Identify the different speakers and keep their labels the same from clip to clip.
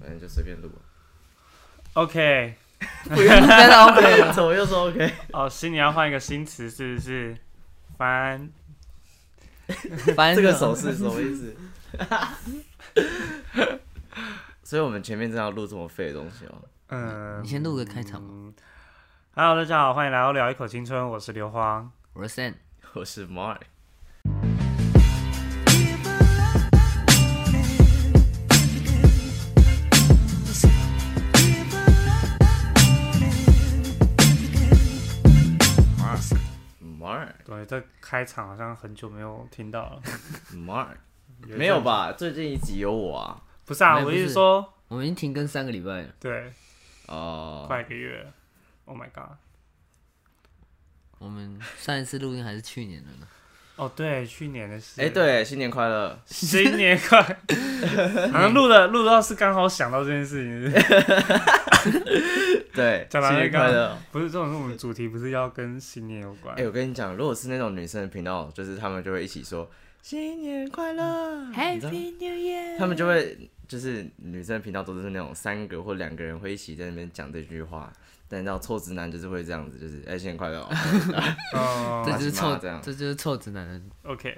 Speaker 1: 反正就随便录。
Speaker 2: OK，
Speaker 1: 不用
Speaker 3: 真的 OK 了。
Speaker 1: 怎么又说 OK？
Speaker 2: 哦，新年要换一个新词是不是？翻
Speaker 3: 反
Speaker 1: 这
Speaker 3: 正
Speaker 1: 个手势什么意思？ 所以我们前面真的要录这么废的东西哦。
Speaker 2: 嗯，
Speaker 3: 你先录个开场吧。
Speaker 2: Hello，大家好，欢迎来到聊一口青春，我是刘荒。
Speaker 3: 我是 Sam，
Speaker 1: 我是 Mark，Mark，
Speaker 2: 对，这开场好像很久没有听到了。
Speaker 1: Mark，
Speaker 2: 一
Speaker 1: 没有吧？最近一集有我啊。
Speaker 2: 不是啊，
Speaker 3: 没有
Speaker 2: 我
Speaker 3: 不
Speaker 2: 意
Speaker 3: 是
Speaker 2: 思说，
Speaker 3: 我们已经停更三个礼拜了。
Speaker 2: 对，
Speaker 1: 哦、
Speaker 2: 快一个月了。Oh my god！
Speaker 3: 我们上一次录音还是去年了呢。
Speaker 2: 哦，对，去年的事。
Speaker 1: 哎、，对，新年快乐！
Speaker 2: 新年快！好像录的录到是刚好想到这件事情是不是，
Speaker 1: 对，
Speaker 2: 讲
Speaker 1: 新
Speaker 2: 完了
Speaker 1: 年快乐！
Speaker 2: 不是这种是我们主题不是要跟新年有关
Speaker 1: 哎、？我跟你讲，如果是那种女生的频道，就是他们就会一起说新年快乐
Speaker 2: 嗯
Speaker 1: 你知道吗
Speaker 3: New Year！
Speaker 1: 他们就会就是女生的频道都是那种三个或两个人会一起在那边讲这句话，但你知道臭直男就是会这样子，就是哎、新年快乐、哦，
Speaker 2: 哦
Speaker 3: 这就是
Speaker 1: 妈
Speaker 3: 臭，
Speaker 1: 妈这样
Speaker 3: 这就是臭直男的。
Speaker 2: ，OK，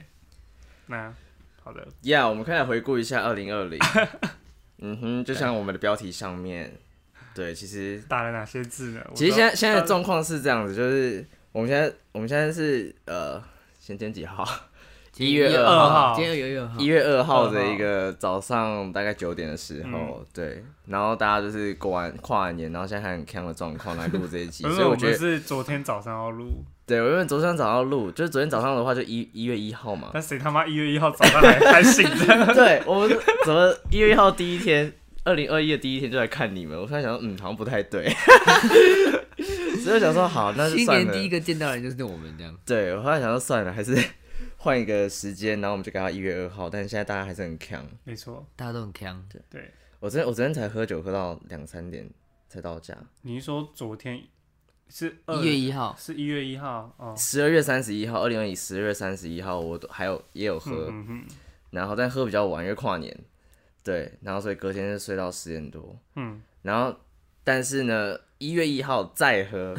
Speaker 2: 那好的，
Speaker 1: Yeah，我们可以来回顾一下二零二 零。嗯哼，就像我们的标题上面，对，其实
Speaker 2: 打了哪些字呢？我
Speaker 1: 其实现在
Speaker 2: 都
Speaker 1: 现在的状况是这样子，就是我们现在我们现在是呃，先天几号？一月二
Speaker 2: 号
Speaker 3: 今天二月二号
Speaker 1: 一。月二号的一个早上大概九点的时候，
Speaker 3: 嗯
Speaker 1: 对，然后大家就是过完跨完年，然后现在还很康的状况来录这 一集，
Speaker 2: 不
Speaker 1: 所
Speaker 2: 是，
Speaker 1: 以
Speaker 2: 我
Speaker 1: 我觉
Speaker 2: 们
Speaker 1: 得，
Speaker 2: 是昨天早上要录，
Speaker 1: 对，我因为昨天早上要录，就是昨天早上的话就一一月一号 嘛，
Speaker 2: 但谁他妈一月一号早上还还醒 着？
Speaker 1: 对，我们怎么一月一号第一天，二零二一的第一天就来看你们，我突然想说，嗯，好像不太对， 所以我想说好，那就
Speaker 3: 新
Speaker 1: 算
Speaker 3: 年
Speaker 1: 了，
Speaker 3: 第一个见到人就是我们这样。
Speaker 1: 对我后来想说算了，还是换一个时间，然后我们就给他一月二号，但是现在大家还是很康。
Speaker 2: 没错，
Speaker 3: 大家都很强，
Speaker 2: 对，
Speaker 1: 我昨天我昨天才喝酒，喝到两三点才到家。
Speaker 2: 你是说昨天是
Speaker 3: 一月
Speaker 2: 一，
Speaker 3: 一号，
Speaker 2: 是一月一号哦。
Speaker 1: 十二月三十一号，二零二一十二月三十一号，我都还有也有喝，
Speaker 2: 嗯嗯嗯
Speaker 1: 然后但喝比较晚，因为跨年，对，然后所以隔天就睡到十点多，
Speaker 2: 嗯，
Speaker 1: 然后但是呢，一月一号再 喝，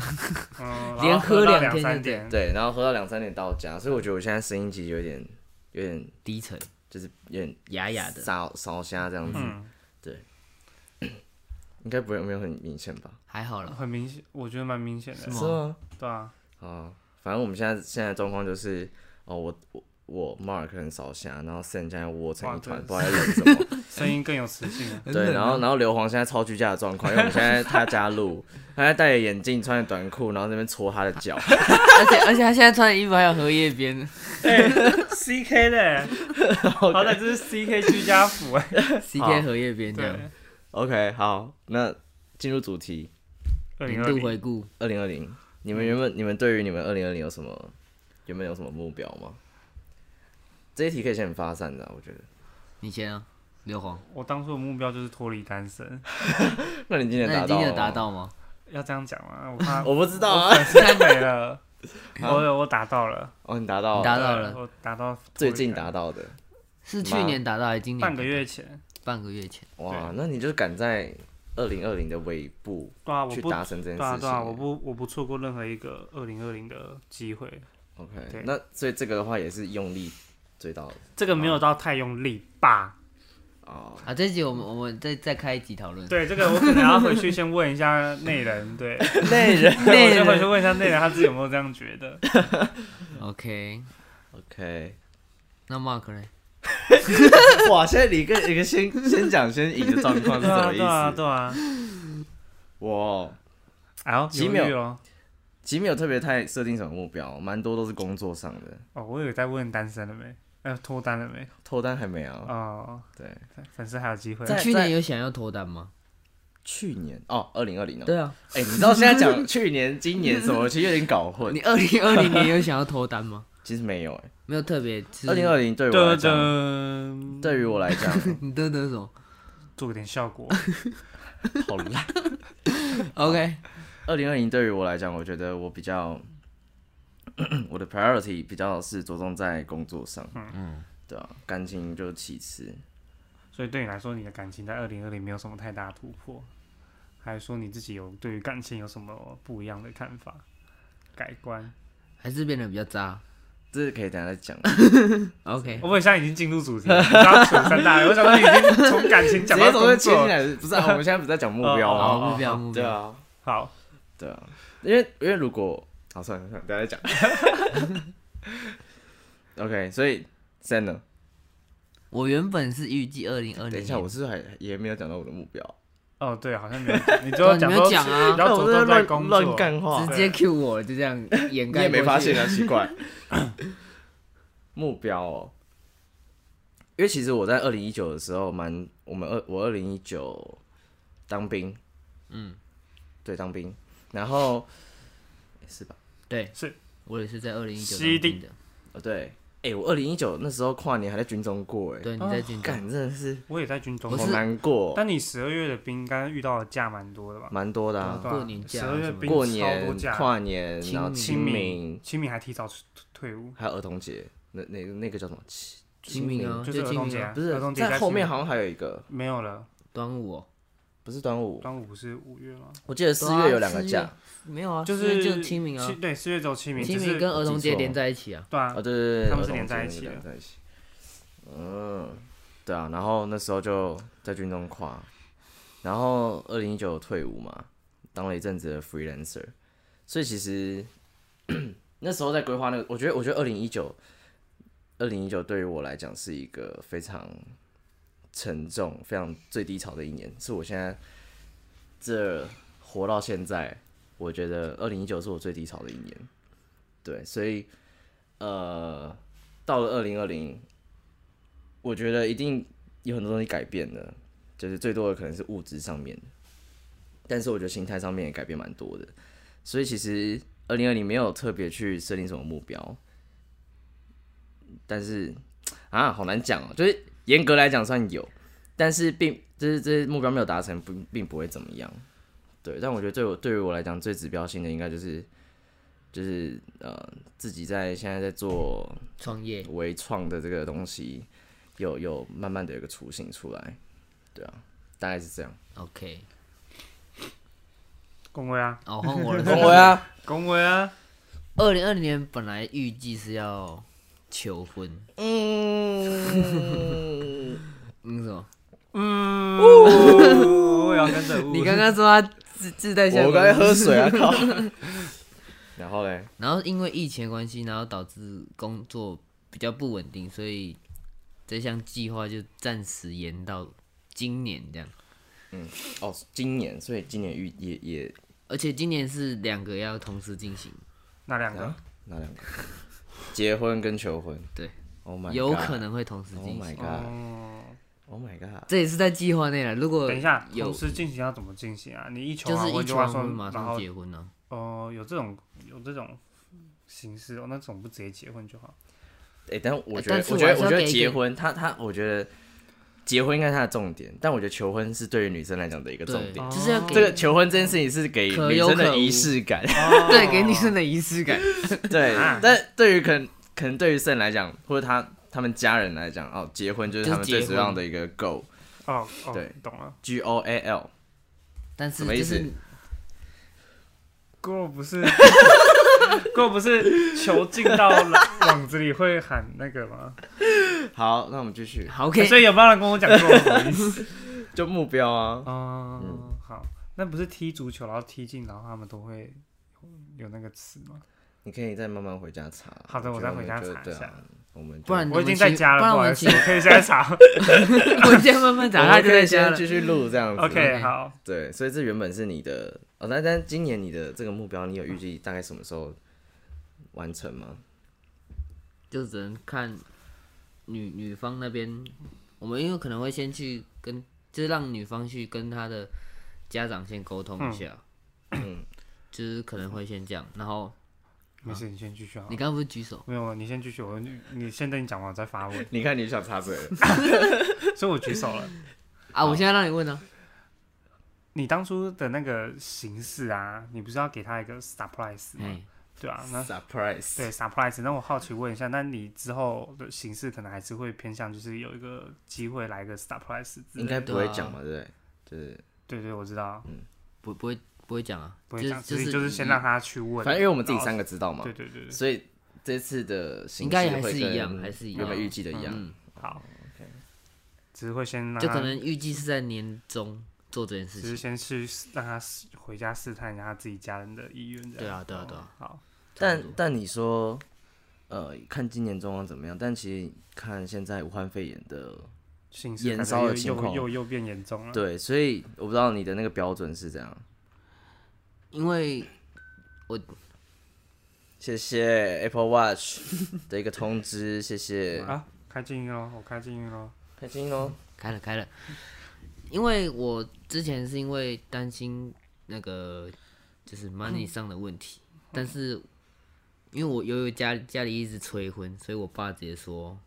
Speaker 2: 嗯，然后
Speaker 3: 连喝
Speaker 2: 到
Speaker 3: 两
Speaker 2: 两
Speaker 3: 天
Speaker 2: 三
Speaker 3: 就对
Speaker 2: 点，
Speaker 1: 对，然后喝到两三点到家，所以我觉得我现在声音其实有点有点
Speaker 3: 低沉，
Speaker 1: 就是有点
Speaker 3: 哑哑的，
Speaker 1: 烧烧瞎这样子，
Speaker 2: 哎嗯，
Speaker 1: 应该不会没有很明显吧？
Speaker 3: 还好了。
Speaker 2: 很明显，我觉得蛮明显的，
Speaker 3: 嗯吗
Speaker 1: 是吗？
Speaker 2: 对啊，
Speaker 1: 啊，反正我们现在现在的状况就是，哦，我我我 Mark 很少下，然后 Sam 现在窝成一团，不知道在冷什么。
Speaker 2: 声音更有磁性了。
Speaker 1: 对，然后然后硫磺现在超居家的状况，因为我们现在他家 录，他在戴着眼镜，穿着短裤，然后在那边搓他的脚，
Speaker 3: 而且 而且他现在穿的衣服还有荷叶 边，
Speaker 2: 对，CK 的，好歹这是 CK 居家服哎。
Speaker 3: CK 荷叶边这
Speaker 2: 对
Speaker 3: 样。，
Speaker 1: OK，好，那进入主题，
Speaker 2: 二
Speaker 3: 年
Speaker 2: 零二
Speaker 3: 度
Speaker 2: 零，
Speaker 3: 回顾，
Speaker 1: 二零二零，你们原本你们对于你们二零二零有什么原本有什么目标吗？这一题可以先很发散的啊、我觉得。
Speaker 3: 你先啊，刘皇，
Speaker 2: 我当初的目标就是脱离单身，
Speaker 1: 那你今年
Speaker 3: 那
Speaker 1: 达到
Speaker 3: 你今
Speaker 1: 了
Speaker 3: 天有
Speaker 1: 吗
Speaker 3: 达？到啊吗？
Speaker 2: 要这样讲吗？我 怕
Speaker 1: 我不知道
Speaker 2: 我
Speaker 1: 啊。
Speaker 2: 粉丝都没 了，我有我打到了，
Speaker 1: 哦，你达到了，
Speaker 3: 你达到了
Speaker 2: 对我达到
Speaker 1: 最近达到的。
Speaker 3: 是去年达到还是今年？
Speaker 2: 半个，月前，
Speaker 3: 半个月前。
Speaker 1: 哇，那你就是赶在二零二零的尾部
Speaker 2: 对啊，我
Speaker 1: 去
Speaker 2: 不
Speaker 1: 达成这件
Speaker 2: 对啊
Speaker 1: 事情
Speaker 2: 对啊，
Speaker 1: 耶。
Speaker 2: 我不我不错过任何一个二零二零的机会，
Speaker 1: OK，
Speaker 2: 对
Speaker 1: 那所以这个的话也是用力追到的
Speaker 2: 这个没有到太用力吧？
Speaker 1: 哦。
Speaker 3: 啊，这集我们我们再再开一集讨论。
Speaker 2: 对，这个我可能要回去先问一下内人， 对，
Speaker 1: 累人。
Speaker 2: 我先回去问一下内人他自己有没有这样觉得。
Speaker 3: ，OK，
Speaker 1: OK，
Speaker 3: 那 Mark 呢？
Speaker 1: 哇，现在你跟一个先 先讲先赢的状况是
Speaker 2: 对
Speaker 1: 什
Speaker 2: 啊
Speaker 1: 么意
Speaker 2: 对啊
Speaker 1: 思？
Speaker 2: 对啊，
Speaker 1: 我
Speaker 2: 哎呦，
Speaker 1: 几
Speaker 2: 犹
Speaker 1: 秒
Speaker 2: 豫哦，
Speaker 1: 其实没有特别太设定什么目标，蛮多都是工作上的，
Speaker 2: 哦，我有在问单身了没？哎，脱单了没？
Speaker 1: 脱单还没啊有。
Speaker 2: 哦，
Speaker 1: 对，
Speaker 2: 粉丝还有机会。
Speaker 1: 在
Speaker 3: 去年有想要脱单吗？
Speaker 1: 去年哦，二零二零哦。
Speaker 3: 对啊，
Speaker 1: 哎，你知道现在 讲去年、今年什么，其实有点搞混
Speaker 3: 你。二零二零年有想要脱单吗？
Speaker 1: 其实没有哎，
Speaker 3: 没有特别，就是
Speaker 1: 二零二零对我来
Speaker 2: 噔
Speaker 1: 讲，
Speaker 2: 噔，
Speaker 1: 对于我来讲
Speaker 3: 你得得什么
Speaker 2: 做点效果。
Speaker 1: 好烂。
Speaker 3: ？OK，
Speaker 1: 二零二零对于我来讲，我觉得我比较 我的 priority 比较是着重在工作上，嗯，对啊，感情就其次。
Speaker 2: 所以对你来说，你的感情在二零二零没有什么太大的突破，还是说你自己有对于感情有什么不一样的看法、改观？
Speaker 3: 还是变得比较渣。
Speaker 1: 这是可以等一下再讲。
Speaker 3: OK，
Speaker 2: 我们现在已经进入主题了，你刚扯三大类，我想说你已经从感情讲
Speaker 1: 直接
Speaker 2: 到
Speaker 1: 从这
Speaker 2: 工
Speaker 1: 切进
Speaker 2: 作。
Speaker 1: 来，不是 啊？我们现在不是在讲目标
Speaker 2: 哦
Speaker 1: 吗？
Speaker 3: 好目标
Speaker 2: 哦
Speaker 3: 目
Speaker 1: 对
Speaker 3: 标，
Speaker 1: 啊，
Speaker 2: 好，
Speaker 1: 对啊，因为因为如果好算了算了，不要再讲。OK，所以三呢？
Speaker 3: 我原本是预计二零二零。
Speaker 1: 等一下，我是不是还也没有讲到我的目标，
Speaker 2: 哦，对，好像没有，你就
Speaker 3: 对啊
Speaker 2: 要
Speaker 3: 你
Speaker 2: 讲
Speaker 3: 没有
Speaker 2: 说
Speaker 3: 讲啊
Speaker 2: 要着
Speaker 1: 我在
Speaker 2: 重在
Speaker 1: 乱
Speaker 2: 工作
Speaker 1: 乱。干话，
Speaker 3: 直接 Q 我，就这样
Speaker 1: 哦啊
Speaker 3: 掩
Speaker 1: 你
Speaker 3: 盖。
Speaker 1: 也没发现？啊，奇 怪。目标哦，因为其实我在二零一九的时候蛮，我们二我二零一九当兵，嗯，对，当兵，然后是吧？
Speaker 3: 对，
Speaker 2: 是
Speaker 3: 我也是在二零一九
Speaker 2: 西地
Speaker 3: 的。
Speaker 1: 哦，对，哎、我二零一九那时候跨年还在军中过，哎，
Speaker 3: 对，你在军中，
Speaker 1: 干真的是
Speaker 2: 我也在军中
Speaker 3: 不，
Speaker 1: 好
Speaker 3: 是
Speaker 1: 难过哦，
Speaker 2: 但你十二月的兵应该遇到的假蛮多的吧？
Speaker 1: 蛮多的、啊，
Speaker 2: 对啊
Speaker 3: 嗯过年假
Speaker 2: 十二月兵
Speaker 1: 过
Speaker 2: 超多
Speaker 1: 年、
Speaker 2: 假，
Speaker 1: 跨年，然后
Speaker 2: 清
Speaker 1: 清
Speaker 2: 明
Speaker 1: 明，
Speaker 2: 清明还提早退伍，
Speaker 1: 还有儿童节，那那那个叫什么？清
Speaker 3: 清明啊，
Speaker 2: 就是儿
Speaker 3: 清
Speaker 2: 童
Speaker 3: 明
Speaker 2: 节
Speaker 3: 啊，
Speaker 2: 啊，
Speaker 1: 不是
Speaker 2: 儿童节
Speaker 1: 在后面
Speaker 2: 清
Speaker 1: 好像还有一个，
Speaker 2: 明没有了，
Speaker 3: 端午哦。
Speaker 1: 不是端午，
Speaker 2: 端午不是五月吗？
Speaker 1: 我记得四月有两个假，
Speaker 3: 对啊，四月没有啊，
Speaker 2: 就
Speaker 3: 四
Speaker 2: 是
Speaker 3: 月就清明啊
Speaker 2: 七，对，四月只有清明，
Speaker 3: 清
Speaker 2: 只
Speaker 3: 明
Speaker 2: 是
Speaker 3: 跟儿童
Speaker 1: 我
Speaker 3: 节
Speaker 1: 记错
Speaker 3: 连在一起啊。
Speaker 2: 对啊
Speaker 1: 哦，对对对，
Speaker 2: 他们是
Speaker 1: 儿童
Speaker 2: 连在
Speaker 1: 节
Speaker 2: 一起
Speaker 1: 那个
Speaker 2: 的
Speaker 1: 连在一起。嗯，对啊，然后那时候就在军中跨，然后二零一九退伍嘛，当了一阵子的 freelancer，所以其实 那时候在规划那个，我觉得我觉得二零一九，二零一九对于我来讲是一个非常沉重、非常最低潮的一年，是我现在这活到现在，我觉得二零一九是我最低潮的一年，对，所以。呃，到了二零二零，我觉得一定有很多东西改变的，就是最多的可能是物质上面的，但是我觉得心态上面也改变蛮多的，所以其实二零二零没有特别去设定什么目标，但是啊，好难讲哦、就是严格来讲算有，但是并就是这些目标没有达成，并并不会怎么样。对，但我觉得对我对于我来讲最指标性的应该就是就是呃自己在现在在做
Speaker 3: 创业，
Speaker 1: 微创的这个东西，有有慢慢的有个雏形出来，对啊，大概是这样。
Speaker 3: OK，
Speaker 2: 恭维啊，
Speaker 3: 哦，换我了。
Speaker 1: 恭维啊！
Speaker 2: 恭维啊，
Speaker 3: 二零二零年本来预计是要求婚，
Speaker 1: 嗯，
Speaker 3: 嗯，什么？
Speaker 2: 嗯，我也要啊跟 着，
Speaker 3: 你刚刚说他自自带下，
Speaker 1: 我刚才喝水啊，靠。 然后嘞，
Speaker 3: 然后因为疫情的关系，然后导致工作比较不稳定，所以这项计划就暂时延到今年这样。
Speaker 1: 哦，今年，所以今年预也也
Speaker 3: 而且今年是两个要同时进行，
Speaker 2: 那两个
Speaker 1: 哪两个？结婚跟求婚，
Speaker 3: 对
Speaker 1: ，Oh my，
Speaker 3: 有可。能会同时
Speaker 1: Oh
Speaker 3: 进
Speaker 1: my
Speaker 3: 行，
Speaker 1: god！Oh
Speaker 2: 哦，
Speaker 1: my god！
Speaker 3: 这也是在计划内了。如果
Speaker 2: 等一下，
Speaker 3: 有
Speaker 2: 同时进行要怎么进行啊？你一求
Speaker 3: 就是
Speaker 2: 完
Speaker 3: 一
Speaker 2: 婚
Speaker 3: 求
Speaker 2: 话
Speaker 3: 完
Speaker 2: 说
Speaker 3: 婚，马
Speaker 2: 然
Speaker 3: 上
Speaker 2: 后
Speaker 3: 结婚啊呢、
Speaker 2: 哦，有这种有这种形式哦，那这种不直接结婚就好？
Speaker 1: 哎，但我觉得
Speaker 3: 呃但，是
Speaker 1: 我
Speaker 3: 我
Speaker 1: 觉
Speaker 3: 还
Speaker 1: 得，
Speaker 3: 是
Speaker 1: 我觉
Speaker 3: 要
Speaker 1: 得
Speaker 3: 给一
Speaker 1: 结
Speaker 3: 点
Speaker 1: 婚，他他，我觉得结婚应该是他的重点，但我觉得求婚是对于女生来讲的一个重
Speaker 3: 对，
Speaker 1: 点。
Speaker 3: 就是要
Speaker 2: 哦
Speaker 3: 给
Speaker 1: 这个求婚这件事情是给
Speaker 3: 可
Speaker 1: 女
Speaker 3: 有
Speaker 1: 生
Speaker 3: 可
Speaker 1: 的
Speaker 3: 无
Speaker 1: 仪式 感，
Speaker 2: 哦
Speaker 3: 对给女生的仪式感。
Speaker 1: 对
Speaker 2: 啊。
Speaker 1: 但对于可能可能对于圣来讲，或者他他们家人来讲，哦，结婚就是
Speaker 3: 就
Speaker 1: 他
Speaker 3: 是
Speaker 1: 们最
Speaker 3: 结
Speaker 1: 主要
Speaker 3: 婚
Speaker 1: 的一个 goal
Speaker 2: 哦哦，
Speaker 1: 对
Speaker 2: 懂了
Speaker 1: G O A L。
Speaker 3: 但是
Speaker 1: 什么意
Speaker 3: 就
Speaker 1: 思
Speaker 3: 是
Speaker 2: ，go 不是 go 不是囚禁到 网子里会喊那个吗？
Speaker 1: 好，那我们继续，
Speaker 3: 好 OK，
Speaker 2: 所以有没有人跟我讲过什么意思？
Speaker 1: 就目标啊。
Speaker 2: 哦，好，那不是踢足球然后踢进，然后他们都会有那个词吗？
Speaker 1: 你可以再慢慢回家查。
Speaker 2: 好的我再
Speaker 1: 觉得
Speaker 2: 回家
Speaker 1: 就
Speaker 2: 查一
Speaker 1: 对啊
Speaker 2: 下
Speaker 1: 我们就
Speaker 3: 不然你
Speaker 2: 我
Speaker 3: 们
Speaker 2: 已经在家了，
Speaker 3: 不然
Speaker 2: 不
Speaker 3: 我
Speaker 2: 好意
Speaker 3: 们
Speaker 2: 思，
Speaker 3: 请
Speaker 2: 我可以现在查。
Speaker 3: 我现在慢慢
Speaker 1: 我
Speaker 3: 长
Speaker 1: 们
Speaker 3: 大就
Speaker 1: 可以
Speaker 3: 在家
Speaker 1: 先
Speaker 3: 了。
Speaker 1: 继续录这样子。
Speaker 2: OK，好，
Speaker 1: 对，所以这原本是你的哦，但但今年你的这个目标，你有预计大概什么时候完成吗？
Speaker 3: 就只能看女女方那边，我们因为可能会先去跟，就是让女方去跟她的家长先沟通一下，
Speaker 1: 嗯，
Speaker 3: 就是可能会先这样。然后
Speaker 2: 没事，你先继续好了
Speaker 3: 你。刚刚不是举手？
Speaker 2: 没有，你先继续，我你现在你讲完我再发问，
Speaker 1: 你看你想插嘴了，
Speaker 2: 所以我举手了。
Speaker 3: 啊，我现在让你问啊。
Speaker 2: 你当初的那个形式啊，你不是要给他一个 surprise 吗？
Speaker 3: 哎，
Speaker 2: 对啊，那
Speaker 1: surprise，
Speaker 2: 对 surprise。那我好奇问一下，那你之后的形式可能还是会偏向就是有一个机会来一个 surprise 之类
Speaker 1: 应
Speaker 2: 的。
Speaker 1: 该不会讲嘛，对不对？就是
Speaker 2: 对对，我知道，
Speaker 3: 不不会不会讲啊，
Speaker 2: 不
Speaker 3: 就
Speaker 2: 会讲，
Speaker 3: 是
Speaker 2: 就是是就是先
Speaker 3: 以
Speaker 2: 让他去问。
Speaker 1: 反正因为我们自己
Speaker 2: 然后
Speaker 1: 三个知道嘛
Speaker 2: 对，对对对，
Speaker 1: 所以这次的形
Speaker 3: 应该
Speaker 1: 式
Speaker 3: 还
Speaker 1: 会
Speaker 3: 是一
Speaker 1: 跟
Speaker 3: 样还是一
Speaker 1: 原本
Speaker 3: 样
Speaker 1: 预计的一样。
Speaker 3: 嗯，
Speaker 2: 好，只是会先让
Speaker 3: 就可
Speaker 2: 他，
Speaker 3: 能预计是在年中做这件事
Speaker 2: 只是。先
Speaker 3: 情
Speaker 2: 去让他试回家试探一下他自己家人的意愿。这样哦
Speaker 3: 对啊对啊对啊。
Speaker 2: 好，
Speaker 1: 但但你说，呃，看今年状况怎么样？但其实看现在武汉肺炎的，
Speaker 2: 性事
Speaker 1: 延
Speaker 2: 感
Speaker 1: 烧
Speaker 2: 觉
Speaker 1: 的
Speaker 2: 又
Speaker 1: 情况
Speaker 2: 又又又变严重了。
Speaker 1: 对，所以我不知道你的那个标准是怎样。
Speaker 3: 因为
Speaker 1: 谢谢 Apple Watch 的一个通知，谢谢。
Speaker 2: 啊，开静音喽，我开静音喽。
Speaker 1: 开心哦喽！
Speaker 3: 开了开了，因为我之前是因为担心那个就是 money 上的问题，但是因为我由于家家里一直催婚，所以我爸直接说，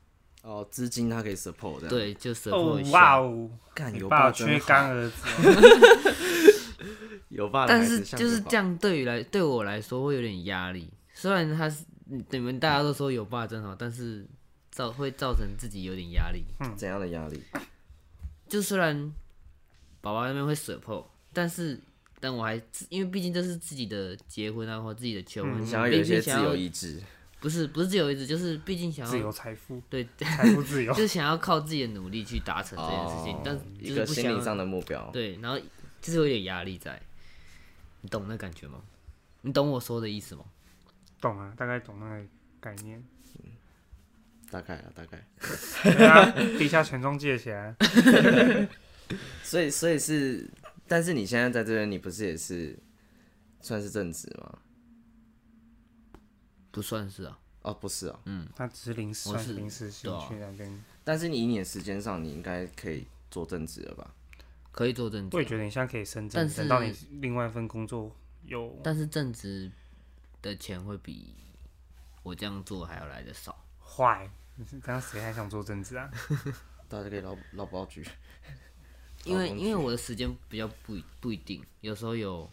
Speaker 1: 哦，资金它可以 support 的。，
Speaker 3: 对，就 s u
Speaker 2: 哦
Speaker 3: p 一
Speaker 2: 哇
Speaker 3: 下。哎
Speaker 2: 哦，
Speaker 1: 干
Speaker 2: 你
Speaker 1: 有
Speaker 2: 爸有
Speaker 1: 真
Speaker 2: 缺
Speaker 1: 好
Speaker 2: 干，儿 子哦，
Speaker 1: 有爸的
Speaker 3: 但
Speaker 1: 孩
Speaker 3: 是
Speaker 1: 子像
Speaker 3: 就
Speaker 1: 有爸。
Speaker 3: 是这样，对于来对我来说会有点压力。虽然他是你们大家都说有爸真好，但是造会造成自己有点压力。
Speaker 2: 嗯
Speaker 1: 怎样的压力？
Speaker 3: 就虽然爸爸那边会 support，但是但我还因为毕竟这是自己的结婚啊，或自己的求婚，
Speaker 1: 嗯想要有一
Speaker 3: 毕
Speaker 1: 些
Speaker 3: 竟
Speaker 1: 自
Speaker 3: 想要
Speaker 1: 由意志。
Speaker 3: 不是不是自由意志，就是毕竟想
Speaker 2: 自
Speaker 3: 要
Speaker 2: 由财富，
Speaker 3: 对，
Speaker 2: 财富自 由。
Speaker 3: 就想要靠自己的努力去达成这件事情，
Speaker 1: 哦
Speaker 3: 但
Speaker 1: 一
Speaker 3: 就
Speaker 1: 个
Speaker 3: 是不
Speaker 1: 心
Speaker 3: 想
Speaker 1: 理
Speaker 3: 要
Speaker 1: 上的目标。
Speaker 3: 对，然后就是有点压力在，你懂那感觉吗？你懂我说的意思吗？
Speaker 2: 懂啊，大概懂那个概念。
Speaker 1: 大概啊，大概。
Speaker 2: 对啊，地下钱庄借 钱，啊
Speaker 1: 所以，所以是，但是你现在在这边，你不是也是算是正职吗？
Speaker 3: 不算是啊，
Speaker 1: 哦，不是啊，
Speaker 2: 他只是临时
Speaker 3: 我
Speaker 2: 算
Speaker 3: 是
Speaker 2: 临时兴
Speaker 3: 对啊
Speaker 2: 趣那边。
Speaker 1: 但是你以你的时间上，你应该可以做正职了吧？
Speaker 3: 可以做正
Speaker 2: 我也
Speaker 3: 职，
Speaker 2: 觉得你现在可以升
Speaker 3: 但
Speaker 2: 正，
Speaker 3: 是
Speaker 2: 等到你另外一份工作有
Speaker 3: 但是正职的钱会比我这样做还要来的少。
Speaker 2: 坏，刚刚谁还想做正职啊？
Speaker 1: 大家可以捞捞包局。
Speaker 3: 因为
Speaker 1: 工
Speaker 3: 因为我的时间比较不一不一定，有时候有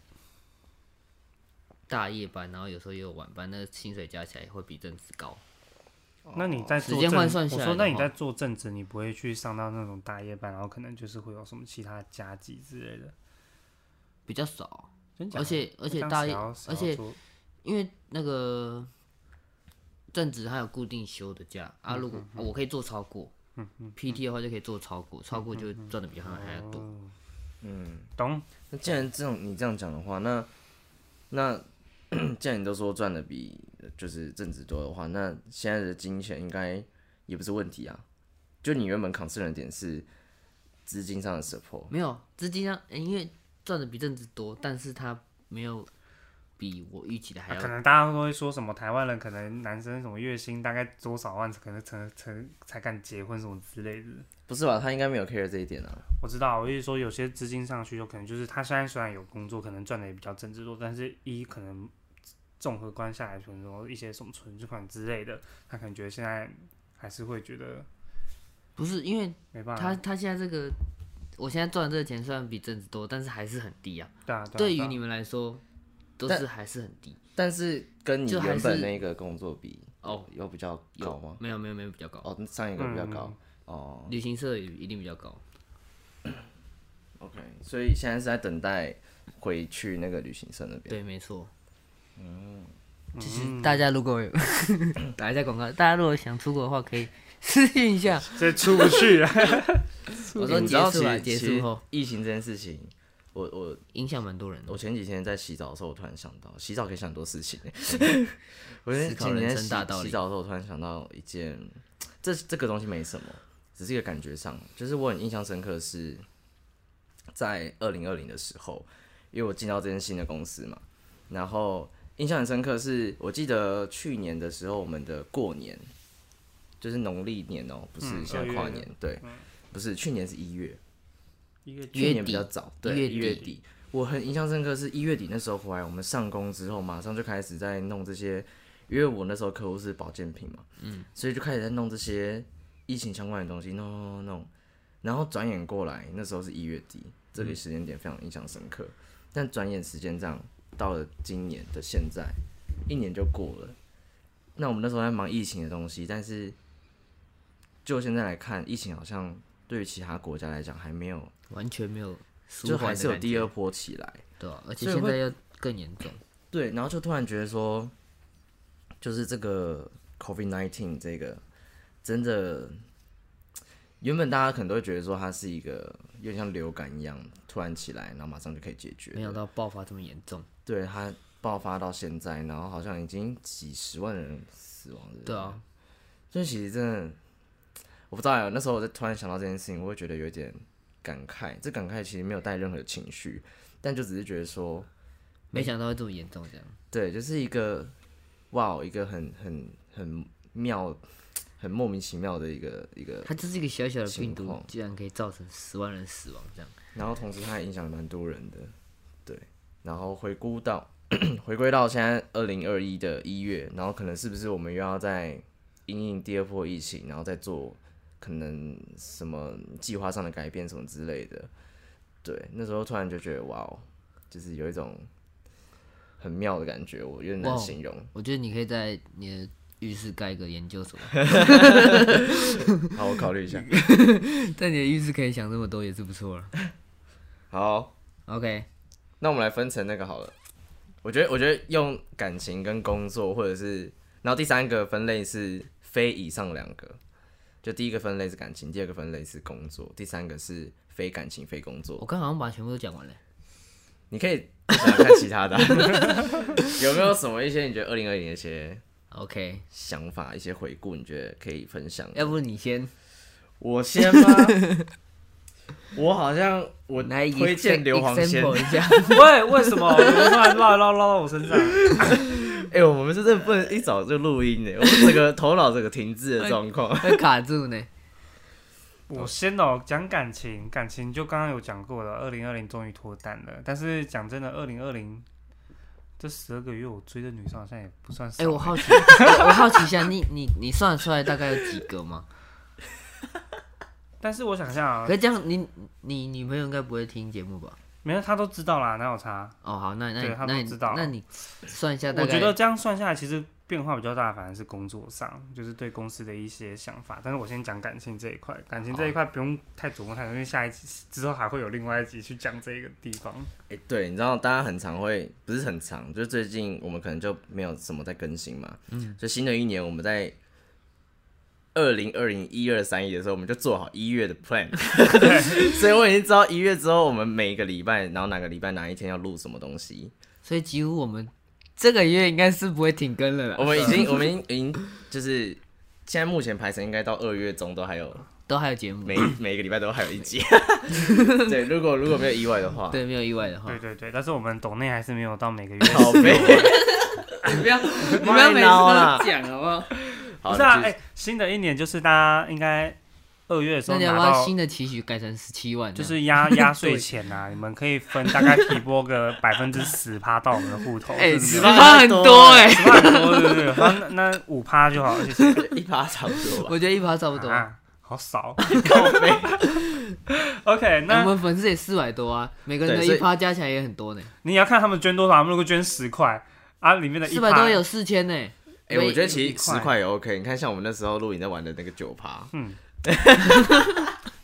Speaker 3: 大夜班，然后有时候也有晚班，那个薪水加起来会比正职高。
Speaker 2: 那你在
Speaker 3: 时
Speaker 2: 做
Speaker 3: 间
Speaker 2: 正
Speaker 3: 换算下
Speaker 2: 我
Speaker 3: 来
Speaker 2: 说
Speaker 3: 的
Speaker 2: 那你
Speaker 3: 话
Speaker 2: 在做正职，你不会去上到那种大夜班，然后可能就是会有什么其他加急之类的。
Speaker 3: 比较少，
Speaker 2: 真假的
Speaker 3: 而且而且
Speaker 2: 那这样
Speaker 3: 大
Speaker 2: 谁
Speaker 3: 夜，
Speaker 2: 要谁
Speaker 3: 而
Speaker 2: 要
Speaker 3: 且
Speaker 2: 做
Speaker 3: 因为那个正职它有固定休的假啊，如
Speaker 2: 嗯
Speaker 3: 果我可以做超过，PT 的话就可以做超过，超
Speaker 2: 嗯
Speaker 3: 过就赚的比他们还要多。
Speaker 2: 哦懂
Speaker 1: 那既然这种你这样讲的话，那那 既然你都说赚的比就是正职多的话，那现在的金钱应该也不是问题啊。就你原本 concern 的点是资金上的 support，
Speaker 3: 没有资金上，诶因为赚的比正职多，但是它没有比我预期的还
Speaker 2: 啊
Speaker 3: 要
Speaker 2: 可能大家都会说什么台湾人可能男生什么月薪大概多少万，可能才才才敢结婚什么之类的。
Speaker 1: 不是吧？他应该没有 care 这一点啊。
Speaker 2: 我知道，我意思说有些资金上去，有可能就是他现在虽然有工作，可能赚的也比较政治多，但是一可能综合观下来，可能说一些什么存款之类的，他可能觉得现在还是会觉得
Speaker 3: 不是因为
Speaker 2: 没
Speaker 1: 嗯
Speaker 2: 办
Speaker 3: 他
Speaker 2: 法。
Speaker 3: 他现在这个，我现在赚的这个钱虽然比正职多，但是还是很低啊。
Speaker 2: 对啊，啊
Speaker 3: 对于
Speaker 2: 啊
Speaker 3: 你们来说，都
Speaker 1: 但
Speaker 3: 是还是很低。
Speaker 1: 但是跟你
Speaker 3: 就还
Speaker 1: 原
Speaker 3: 是
Speaker 1: 本那个工作比，
Speaker 3: 哦，
Speaker 1: 有比较高吗？
Speaker 3: 没有没有没有比较高，嗯
Speaker 1: 哦，上一个比较高。哦
Speaker 3: 旅行社也一定比较高。
Speaker 1: ，OK，所以现在是在等待回去那个旅行社那边。
Speaker 3: 对，没错。嗯，就是大家如果有 打一下广告，大家如果想出国的话，可以 私信一下。
Speaker 2: 这出不去啊。
Speaker 3: 我
Speaker 1: 欸
Speaker 3: 说
Speaker 1: 你知
Speaker 3: 结
Speaker 1: 道
Speaker 3: 束了，
Speaker 1: 其
Speaker 3: 结
Speaker 1: 实
Speaker 3: 束后
Speaker 1: 疫情这件事情，我我
Speaker 3: 影响蛮多人的。
Speaker 1: 我前几天在洗澡的时候，我突然想到，洗澡可以想很多事情。欸 我
Speaker 3: 思
Speaker 1: 前
Speaker 3: 考
Speaker 1: 前几天
Speaker 3: 人生
Speaker 1: 洗
Speaker 3: 大道理
Speaker 1: 洗澡的时候，我突然想到一件，这这个东西没什么，只是一个感觉上，就是我很印象深刻的是，在二零二零的时候，因为我进到这间新的公司嘛，然后印象很深刻是，我记得去年的时候，我们的过年就是农历年哦、不是
Speaker 2: 嗯
Speaker 1: 现在
Speaker 2: 二
Speaker 1: 跨
Speaker 2: 月嗯
Speaker 1: 年，对，不是去年是一月，
Speaker 2: 一个
Speaker 1: 去
Speaker 3: 月
Speaker 1: 年
Speaker 3: 底
Speaker 1: 比较早，
Speaker 3: 一
Speaker 1: 对，
Speaker 3: 月
Speaker 1: 一月
Speaker 3: 底
Speaker 1: 底。我很印象深刻是一月底那时候回来，我们上工之后马上就开始在弄这些，因为我那时候客户是保健品嘛，嗯，所以就开始在弄这些疫情相关的东西，弄弄弄弄，然后转眼过来，那时候是一月底，这个时间点非常印象深刻。但转眼时间这样到了今年的现在，一年就过了。那我们那时候在忙疫情的东西，但是就现在来看，疫情好像对于其他国家来讲还没有，
Speaker 3: 完全没有舒
Speaker 1: 就
Speaker 3: 缓
Speaker 1: 还
Speaker 3: 的
Speaker 1: 是有
Speaker 3: 感
Speaker 1: 第
Speaker 3: 觉
Speaker 1: 二波起来。
Speaker 3: 对啊，而且
Speaker 1: 所以
Speaker 3: 现
Speaker 1: 会
Speaker 3: 在又更严重，
Speaker 1: 对，然后就突然觉得说，就是这个 COVID nineteen 这个真的，原本大家可能都会觉得说它是一个有点像流感一样突然起来，然后马上就可以解决。
Speaker 3: 没想到爆发这么严重。
Speaker 1: 对它爆发到现在，然后好像已经几十万人死亡了。
Speaker 3: 对啊，
Speaker 1: 所以其实真的，我不知道哎，那时候我在突然想到这件事情，我会觉得有点感慨。这感慨其实没有带任何情绪，但就只是觉得说，
Speaker 3: 没想到会这么严重，这样
Speaker 1: 对，就是一个哇哦，一个很很很妙、很莫名其妙的一个一个，
Speaker 3: 它就是一个小小的病
Speaker 1: 情
Speaker 3: 毒
Speaker 1: 况，
Speaker 3: 居然可以造成十万人死亡，这样
Speaker 1: 然后同时它也影响了蛮多人的，对。然后回顾到 回归到现在二零二一的一月，然后可能是不是我们又要再因应第二波疫情，然后再做可能什么计划上的改变什么之类的，对。那时候突然就觉得哇哦，就是有一种很妙的感觉，我有点
Speaker 3: 哇
Speaker 1: 难
Speaker 3: 哦
Speaker 1: 形容。
Speaker 3: 我觉得你可以在你的浴室盖一个研究所，
Speaker 1: 好，我考虑一下。
Speaker 3: 在你的浴室可以想这么多也是不错了。
Speaker 1: 好。
Speaker 3: OK，
Speaker 1: 那我们来分成那个好了。我觉得，我觉得用感情跟工作，或者是，然后第三个分类是非以上两个。就第一个分类是感情，第二个分类是工作，第三个是非感情非工
Speaker 3: 我
Speaker 1: 作。
Speaker 3: 刚好像把全部都讲完了。
Speaker 1: 你可以想想看其他的 啊、有没有什么一些你觉得二零二零的一些
Speaker 3: OK，
Speaker 1: 想法、一些回顾，你觉得可以分享？
Speaker 3: 要不你先，
Speaker 1: 我先吗？ 我好像我
Speaker 3: 来一个
Speaker 1: 推荐硫磺先
Speaker 3: example 一 下。
Speaker 2: 喂，为什么？你们突然绕一绕绕到我身 上？
Speaker 1: 哎、我们是真的不能一早就录音呢，我们整个头脑整个停滞的状况。
Speaker 3: 会卡住呢。
Speaker 2: 我先哦，讲感情，感情就刚刚有讲过了，二零二零终于脱单了。但是讲真的，二零二零这十二个月，我追的女生好像也不算少。
Speaker 3: 哎、我好 奇，我我好奇一下，你你你算得出来大概有几个吗？
Speaker 2: 但是我想想啊
Speaker 3: 可，是这样，你你女朋友应该不会听节目吧？
Speaker 2: 没有，她都知道啦，哪有差？
Speaker 3: 哦，好，那那
Speaker 2: 对
Speaker 3: 你
Speaker 2: 他们
Speaker 3: 那
Speaker 2: 知
Speaker 3: 你
Speaker 2: 道
Speaker 3: 那你算一下大
Speaker 2: 我
Speaker 3: 概，
Speaker 2: 觉得这样算下来，其实变化比较大，反而是工作上，就是对公司的一些想法。但是我先讲感情这一块，感情这一块不用太琢磨太多，因为下一集之后还会有另外一集去讲这个地方。
Speaker 1: 哎、对，你知道大家很常会，不是很常，就是最近我们可能就没有什么在更新嘛。嗯，就新的一年我们在二零二零一二三一的时候，我们就做好一月的 plan，所以 我已经知道一月之后我们每一个礼拜，然后哪个礼拜哪一天要录什么东西。
Speaker 3: 所以几乎我们这个月应该是不会停更了
Speaker 1: 我
Speaker 2: 哦
Speaker 3: 啦，
Speaker 1: 们已经，我们已经已经就是现在目前排程应该到二月中都还有
Speaker 3: 都还有节目
Speaker 1: 每。每个礼拜都还有一集。 对，如果如果没有意外的话，
Speaker 3: 对，没有意外的话
Speaker 2: 对，对对，但是我们抖内还是没有到每个月。
Speaker 1: 嗯 好呗。
Speaker 3: 你 不要你不
Speaker 1: 麦
Speaker 3: 要每次
Speaker 1: 孬啦
Speaker 3: 都讲好不好？
Speaker 1: 好，
Speaker 2: 不是啊，
Speaker 1: 你
Speaker 2: 哎、
Speaker 1: 继续
Speaker 2: 新的一年就是大家应该二月的时
Speaker 3: 那
Speaker 2: 候
Speaker 3: 你要
Speaker 2: 拿
Speaker 3: 不要
Speaker 2: 到，
Speaker 3: 新的期许改成十七万这
Speaker 2: 就
Speaker 3: 样？
Speaker 2: 是压压岁钱呐、啊，你们可以分大概提拨个百分之十趴到我们的户头。
Speaker 3: 哎，
Speaker 2: 十
Speaker 3: 十
Speaker 1: 18
Speaker 2: 趴
Speaker 3: 八很多哎，
Speaker 2: 十趴很多，对不对？好那那五趴就好了，谢谢。
Speaker 1: 哎一趴差不多吧。
Speaker 3: 我觉得一趴差 不多。
Speaker 2: 啊，好少。
Speaker 1: 靠背
Speaker 2: OK，
Speaker 3: 哎我
Speaker 2: 那
Speaker 3: 们粉丝也四百多啊，每个人的
Speaker 1: 对所
Speaker 3: 一
Speaker 1: 以
Speaker 3: 趴加起来也很多呢，
Speaker 2: 你也要看他们捐多少，他们如果捐十块啊，里面的一
Speaker 3: 四
Speaker 2: 趴
Speaker 3: 百多有四千呢。
Speaker 1: 哎、我觉得其
Speaker 2: 一
Speaker 1: 实
Speaker 2: 块
Speaker 1: 十块也 OK。你看，像我们那时候录影在玩的那个酒趴，
Speaker 2: 嗯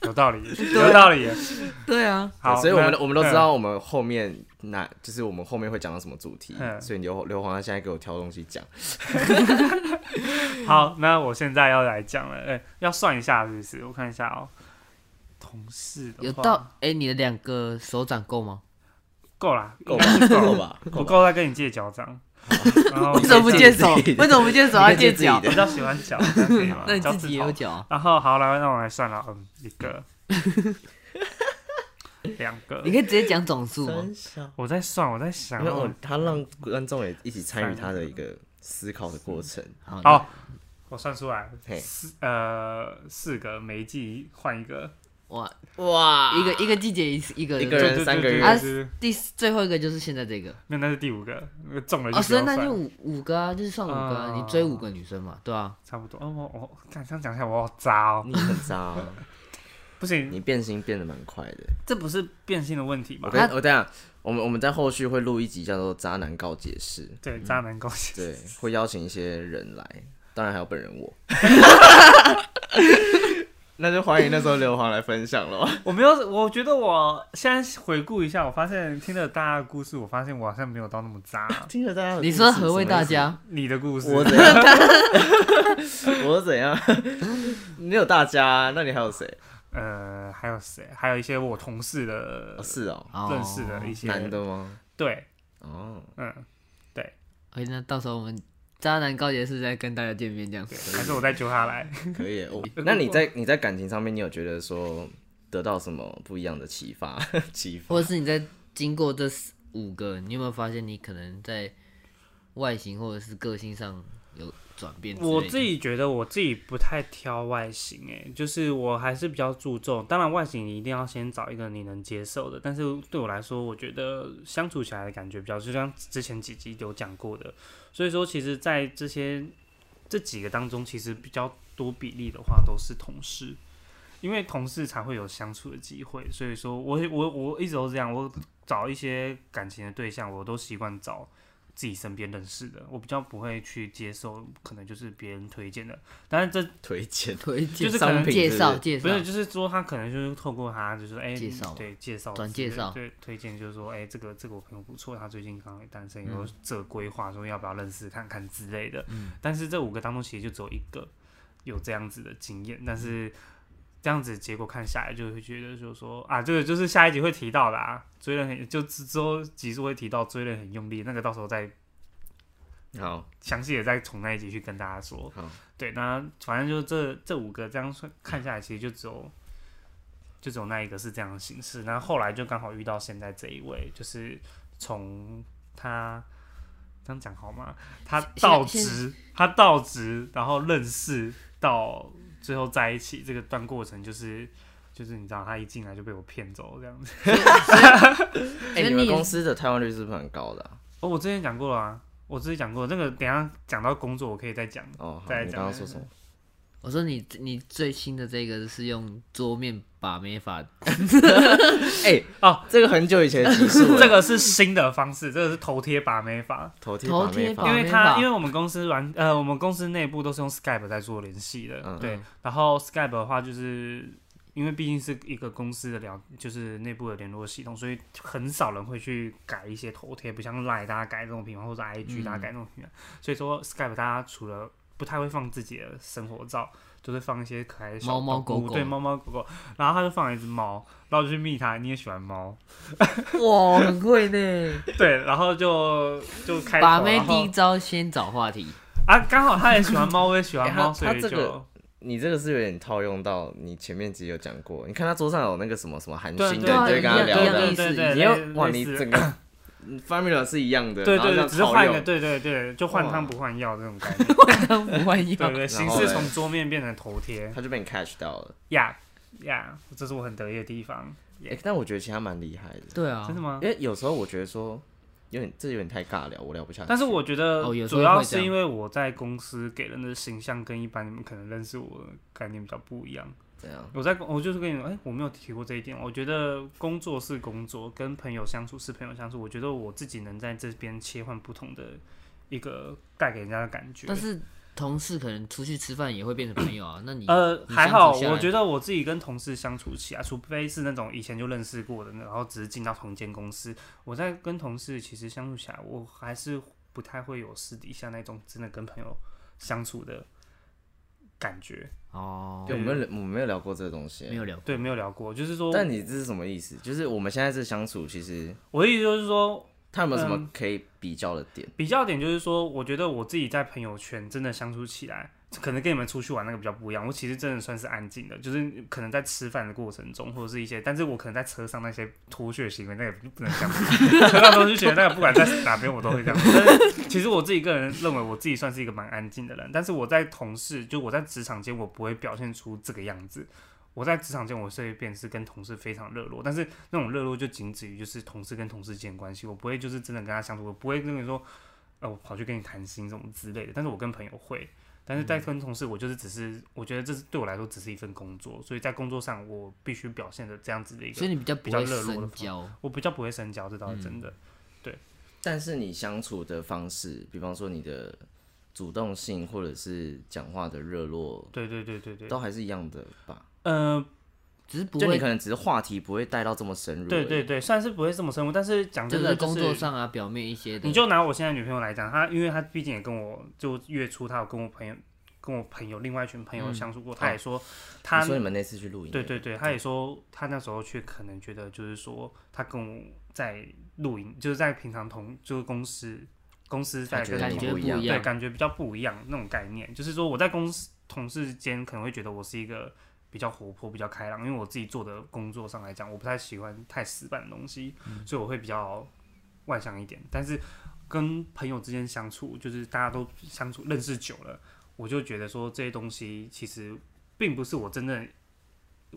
Speaker 2: 有道理，
Speaker 3: 啊
Speaker 2: 有道理。
Speaker 3: 对啊，
Speaker 2: 好，
Speaker 1: 对所以我们
Speaker 2: 那
Speaker 1: 都我们都知道我们后面那就是我们后面会讲到什么主题。
Speaker 2: 嗯
Speaker 1: 所以刘刘皇他现在给我挑东西 讲，
Speaker 2: 好，那我现在要来讲了，哎、要算一下是不是？我看一下哦、同事的
Speaker 3: 有
Speaker 2: 话
Speaker 3: 到哎，你的两个手掌够吗？
Speaker 2: 够啦，
Speaker 1: 够吧？够吧？
Speaker 2: 不
Speaker 1: 够吧？
Speaker 2: 够再跟你借脚 掌。然后
Speaker 3: 为什么不借手？
Speaker 1: 你可以自己
Speaker 3: 为什么不借手要借脚
Speaker 2: 我？比较喜欢脚，这样可以吗
Speaker 3: 那你自己也有。
Speaker 2: 脚趾头
Speaker 3: 脚啊？
Speaker 2: 然后好了，那我来算了，嗯，一 个，两个
Speaker 3: 你。可以直接讲总数吗？
Speaker 1: 小，
Speaker 2: 我在算，我在想哦
Speaker 1: 因为。我他让观众也一起参与他的一个思考的过程。
Speaker 3: 好，那
Speaker 2: 好，我算出来，
Speaker 1: 嘿，
Speaker 2: 四呃四个，每一季换一个，
Speaker 3: 哇，
Speaker 1: 哇
Speaker 3: 一个一个季节一次一个
Speaker 1: 啊一个
Speaker 2: 对
Speaker 1: 人
Speaker 2: 对对
Speaker 1: 三个
Speaker 2: 对
Speaker 1: 月
Speaker 2: 对
Speaker 3: 啊
Speaker 2: 对对
Speaker 3: 第四最后一个就是现在这个
Speaker 2: 那那是第五个，那个中了就
Speaker 3: 哦，
Speaker 2: 不
Speaker 3: 所以
Speaker 2: 用
Speaker 3: 那
Speaker 2: 算
Speaker 3: 就
Speaker 2: 了，
Speaker 3: 五五个啊，就是算五个啊，
Speaker 2: 啊
Speaker 3: 你追五个女生嘛，对啊，
Speaker 2: 差不多。哦，我我看这样讲一下，我好渣哦。
Speaker 1: 你很渣哦、
Speaker 2: 不行，
Speaker 1: 你变心变得蛮快的。
Speaker 2: 这不是变性的问题吧
Speaker 1: 我？跟我等一下，我们我们在后续会录一集叫做《渣男告解室
Speaker 2: 对，渣男高兴》，。
Speaker 1: 对，会邀请一些人来，当然还有本人我。 那就欢迎那时候刘皇来分享喽。
Speaker 2: 我没有，我觉得我现在回顾一下，我发现听了大家的故事，我发现我好像没有到那么 渣。
Speaker 1: 听着大家的故事，
Speaker 3: 你说何为
Speaker 1: 什么
Speaker 3: 大
Speaker 1: 意思？
Speaker 3: 家？
Speaker 2: 你的故事，
Speaker 1: 我 怎样？我怎样？ 你有大家啊，那你还有谁？
Speaker 2: 呃，还有谁？还有一些我同事的
Speaker 1: 哦是哦，
Speaker 3: 哦
Speaker 2: 认识的一些
Speaker 1: 男，的吗？
Speaker 2: 对，
Speaker 1: 哦，
Speaker 2: 嗯，
Speaker 3: 哎，那到时候我们渣男告解室再跟大家见面，这样
Speaker 2: 对，还是我再揪他来。
Speaker 1: 可以耶。哦我 那你在你在感情上面，你有觉得说得到什么不一样的启发？ 启发？
Speaker 3: 或者是你在经过这四五个，你有没有发现你可能在外形或者是个性上有转变之类的？
Speaker 2: 我自己觉得我自己不太挑外形，哎，就是我还是比较注重。当然，外形你一定要先找一个你能接受的，但是对我来说，我觉得相处起来的感觉比较，就像之前几集有讲过的。所以说，其实，在这些这几个当中，其实比较多比例的话都是同事，因为同事才会有相处的机会。所以说我我我一直都这样，我找一些感情的对象，我都习惯找自己身边认识的，我比较不会去接受可能就是别人推荐的。当然这
Speaker 1: 推荐
Speaker 3: 推
Speaker 2: 就
Speaker 3: 荐
Speaker 2: 是可
Speaker 1: 商
Speaker 2: 能
Speaker 1: 品
Speaker 3: 介绍
Speaker 1: 是
Speaker 3: 介
Speaker 2: 不
Speaker 3: 绍，
Speaker 2: 是就是说他可能就是透过他就是哎、
Speaker 3: 介绍
Speaker 2: 对介绍
Speaker 3: 转
Speaker 2: 之类
Speaker 3: 介绍
Speaker 2: 对推荐就是说哎、这个这个我朋友不错，他最近刚好也单
Speaker 3: 嗯
Speaker 2: 身，有这个规划说要不要认识看看之类的。但是这五个当中其实就只有一个有这样子的经验，但
Speaker 3: 嗯
Speaker 2: 是。这样子结果看下来，就会觉得就是说啊，这个就是下一集会提到的啊，追人很就之之后集数会提到追人很用力，那个到时候再
Speaker 1: 好，
Speaker 2: 详细也再从那一集去跟大家说。
Speaker 1: 好，
Speaker 2: 对，那反正就这这五个这样算看下来，其实就只有就只有那一个是这样的形式。那后来就刚好遇到现在这一位，就是从他这样讲好吗？他
Speaker 3: 现
Speaker 2: 到
Speaker 3: 现
Speaker 2: 职，他到职，然后认识到最后在一起，这个段过程就是。就是你知道，他一进来就被我骗走这样子。
Speaker 1: 哎、
Speaker 3: 所以
Speaker 1: 你们
Speaker 3: 你
Speaker 1: 公司的台湾率是不是很高的啊、
Speaker 2: 哦，我之前讲过了啊，我之前讲过，这个等一下讲到工作我可以再讲。
Speaker 1: 哦，好，
Speaker 2: 再
Speaker 1: 你
Speaker 2: 讲
Speaker 1: 刚刚说什么？
Speaker 3: 我说你你最新的这个是用桌面把 妹法，
Speaker 1: 哎、
Speaker 2: 哦，
Speaker 1: 这个很久以前的技 术 了，
Speaker 2: 这个是新的方式，这个是头贴把妹法。
Speaker 1: 头贴
Speaker 3: 头
Speaker 1: 把妹
Speaker 3: 贴
Speaker 1: 法
Speaker 3: 把
Speaker 2: 因
Speaker 3: 妹
Speaker 2: 为他
Speaker 3: 吧
Speaker 2: 因为我们公司软呃，我们公司内部都是用 Skype 在做联系的，
Speaker 1: 嗯
Speaker 2: 对
Speaker 3: 嗯。
Speaker 2: 然后 Skype 的话，就是因为毕竟是一个公司的聊，就是内部的联络系统，所以很少人会去改一些头贴，不像 Line 大家改这种频繁，或者 IG
Speaker 3: 嗯
Speaker 2: 大家改这种频繁。所以说 Skype 大家除了不太会放自己的生活照，就是放一些可爱的小
Speaker 3: 猫猫
Speaker 2: 动物
Speaker 3: 狗狗
Speaker 2: 对猫猫狗狗。然后他就放了一只猫，然后我就去密他，你也喜欢猫，
Speaker 3: 哇，很会呢。
Speaker 2: 对，然后就就开
Speaker 3: 把
Speaker 2: 头
Speaker 3: 妹
Speaker 2: 然后
Speaker 3: 第一招先找话 题，
Speaker 2: 啊，刚好他也喜欢猫，我也喜
Speaker 1: 欸
Speaker 2: 欢
Speaker 1: 他
Speaker 2: 猫，
Speaker 1: 他
Speaker 2: 所以
Speaker 1: 这个
Speaker 2: 就
Speaker 1: 你这个是有点套用到你前面集有讲过，你看他桌上有那个什么什么韩
Speaker 2: 对
Speaker 1: 星的，你
Speaker 2: 对
Speaker 1: 就
Speaker 3: 啊
Speaker 1: 会跟他
Speaker 3: 一
Speaker 1: 聊的
Speaker 3: 样的
Speaker 2: 对
Speaker 3: 意，思
Speaker 2: 对对，
Speaker 1: 你又
Speaker 2: 类
Speaker 1: 哇，你
Speaker 2: 类似
Speaker 1: 整个 formula 是一样的，
Speaker 2: 对
Speaker 1: 然后这
Speaker 2: 对对，
Speaker 1: 样
Speaker 2: 只是
Speaker 1: 套
Speaker 2: 换一
Speaker 1: 用
Speaker 2: 个，对对对，就换汤不换药这种感觉，
Speaker 3: 当不会
Speaker 2: 对
Speaker 3: 要
Speaker 2: 对，形
Speaker 1: 后
Speaker 2: 式
Speaker 1: 嘞
Speaker 2: 从桌面变成头贴，
Speaker 1: 他就被你 catch 到了。
Speaker 2: 呀呀，这是我很得意的地方，
Speaker 1: 哎、但我觉得其实他蛮厉害的，
Speaker 3: 对啊
Speaker 2: 真，的吗？
Speaker 1: 因为有时候我觉得说有点这有点太尬聊，我聊不下去。
Speaker 2: 但是我觉得
Speaker 3: 哦有时
Speaker 2: 主
Speaker 3: 候
Speaker 2: 要
Speaker 3: 会这
Speaker 2: 是
Speaker 3: 样
Speaker 2: 因为我在公司给人的形象跟一般你们可能认识我的概念比较不一样。
Speaker 1: 怎样？
Speaker 2: 我在公我就是跟你说，哎、我没有提过这一点。我觉得工作是工作，跟朋友相处是朋友相处。我觉得我自己能在这边切换不同的一个带给人家的感觉。
Speaker 3: 但是同事可能出去吃饭也会变成朋友啊。那你
Speaker 2: 呃，还好，我觉
Speaker 3: 得
Speaker 2: 得我自己跟同事相处起来，除非是那种以前就认识过的，然后只是进到同间公司，我在跟同事其实相处起来，我还是不太会有私底下那种真的跟朋友相处的感觉。
Speaker 3: 哦，
Speaker 1: 对，我没有聊我没有聊过这个东西。
Speaker 3: 没有聊过，
Speaker 2: 对，没有聊过，就是说，
Speaker 1: 但你这是什么意思？就是我们现在这相处，其实
Speaker 2: 我的意思就是说，
Speaker 1: 他有没有什么
Speaker 2: 嗯
Speaker 1: 可以比较的点？
Speaker 2: 比较点就是说，我觉得我自己在朋友圈真的相处起来，可能跟你们出去玩那个比较不一样。我其实真的算是安静的，就是可能在吃饭的过程中，或者是一些，但是我可能在车上那些脱屑行为，那也不不能讲。 车上脱屑，那个不管在哪边我都会这样。但是其实我自己个人认为，我自己算是一个蛮安静的人，但是我在同事，就我在职场间，我不会表现出这个样子。我在职场间，我随便是跟同事非常热络，但是那种热络就仅止于就是同事跟同事之间的关系，我不会就是真的跟他相处，我不会跟你说，呃，我跑去跟你谈心这种之类的。但是我跟朋友会，但是在跟同事，我就是只是我觉得这是对我来说只是一份工作，所以在工作上我必须表现的这样子的一
Speaker 3: 所以
Speaker 2: 个，
Speaker 3: 你比较
Speaker 2: 比
Speaker 3: 不
Speaker 2: 较
Speaker 3: 会
Speaker 2: 热络的
Speaker 3: 深
Speaker 2: 方
Speaker 3: 交，
Speaker 2: 我比较不会深交，这倒是真的。
Speaker 1: 但是你相处的方式，比方说你的主动性或者是讲话的热络，
Speaker 2: 对对对对对，
Speaker 1: 都还是一样的吧？
Speaker 2: 呃，
Speaker 3: 只是不
Speaker 1: 就你
Speaker 3: 会
Speaker 1: 可能只是话题不会带到这么深入而已。
Speaker 2: 对对对，算是不会这么深入，但是讲
Speaker 3: 就
Speaker 2: 真的、
Speaker 3: 是
Speaker 2: 就是，
Speaker 3: 工作上啊表面一些的。
Speaker 2: 你就拿我现在女朋友来讲，她因为她毕竟也跟我就月初，她有跟我朋友跟我朋友另外一群朋友相处过，她也说她
Speaker 1: 嗯哦你说你们那次去露营，
Speaker 2: 对对对，他也说他那时候去可能觉得就是说他跟我在露营，就是在平常同就是公司公司在
Speaker 1: 他觉
Speaker 2: 跟
Speaker 1: 得
Speaker 3: 感
Speaker 1: 你
Speaker 2: 同
Speaker 3: 觉
Speaker 1: 不
Speaker 3: 不
Speaker 1: 一样
Speaker 3: 一
Speaker 2: 对
Speaker 3: 样，
Speaker 2: 感觉比较不一样那种概念，就是说我在公司同事间可能会觉得我是一个比较活泼、比较开朗，因为我自己做的工作上来讲，我不太喜欢太死板的东西，所以我会比较外向一点，但是。跟朋友之间相处，就是大家都相处认识久了，我就觉得说这些东西其实并不是我真正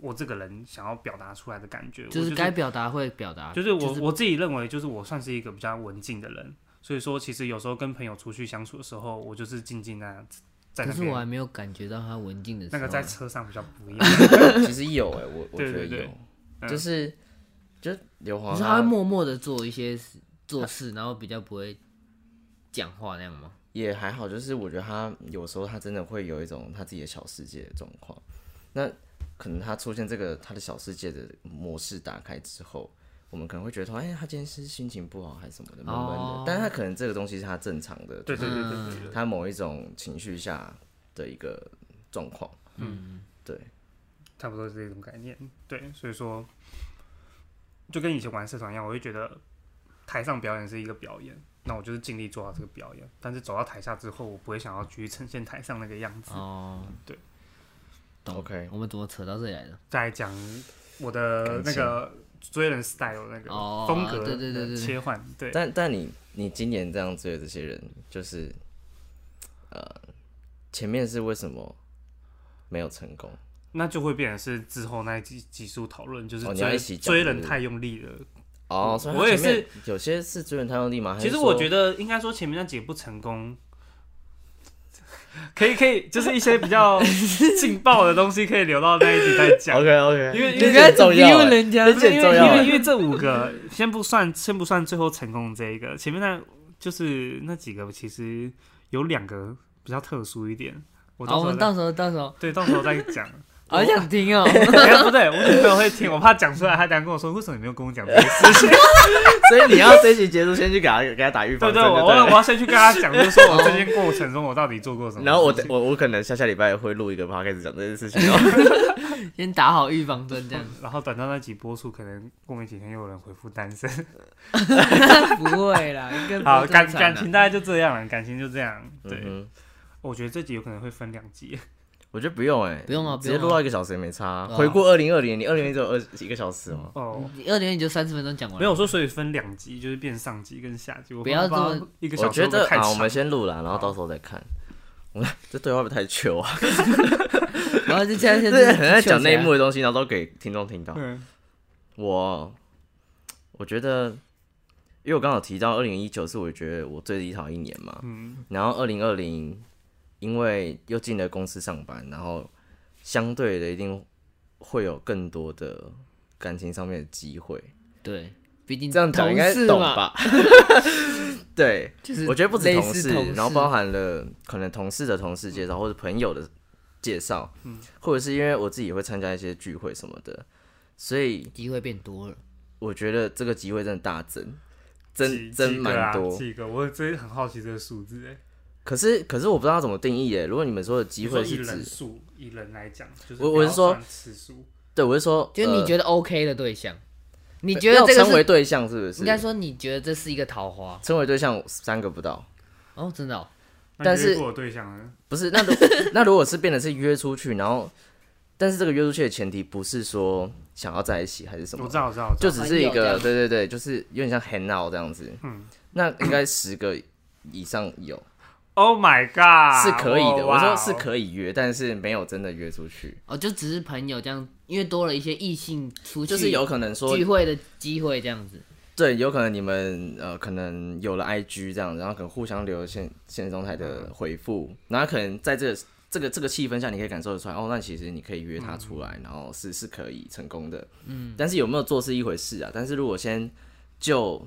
Speaker 2: 我这个人想要表达出来的感觉，我
Speaker 3: 就是该表达会表达，
Speaker 2: 就是我我自己认为，就是我算是一个比较文静的人，所以说其实有时候跟朋友出去相处的时候，我就是静静那样子在
Speaker 3: 可
Speaker 2: 那
Speaker 3: 是我
Speaker 2: 边。
Speaker 3: 还没有感觉到他文静的时
Speaker 2: 那
Speaker 3: 候。啊
Speaker 2: 个在车上比较不一样，
Speaker 1: 其实有哎、我我觉得有，
Speaker 2: 对对对嗯
Speaker 1: 就是就是刘
Speaker 3: 你
Speaker 1: 皇
Speaker 3: 是他会默默的做一些事做事，然后比较不会讲话那样吗？
Speaker 1: 也还好，就是我觉得他有时候他真的会有一种他自己的小世界的状况。那可能他出现这个他的小世界的模式打开之后，我们可能会觉得说，哎、他今天是心情不好还是什么的，闷闷的。
Speaker 3: 哦
Speaker 1: 但他可能这个东西是他正常的，
Speaker 2: 对对对对
Speaker 3: 嗯
Speaker 2: 对对，
Speaker 1: 他某一种情绪下的一个状况。嗯，对，
Speaker 2: 差不多是这种概念。对，所以说就跟以前玩社团一样，我就觉得台上表演是一个表演，那我就是尽力做好这个表演。但是走到台下之后，我不会想要继续呈现台上那个样子。
Speaker 3: 哦，
Speaker 2: 对
Speaker 3: 懂。
Speaker 1: OK
Speaker 3: 我们怎么扯到这里来的？
Speaker 2: 在讲我的那个追人 style 那个
Speaker 3: 哦
Speaker 2: 风格
Speaker 3: 对对对对
Speaker 2: 的
Speaker 3: 对
Speaker 2: 切换，对，
Speaker 1: 但但你你今年这样追的这些人，就是呃，前面是为什么没有成功？
Speaker 2: 那就会变成是之后那几几数讨论，就是
Speaker 1: 哦你要一起
Speaker 2: 追
Speaker 1: 讲
Speaker 2: 追
Speaker 1: 是不
Speaker 2: 人
Speaker 1: 是
Speaker 2: 太用力了。
Speaker 1: 哦，所以
Speaker 2: 我也
Speaker 1: 他前面有些是追人太用力吗？
Speaker 2: 其实我觉
Speaker 1: 得
Speaker 2: 得应该说前面那几个不成功。可以可以，就是一些比较劲爆的东西，可以留到那一集再讲。
Speaker 1: OK OK，
Speaker 2: 因为因
Speaker 1: 这
Speaker 2: 为
Speaker 1: 个很重要
Speaker 3: 因
Speaker 1: 欸，
Speaker 3: 人家
Speaker 1: 这个
Speaker 2: 因
Speaker 1: 很重
Speaker 2: 为
Speaker 1: 要
Speaker 3: 啊
Speaker 2: 因为
Speaker 1: 欸。
Speaker 2: 因为这五个，先不算先不算最后成功的这一个，前面那就是那几个，其实有两个比较特殊一点。我到
Speaker 3: 好，
Speaker 2: 时
Speaker 3: 我
Speaker 2: 候
Speaker 3: 们
Speaker 2: 再
Speaker 3: 到时候到时候，
Speaker 2: 对，到时候再讲。
Speaker 3: 好想 听哦。
Speaker 2: 哎呀不对，我女朋友会听，我怕讲出来，她等下跟我说为什么你没有跟我讲这个事情。
Speaker 1: 所以你要这一集结束先去给他给他打预
Speaker 2: 对
Speaker 1: 防
Speaker 2: 对，
Speaker 1: 针，
Speaker 2: 我我
Speaker 1: 对
Speaker 2: 我
Speaker 1: 了。
Speaker 2: 要先去跟她讲，就是说我这件过程中我到底做过什么事 情。
Speaker 1: 然后我我我可能下下礼拜会录一个 p o d 讲这件事情哦。
Speaker 3: 先打好预防针，这样
Speaker 2: 然后等到那集播出，可能过没几天又有人回复单 身。
Speaker 3: 不会啦，应该不
Speaker 2: 好，
Speaker 3: 会
Speaker 2: 感
Speaker 3: 正常啦
Speaker 2: 感情大概就这样了，感情就这样。对，
Speaker 1: 嗯哼，
Speaker 2: 我觉得这集有可能会分两集。
Speaker 1: 我觉得不用哎，
Speaker 3: 不用啊
Speaker 1: 直接
Speaker 3: 不用啊
Speaker 1: 录到一个小时也没差啊。
Speaker 3: 对啊
Speaker 1: 回顾二零二零，你二零年只有二一个小时吗？
Speaker 2: 哦，
Speaker 3: 你二点你就三十分钟讲完，
Speaker 2: 没有，说，所以分两集就是变上集跟下集。我
Speaker 3: 不要
Speaker 2: 怕
Speaker 3: 这么
Speaker 2: 一个
Speaker 1: 我
Speaker 2: 小时
Speaker 1: 觉
Speaker 2: 会不会
Speaker 1: 得
Speaker 2: 太
Speaker 1: 啊，我
Speaker 2: 长
Speaker 1: 们先录了，然后到时候再看。我们这对话会不会太糗啊？
Speaker 3: 然后就啊现 在现
Speaker 1: 这
Speaker 3: 在
Speaker 1: 很爱讲内幕，的东西，然后都给听众听到。
Speaker 2: 嗯
Speaker 1: 我我觉得，因为我刚好提到二零一九是我觉得我最低潮的一年嘛，
Speaker 2: 嗯，
Speaker 1: 然后二零二零因为又进了公司上班，然后相对的一定会有更多的感情上面的机会，
Speaker 3: 对，毕竟
Speaker 1: 这样讲应该
Speaker 3: 同事
Speaker 1: 懂
Speaker 3: 嘛？
Speaker 1: 吧？ 对，
Speaker 3: 就是
Speaker 1: 我觉得不止
Speaker 3: 类
Speaker 1: 同
Speaker 3: 似
Speaker 1: 事，
Speaker 3: 同事嗯
Speaker 1: 然后包含了可能同事的同事介绍，或者朋友的介绍，或者是因为我自己也会参加一些聚会什么的，所以
Speaker 3: 机会变多了，
Speaker 1: 我觉得这个机会真的大增，
Speaker 2: 几
Speaker 1: 增增
Speaker 2: 几个
Speaker 1: 蛮
Speaker 2: 啊
Speaker 1: 多。
Speaker 2: 几个，我真的很好奇这个数字哎。
Speaker 1: 可是可是我不知道怎么定义耶。如果你们说的机会
Speaker 2: 你
Speaker 1: 是
Speaker 2: 说以人
Speaker 1: 指，
Speaker 2: 数以人来讲，就是
Speaker 1: 我
Speaker 2: 不
Speaker 1: 我
Speaker 2: 要
Speaker 1: 是说
Speaker 2: 算次数，
Speaker 1: 对我是说，
Speaker 3: 就是你
Speaker 1: 呃
Speaker 3: 觉得 OK 的对象，你
Speaker 1: 要
Speaker 3: 觉得这个
Speaker 1: 称为
Speaker 3: 是
Speaker 1: 对象是不是？
Speaker 3: 应该说你觉得这是一个桃花
Speaker 1: 称为对象三个不到，
Speaker 3: 哦，真的哦，
Speaker 2: 那
Speaker 1: 但
Speaker 2: 你
Speaker 1: 是
Speaker 2: 约过的对象呢？
Speaker 1: 不是？那如 那如果是变得是约出去，然后但是这个约出去的前提不是说想要在一起还是什么
Speaker 2: 我知，道，我知道，我知
Speaker 1: 就
Speaker 2: 道
Speaker 1: 只是一
Speaker 3: 朋友这
Speaker 1: 个
Speaker 3: 样
Speaker 1: 对对对，就是有点像 hang out 这样子。
Speaker 2: 嗯
Speaker 1: 那应该十个以上有
Speaker 2: Oh my god，
Speaker 1: 是可以的，我
Speaker 2: 哇
Speaker 1: 说
Speaker 2: 哦
Speaker 1: 是可以约，但是没有真的约出去，
Speaker 3: 哦，就只是朋友这样，因为多了一些异性出去，
Speaker 1: 就是有可能说
Speaker 3: 聚会的机会这样子，
Speaker 1: 对，有可能你们呃，可能有了 IG 这样，然后可能互相留现现实动态的回复，然后可能在这个这个这个气氛下，你可以感受得出来，哦，那其实你可以约他出来，然后是是可以成功的，嗯，但是有没有做是一回事啊，但是如果先就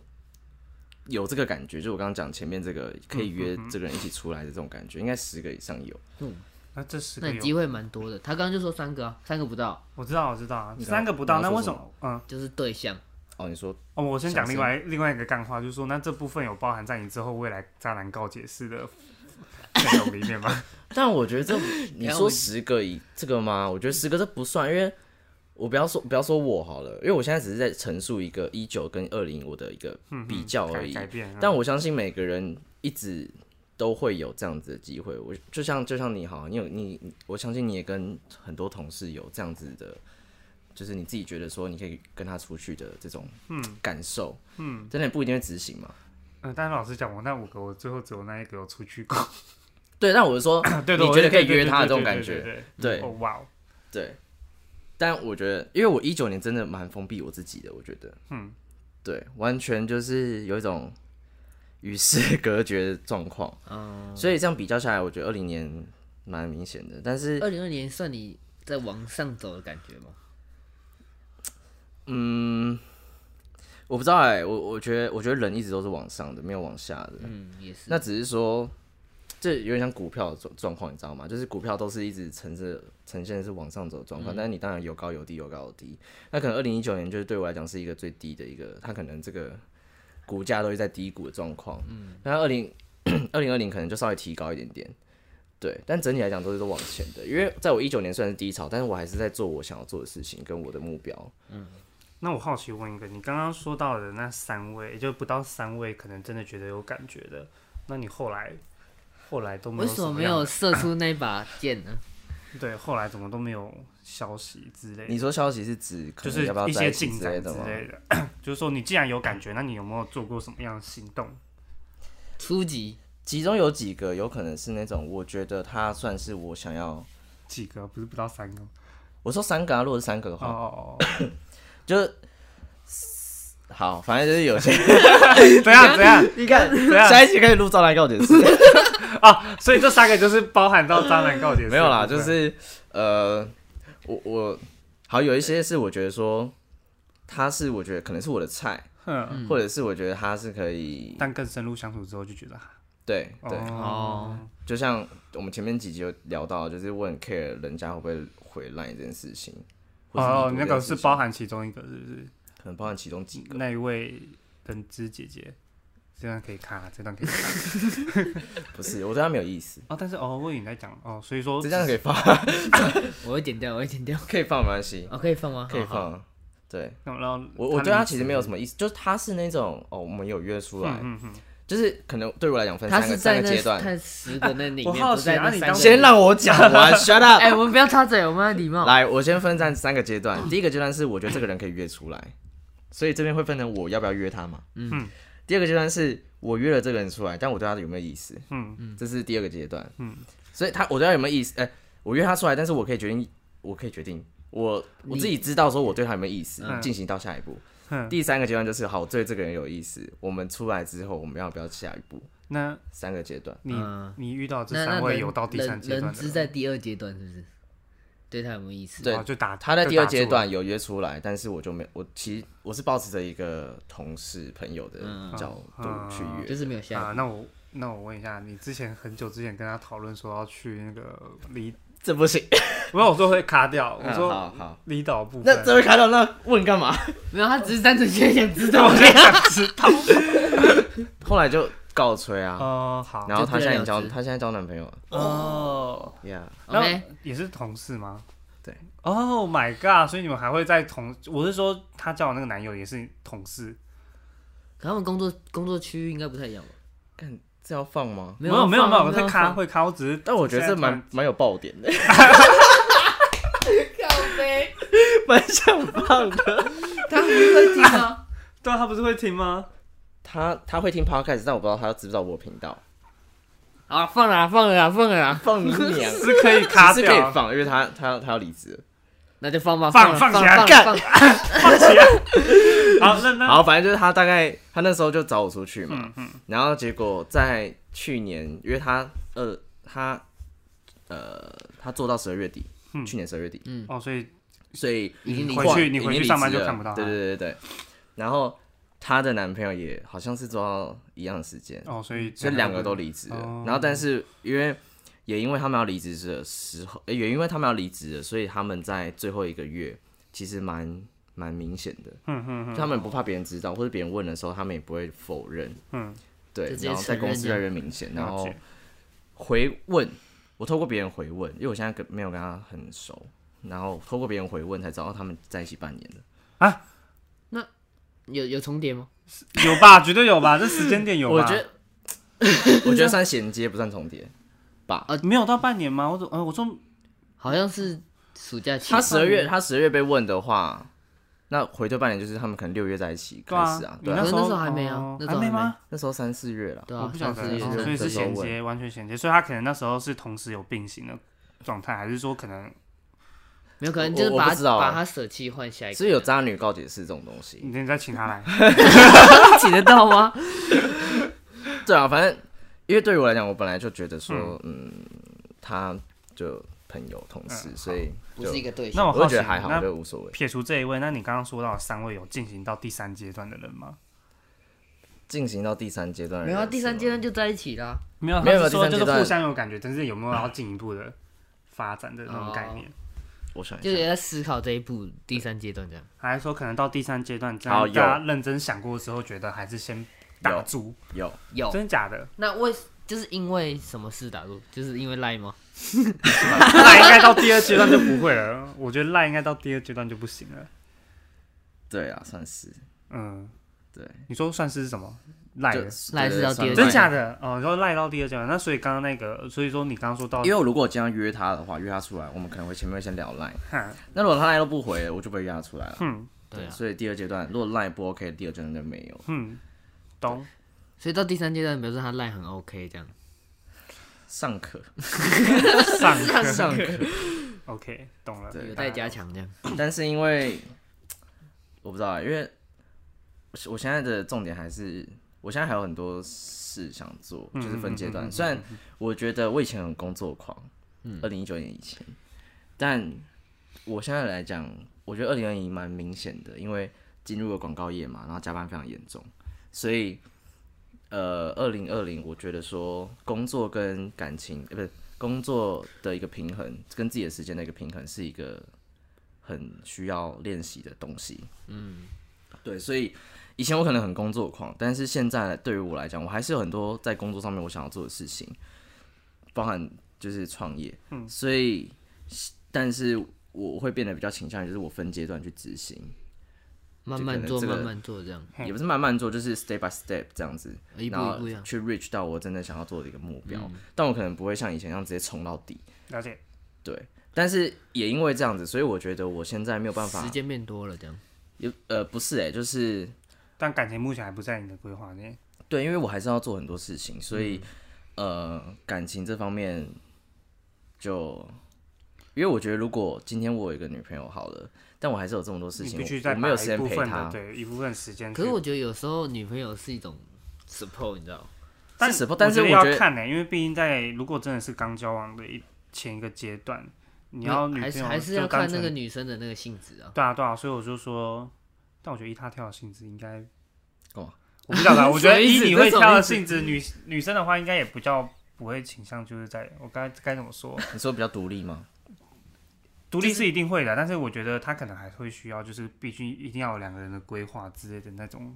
Speaker 1: 有这个感觉，就我刚刚讲前面这个可以约这个人一起出来的这种感觉，应该十个以上有，
Speaker 2: 那这十
Speaker 3: 那
Speaker 2: 个
Speaker 3: 你
Speaker 2: 有
Speaker 3: 机会蛮多的。他刚刚就说三个、啊，三个不到
Speaker 2: 我知道，我知道啊，
Speaker 1: 你刚
Speaker 2: 三个不到，
Speaker 1: 你
Speaker 2: 那
Speaker 1: 刚刚
Speaker 2: 为什
Speaker 1: 说
Speaker 2: 么？嗯，
Speaker 3: 就是对象，
Speaker 1: 哦，你说
Speaker 2: 哦，我先讲
Speaker 1: 想
Speaker 2: 另外另外一个干话，就是说，那这部分有包含在你之后未来渣男告解式的内容里面吗？
Speaker 1: 但我觉 得这你
Speaker 3: 看
Speaker 1: 说
Speaker 3: 我
Speaker 1: 十个以这个吗？我觉得十个这不算，因为我不要说不要说我好了，因为我现在只是在陈述一个一九跟二零我的一个比较而
Speaker 2: 嗯
Speaker 3: 嗯
Speaker 2: 改
Speaker 1: 已。
Speaker 2: 改变，啊
Speaker 1: 但我相信每个人一直都会有这样子的机会。我就像就像你好，啊你有你，你我相信你也跟很多同事有这样子的，就是你自己觉得说你可以跟他出去的这种感受，嗯，真的不一定会执行嘛。
Speaker 2: 嗯，但是老实讲，我那五个，我最后只有那一个有出 去过。
Speaker 1: 对，但我是说，
Speaker 2: 对
Speaker 1: 你
Speaker 2: 我
Speaker 1: 觉得可以
Speaker 2: 对对
Speaker 1: 约他的
Speaker 2: 对
Speaker 1: 这种
Speaker 2: 对
Speaker 1: 感
Speaker 2: 对
Speaker 1: 觉
Speaker 2: 对对
Speaker 1: 对
Speaker 2: 哦哇哦，
Speaker 1: 对，但我觉得，因为我一九年真的蛮封闭我自己的，我觉得，嗯，对，完全就是有一种与世 隔绝的状况，
Speaker 3: 嗯，
Speaker 1: 所以这样比较下来，我觉得二零年蛮明显的，但是，
Speaker 3: 二零二年算你在往上走的感觉吗？
Speaker 1: 嗯，我不知道哎、我我觉得，我觉得人一直都是往上的，没有往下的，
Speaker 3: 嗯，也是。
Speaker 1: 那只是说。这有点像股票的状状况，你知道吗？就是股票都是一直呈着呈现的是往上走的状
Speaker 2: 嗯
Speaker 1: 况，但是你当然有高有低，有高有低。那可能二零一九年就是对我来讲是一个最低的一个，它可能这个股价都是在低谷的状况。嗯，那二零二零二零可能就稍微提高一点点，对。但整体来讲都是都往前的，因为在我一九年虽然是低潮，但是我还是在做我想要做的事情跟我的目标。
Speaker 2: 那我好奇问一个，你刚刚说到的那三位，也就不到三位，可能真的觉得有感觉的，那你后来后来都没
Speaker 3: 为
Speaker 2: 有
Speaker 3: 什么
Speaker 2: 么
Speaker 3: 没
Speaker 2: 样
Speaker 3: 有
Speaker 2: 的？
Speaker 3: 射出那把箭呢？
Speaker 2: 对，后来怎么都没有消息之类的
Speaker 1: 你说消息是指可
Speaker 2: 就
Speaker 1: 能
Speaker 2: 是
Speaker 1: 要不要
Speaker 2: 一
Speaker 1: 在
Speaker 2: 些
Speaker 1: 一起
Speaker 2: 进
Speaker 1: 之
Speaker 2: 展
Speaker 1: 类
Speaker 2: 之
Speaker 1: 的吗？
Speaker 2: 类的， 就是说你既然有感觉，那你有没有做过什么样的行动？
Speaker 3: 初级
Speaker 1: 其中有几个有可能是那种，我觉得它算是我想要。
Speaker 2: 几个不是不到三个吗？
Speaker 1: 我说三个啊，如果是三个的
Speaker 2: 哦
Speaker 1: 话，
Speaker 2: 哦
Speaker 1: 就是好，反正就是有 些。
Speaker 2: 哦，怎样怎样？
Speaker 1: 你 看，
Speaker 2: 样
Speaker 1: 下一集可以录赵来告解释。
Speaker 2: 所以这三个就是包含到渣男告解式的部分，
Speaker 1: 没有啦，就是呃，我我好有一些是我觉得说，它是我觉得可能是我的菜，
Speaker 2: 哼，
Speaker 1: 或者是我觉得它是可以
Speaker 2: 但更深入相处之后就觉得
Speaker 1: 对对，
Speaker 3: 哦，
Speaker 1: 就像我们前面几集有聊到，就是我很 care 人家会不会回来这件事情。或是
Speaker 2: 哦，哦
Speaker 1: 已读这
Speaker 2: 那个
Speaker 1: 件
Speaker 2: 是
Speaker 1: 事情
Speaker 2: 包含其中一个，是不是？
Speaker 1: 可能包含其中几个，
Speaker 2: 那一位本芝姐姐，这段可以卡，这段可以卡。
Speaker 1: 不是我对他没有意思，
Speaker 2: 哦，但是哦，魏颖在讲哦，所以说
Speaker 1: 这样可以放，
Speaker 3: 我会剪掉，我会剪掉。
Speaker 1: 可以放没关系，
Speaker 3: 哦，可以放吗？
Speaker 1: 可以
Speaker 3: 哦好
Speaker 1: 放。对
Speaker 2: 然后然后
Speaker 1: 我，我对他其实没有什
Speaker 2: 么，
Speaker 1: 么意思，就是他是那种哦，我们有约出来，
Speaker 2: 嗯嗯，
Speaker 1: 就是可能对我来讲分
Speaker 3: 他
Speaker 1: 三个
Speaker 3: 是
Speaker 1: 三
Speaker 3: 在
Speaker 1: 个阶
Speaker 3: 那
Speaker 1: 段。
Speaker 3: 看十个那里
Speaker 2: 我
Speaker 3: 面，
Speaker 2: 好
Speaker 3: 不
Speaker 2: 奇
Speaker 3: 在
Speaker 2: 啊
Speaker 3: 那
Speaker 2: 你
Speaker 3: 三
Speaker 2: 当
Speaker 3: 个。
Speaker 2: 时
Speaker 1: 先让我讲完 ，shut up。
Speaker 3: 哎，我们不要插嘴，我们要礼貌。
Speaker 1: 来，我先分占三个阶段。第一个阶段是我觉得这个人可以约出来，所以这边会分成我要不要约他嘛。嗯。第二个阶段是我约了这个人出来，但我对他有没有意思？
Speaker 2: 嗯
Speaker 1: 嗯，这是第二个阶段。嗯，所以他我对他有没有意思？哎、我约他出来，但是我可以决定，我可以决定，我我
Speaker 3: 你
Speaker 1: 自己知道说我对他有没有意思，
Speaker 2: 嗯
Speaker 1: 进行到下一步。
Speaker 2: 嗯
Speaker 1: 第三个阶段就是好，我对这个人有意思，我们出来之后我们要不要下一步？
Speaker 2: 那
Speaker 1: 三个阶段。
Speaker 2: 你
Speaker 3: 嗯
Speaker 2: 你遇到这
Speaker 3: 那
Speaker 2: 三
Speaker 3: 那
Speaker 2: 位
Speaker 3: 人
Speaker 2: 有到第三阶
Speaker 3: 人
Speaker 2: 段的
Speaker 3: 人知
Speaker 2: 人
Speaker 3: 在第二阶段是不是？对他有没有意思？
Speaker 1: 对
Speaker 2: 哦就打
Speaker 1: 他在
Speaker 2: 就
Speaker 1: 第二
Speaker 2: 打住
Speaker 1: 阶
Speaker 2: 了
Speaker 1: 段有约出来，但是我就没，我其实我是保持着一个同事朋友的角度去约，
Speaker 3: 就是没有下
Speaker 2: 啊
Speaker 3: 一。
Speaker 2: 那我那我问一下，你之前很久之前跟他讨论说要去那个离，
Speaker 1: 这不行。
Speaker 2: 没有我说会卡掉，
Speaker 1: 嗯
Speaker 2: 我
Speaker 1: 好
Speaker 2: 说
Speaker 1: 好，
Speaker 2: 离岛部分啊
Speaker 1: 那，这位卡到那问干嘛？
Speaker 3: 没有，他只是单纯就想知 道。
Speaker 1: 后来就告吹啊，
Speaker 2: 哦好，
Speaker 1: 然后她现在已经交，
Speaker 3: 就不了了之
Speaker 1: 她现在交男朋友了
Speaker 2: 哦，
Speaker 1: ，Yeah，
Speaker 2: 然
Speaker 3: OK，
Speaker 2: 后也是同事吗？
Speaker 1: 对。
Speaker 2: Oh my god！所以你们还会在同，我是说她交往那个男友也是同事，
Speaker 3: 可他们工作工作区域应该不太一样吧？
Speaker 1: 看这要放吗？
Speaker 3: 没
Speaker 2: 有没有
Speaker 3: 放
Speaker 2: 没有，我在
Speaker 3: 放
Speaker 2: 咖会咖，我只是
Speaker 1: 但我觉得这
Speaker 2: 现
Speaker 1: 蛮
Speaker 2: 在
Speaker 1: 蛮有爆点 的，
Speaker 3: 靠背，
Speaker 1: 蛮想放的。
Speaker 3: 他不会听吗？
Speaker 2: 对啊，他不是会听 吗？
Speaker 1: 他他会听 podcast，但我不知道他知不知道我的频道。
Speaker 3: 啊， 放了啊放了啊放了啊，
Speaker 1: 放你 娘！
Speaker 2: 是可以卡
Speaker 1: 是可以
Speaker 2: 掉，啊
Speaker 1: 放，因为他他他要离职了。
Speaker 3: 那就放吧，
Speaker 2: 放
Speaker 3: 了
Speaker 2: 放
Speaker 3: 放啊
Speaker 2: 起来
Speaker 3: 了
Speaker 2: 干
Speaker 3: 放了
Speaker 2: 放起来。 好，那嗯那
Speaker 1: 好，反正就是他大概他那时候就找我出去嘛，然后结果在去年，因为他呃他呃他做到十二月底，去年十二月底，
Speaker 3: 嗯
Speaker 2: 哦，所以
Speaker 1: 所以
Speaker 3: 已经离
Speaker 2: 嗯回
Speaker 3: 婚
Speaker 2: 去
Speaker 1: 已
Speaker 2: 你
Speaker 1: 经
Speaker 2: 回去
Speaker 1: 离
Speaker 2: 上班
Speaker 1: 职
Speaker 2: 就
Speaker 1: 了
Speaker 2: 看不到
Speaker 1: 对
Speaker 2: 他
Speaker 1: 对对对，然后她的男朋友也好像是做到一样的时间，
Speaker 2: 哦，所以
Speaker 1: 所以两个都离职了。
Speaker 2: 哦
Speaker 1: 然后，但是因为也因为他们要离职的时候，呃也因为他们要离职了，所以他们在最后一个月其实蛮蛮明显的。
Speaker 2: 嗯嗯
Speaker 1: 就他们不怕别人知道，或者别人问的时候，他们也不会否认。
Speaker 2: 嗯，
Speaker 1: 对
Speaker 3: 就，直接
Speaker 1: 然后在
Speaker 3: 承认
Speaker 1: 公司
Speaker 3: 这
Speaker 1: 越
Speaker 3: 样
Speaker 1: 来越明显，然
Speaker 2: 了
Speaker 1: 后
Speaker 2: 解
Speaker 1: 回问，我透过别人回问，因为我现在跟没有跟他很熟，然后透过别人回问才知道他们在一起半年 的。
Speaker 3: 有有重叠吗？
Speaker 2: 有吧，绝对有吧，这时间点有吧？
Speaker 1: 我觉得，我觉得算衔接不算重叠吧。
Speaker 2: 没有到半年吗？我怎呃，我说
Speaker 3: 好像是暑假期
Speaker 1: 他，十二月，他十二月被问的话，那回推半年就是他们可能六月在一起开
Speaker 2: 对啊
Speaker 1: 始啊，，
Speaker 2: 你
Speaker 1: 对啊，
Speaker 3: 可是
Speaker 2: 时
Speaker 3: 那
Speaker 2: 候
Speaker 3: 时候还没啊
Speaker 2: 哦
Speaker 3: 那时
Speaker 2: 还
Speaker 3: 候
Speaker 2: 没
Speaker 3: 还没
Speaker 2: 吗？
Speaker 1: 那时候三四月了，
Speaker 3: 对
Speaker 2: 我
Speaker 3: 啊，
Speaker 2: 不晓
Speaker 3: 三
Speaker 2: 得，
Speaker 3: 四月
Speaker 2: 哦
Speaker 1: 是
Speaker 2: 所以是
Speaker 1: 这时候
Speaker 2: 衔
Speaker 1: 问
Speaker 2: 接，完全衔接，所以他可能那时候是同时有并行的状态，还是说可能
Speaker 3: 没有可能
Speaker 1: 我
Speaker 3: 就是
Speaker 1: 我
Speaker 3: 把
Speaker 1: 不知道
Speaker 3: 他
Speaker 1: 啊
Speaker 3: 把他舍弃换下一个，
Speaker 1: 是有渣女告解室这种东西。
Speaker 2: 你你再请 他来？
Speaker 3: 请得到吗？
Speaker 1: 对啊，反正因为对于我来讲，我本来就觉得说，嗯，他就朋友同事，
Speaker 2: 嗯
Speaker 1: 所以
Speaker 3: 不
Speaker 1: 就是
Speaker 3: 一个对
Speaker 2: 那
Speaker 3: 象，
Speaker 2: 我
Speaker 1: 我
Speaker 2: 好
Speaker 1: 就
Speaker 2: 奇
Speaker 1: 觉得还好，
Speaker 2: 那
Speaker 1: 就无所谓。
Speaker 2: 撇除这一位，那你刚刚说到的三位有进行到第三阶段的人吗？
Speaker 1: 进行到第三阶段的
Speaker 3: 没
Speaker 1: 人生
Speaker 3: 有啊
Speaker 1: 了，
Speaker 3: 第三阶段就在一起啦。
Speaker 2: 没有，啊
Speaker 1: 没有
Speaker 2: 他是说
Speaker 1: 第三阶
Speaker 2: 就是互
Speaker 1: 段
Speaker 2: 相有感觉，但是有没有要进一步的发展的那种概
Speaker 1: 哦
Speaker 2: 念？
Speaker 1: 我想
Speaker 2: 啊
Speaker 3: 就
Speaker 1: 一
Speaker 3: 是
Speaker 1: 下，
Speaker 3: 在思考这一步第三阶段这样。
Speaker 2: 还是说可能到第三阶段，这
Speaker 1: 好
Speaker 2: 样
Speaker 1: 有
Speaker 2: 大家认真想过之后，觉得还是先打
Speaker 1: 有
Speaker 2: 住？
Speaker 1: 有
Speaker 3: 有
Speaker 2: 真假的？
Speaker 3: 那为就是因为什么事打入？就是因为赖吗？
Speaker 2: 那应该到第二阶段就不会了。我觉得赖应该到第二阶段就不行了。
Speaker 1: 对啊，算是
Speaker 2: 嗯，
Speaker 1: 对，
Speaker 2: 你说算是什么赖
Speaker 1: 就
Speaker 2: 的？
Speaker 3: 赖是到第二
Speaker 1: 对算
Speaker 2: 真
Speaker 3: 阶
Speaker 2: 假的哦，你说赖到第二阶段，那所以刚刚那个，所以说你刚刚说到
Speaker 1: 因，为如果我经常约他的话，约他出来，我们可能会前面会先聊赖。
Speaker 2: 哈
Speaker 1: 那如果他赖都不回，我就不会约他出 来了。
Speaker 2: 嗯
Speaker 3: 对啊，
Speaker 1: 所以第二阶段如果 line 不 OK，第二阶段就没有。
Speaker 2: 嗯，懂，
Speaker 3: 所以到第三阶段，比如说他赖很 OK 这样。
Speaker 1: 尚可，
Speaker 2: 上 课
Speaker 1: 尚可，
Speaker 2: ，OK，懂了，
Speaker 1: 对
Speaker 3: 有待加强这样。
Speaker 1: 但是因为我不知道欸，因为我现在的重点还是，我现在还有很多事想做，就是分阶段。虽然我觉得我以前很工作狂，二零一九年以前，但我现在来讲，我觉得二零二一蛮明显的，因为进入了广告业嘛，然后加班非常严重，所以呃，二零二零我觉得说工作跟感情，呃，不是工作的一个平衡，跟自己的时间的一个平衡是一个很需要练习的东西。嗯，对，所以以前我可能很工作狂，但是现在对于我来讲，我还是有很多在工作上面我想要做的事情，包含就是创业。嗯，所以但是我会变得比较倾向于就是我分阶段去执行，
Speaker 3: 慢慢做，
Speaker 1: 就可能这个
Speaker 3: 慢慢做这样，
Speaker 2: 嗯
Speaker 1: 也不是慢慢做，就是 step by step 这样子，
Speaker 3: 一步
Speaker 1: 然后
Speaker 3: 一步这样。嗯
Speaker 1: 去 reach 到我真的想要做的一个目标。但我可能不会像以前一样直接冲到底，
Speaker 2: 了解，
Speaker 1: 对。但是也因为这样子，所以我觉得我现在没有办法
Speaker 3: 时，间变多了这样。
Speaker 1: 有呃不是哎、就是
Speaker 2: 但感情目前还不在你的规划内，
Speaker 1: 对，因为我还是要做很多事情，所以、
Speaker 2: 嗯
Speaker 1: 呃，感情这方面就，因为我觉得如果今天我有一个女朋友好了，但我还是有这么多事
Speaker 2: 你
Speaker 1: 情，
Speaker 2: 必须
Speaker 1: 我
Speaker 2: 再
Speaker 1: 我没有
Speaker 2: 把
Speaker 1: 时
Speaker 2: 一
Speaker 1: 间
Speaker 2: 部
Speaker 1: 陪
Speaker 2: 分的
Speaker 1: 她。
Speaker 2: 对一部分时间去，
Speaker 3: 可是我觉得有时候女朋友是一种 support，你知道吗？
Speaker 2: 但
Speaker 1: 是
Speaker 2: 我
Speaker 1: 但是
Speaker 2: 觉得
Speaker 1: 我觉
Speaker 2: 要
Speaker 1: 得
Speaker 2: 看呢，因为毕竟在如果真的是刚交往的一前一个阶段，你要女朋
Speaker 3: 还是
Speaker 2: 友
Speaker 3: 还是
Speaker 2: 就
Speaker 3: 要
Speaker 2: 单
Speaker 3: 看那
Speaker 2: 纯
Speaker 3: 个女生的那个性质啊。
Speaker 2: 对啊，对啊，所以我就说，但我觉得一他跳的性质应该
Speaker 1: 干嘛？
Speaker 2: 我不晓得啊，我觉
Speaker 3: 什
Speaker 2: 得
Speaker 3: 么意
Speaker 2: 一
Speaker 3: 思
Speaker 2: 你会跳的
Speaker 3: 这什么
Speaker 2: 性质，女女生的话应该也比较不会倾向，就是在我该该怎么说，
Speaker 1: 你说比较独立吗？
Speaker 2: 独立是一定会的，但是我觉得他可能还会需要，就是必须一定要有两个人的规划之类的那种。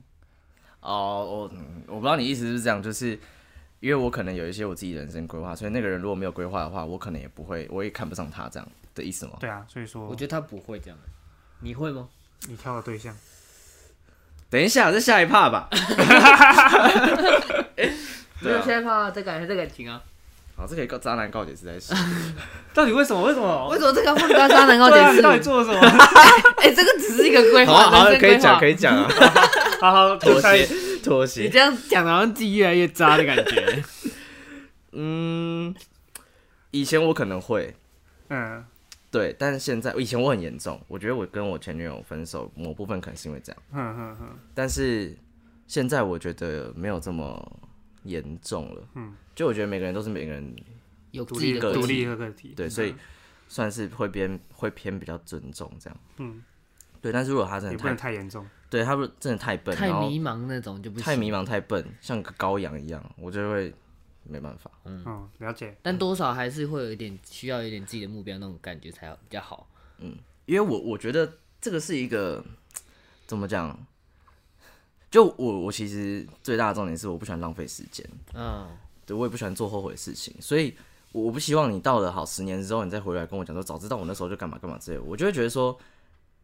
Speaker 1: 哦，我嗯我不知道你意思是不是这样，就是因为我可能有一些我自己人生规划，所以那个人如果没有规划的话，我可能也不会，我也看不上他这样的意思吗？
Speaker 2: 对啊，所以说
Speaker 3: 我觉得她不会这样，你会吗？
Speaker 2: 你挑的对象，
Speaker 1: 等一下，这下一趴 吧。啊
Speaker 3: 没有，现在怕这感情这感情啊。
Speaker 1: 好，这可以告渣男告解是在 说，
Speaker 2: 到底为什么？为什么？
Speaker 3: 为什么这个混搭渣能够
Speaker 2: 对啊，
Speaker 3: 解
Speaker 2: 你
Speaker 3: 释？
Speaker 2: 到底做了什么？
Speaker 3: 哎，这个只是一个规
Speaker 1: 好啊
Speaker 3: 划，
Speaker 1: 好啊，
Speaker 3: 人生
Speaker 1: 可以讲，可
Speaker 3: 以。
Speaker 1: 以讲啊，
Speaker 2: 好好，
Speaker 1: 妥
Speaker 2: 下一
Speaker 1: 协，妥
Speaker 3: 你
Speaker 1: 协。
Speaker 3: 这样讲，好像自己越来越渣的感觉。
Speaker 1: 嗯，以前我可能会，
Speaker 2: 嗯，
Speaker 1: 对，但是现在以前我很严重，我觉得我跟我前女友分手某部分可能是因为这样，
Speaker 2: 哼哼哼，
Speaker 1: 但是现在我觉得没有这么严重了。嗯，就我觉得每个人都是每个人，
Speaker 3: 有
Speaker 2: 独
Speaker 3: 自己
Speaker 2: 立
Speaker 3: 的
Speaker 1: 个
Speaker 2: 独
Speaker 3: 个
Speaker 2: 立
Speaker 3: 体，
Speaker 2: 和个体，
Speaker 1: 对，
Speaker 2: 嗯
Speaker 1: 所以算是会偏会偏比较尊重这样。
Speaker 2: 嗯，
Speaker 1: 对，但是如果他真
Speaker 2: 也
Speaker 1: 的
Speaker 2: 不能
Speaker 1: 太，
Speaker 2: 太严重，
Speaker 1: 对他如果真的太笨，
Speaker 3: 太
Speaker 1: 然后
Speaker 3: 迷茫那种就不行。
Speaker 1: 太迷茫太笨，像个羔羊一样，我就会没办法。
Speaker 2: 嗯，了解，
Speaker 3: 但多少还是会有一点需要有一点自己的目标那种感觉才好比较好。
Speaker 1: 因为我我觉得这个是一个怎么讲？就我我其实最大的重点是我不喜欢浪费时间，
Speaker 3: 嗯，
Speaker 1: 对我也不喜欢做后悔的事情，所以我我不希望你到了好十年之后，你再回来跟我讲说早知道我那时候就干嘛干嘛之类的，我就会觉得说，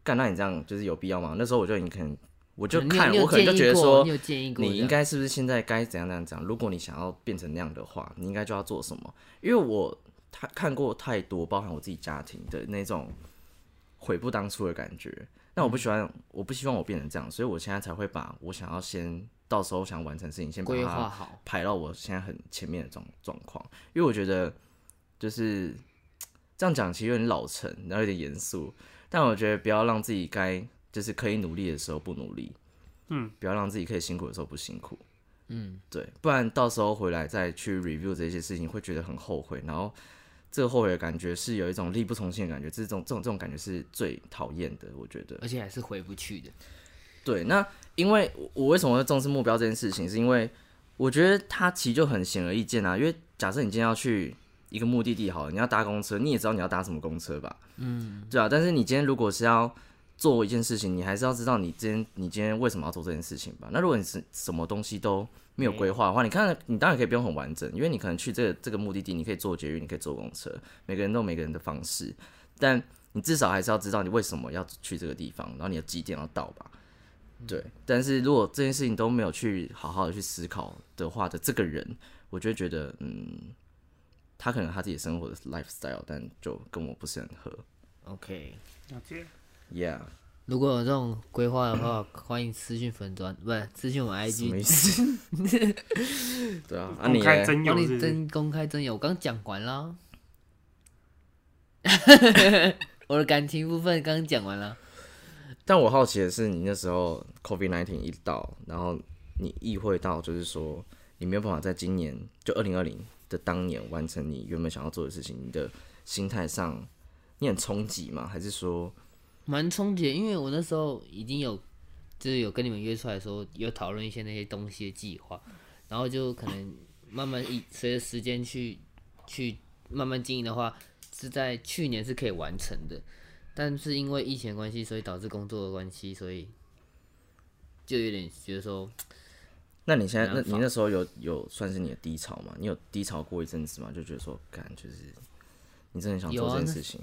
Speaker 1: 干那你这样就是有必要吗？那时候我就已经可能我就
Speaker 3: 你有
Speaker 1: 看
Speaker 3: 嗯你有
Speaker 1: 我可能就
Speaker 3: 建
Speaker 1: 觉得
Speaker 3: 议过
Speaker 1: 说
Speaker 3: 你有建议过这
Speaker 1: 你
Speaker 3: 样，
Speaker 1: 应该是不是现在该怎样怎样怎样？如果你想要变成那样的话，你应该就要做什么？因为我他看过太多，包含我自己家庭的那种悔不当初的感觉。那我不喜欢，我不希望我变成这样，所以我现在才会把我想要先到时候想完成的事情先把
Speaker 3: 规划
Speaker 1: 它
Speaker 3: 好。
Speaker 1: 排到我现在很前面的状状况。因为我觉得就是这样讲，其实有点老成，然后有点严肃，但我觉得不要让自己该就是可以努力的时候不努力，
Speaker 2: 嗯，
Speaker 1: 不要让自己可以辛苦的时候不辛苦。
Speaker 3: 嗯，
Speaker 1: 对，不然到时候回来再去 review 这些事情，会觉得很后悔，然后这个后悔的感觉是有一种力不从心的感觉，这种这种这种感觉是最讨厌的，我觉得。
Speaker 3: 而且还是回不去的。
Speaker 1: 对，那因为我我为什么会重视目标这件事情，是因为我觉得它其实就很显而易见啊。因为假设你今天要去一个目的地，好了，你要搭公车，你也知道你要搭什么公车吧？嗯，对啊。但是你今天如果是要做一件事情，你还是要知道你今天你今天为什么要做这件事情吧？那如果你是什么东西都没有规划的话，你看你当然可以不用很完整，因为你可能去这个这个目的地，你可以坐捷运，你可以坐公车，每个人都有每个人的方式，但你至少还是要知道你为什么要去这个地方，然后你的几点要到吧？对，但是如果这件事情都没有去好好的去思考的话的这个人，我就会觉得，嗯，他可能他自己生活的 lifestyle，但就跟我不是很合。
Speaker 3: OK，
Speaker 2: 了解，
Speaker 1: Yeah，
Speaker 3: 如果有这种规划的话，欢迎私讯粉砖，不是私讯我们
Speaker 1: 什么
Speaker 3: IG，
Speaker 1: 意思？ 对啊，啊
Speaker 2: 公
Speaker 1: 你
Speaker 2: 开
Speaker 1: 嘞
Speaker 2: 真有
Speaker 3: 帮
Speaker 2: 是
Speaker 3: 你
Speaker 2: 不是
Speaker 3: 真公开真友。我刚讲完啦， 我的感情部分刚讲完了。
Speaker 1: 但我好奇的是，你那时候 COVID nineteen 一到，然后你意会到，就是说你没有办法在今年就二零二零的当年完成你原本想要做的事情，你的心态上，你很冲击吗？还是说，
Speaker 3: 蛮冲击的，因为我那时候已经有就是有跟你们约出来说，有讨论一些那些东西的计划，然后就可能慢慢以随着时间去去慢慢经营的话，是在去年是可以完成的，但是因为疫情的关系，所以导致工作的关系，所以就有点觉得说，
Speaker 1: 那你现在那
Speaker 3: 没办法
Speaker 1: 你那时候有有算是你的低潮吗？你有低潮过一阵子吗？就觉得说，干就是你真的想
Speaker 3: 有
Speaker 1: 做
Speaker 3: 啊
Speaker 1: 这件
Speaker 3: 那
Speaker 1: 事情，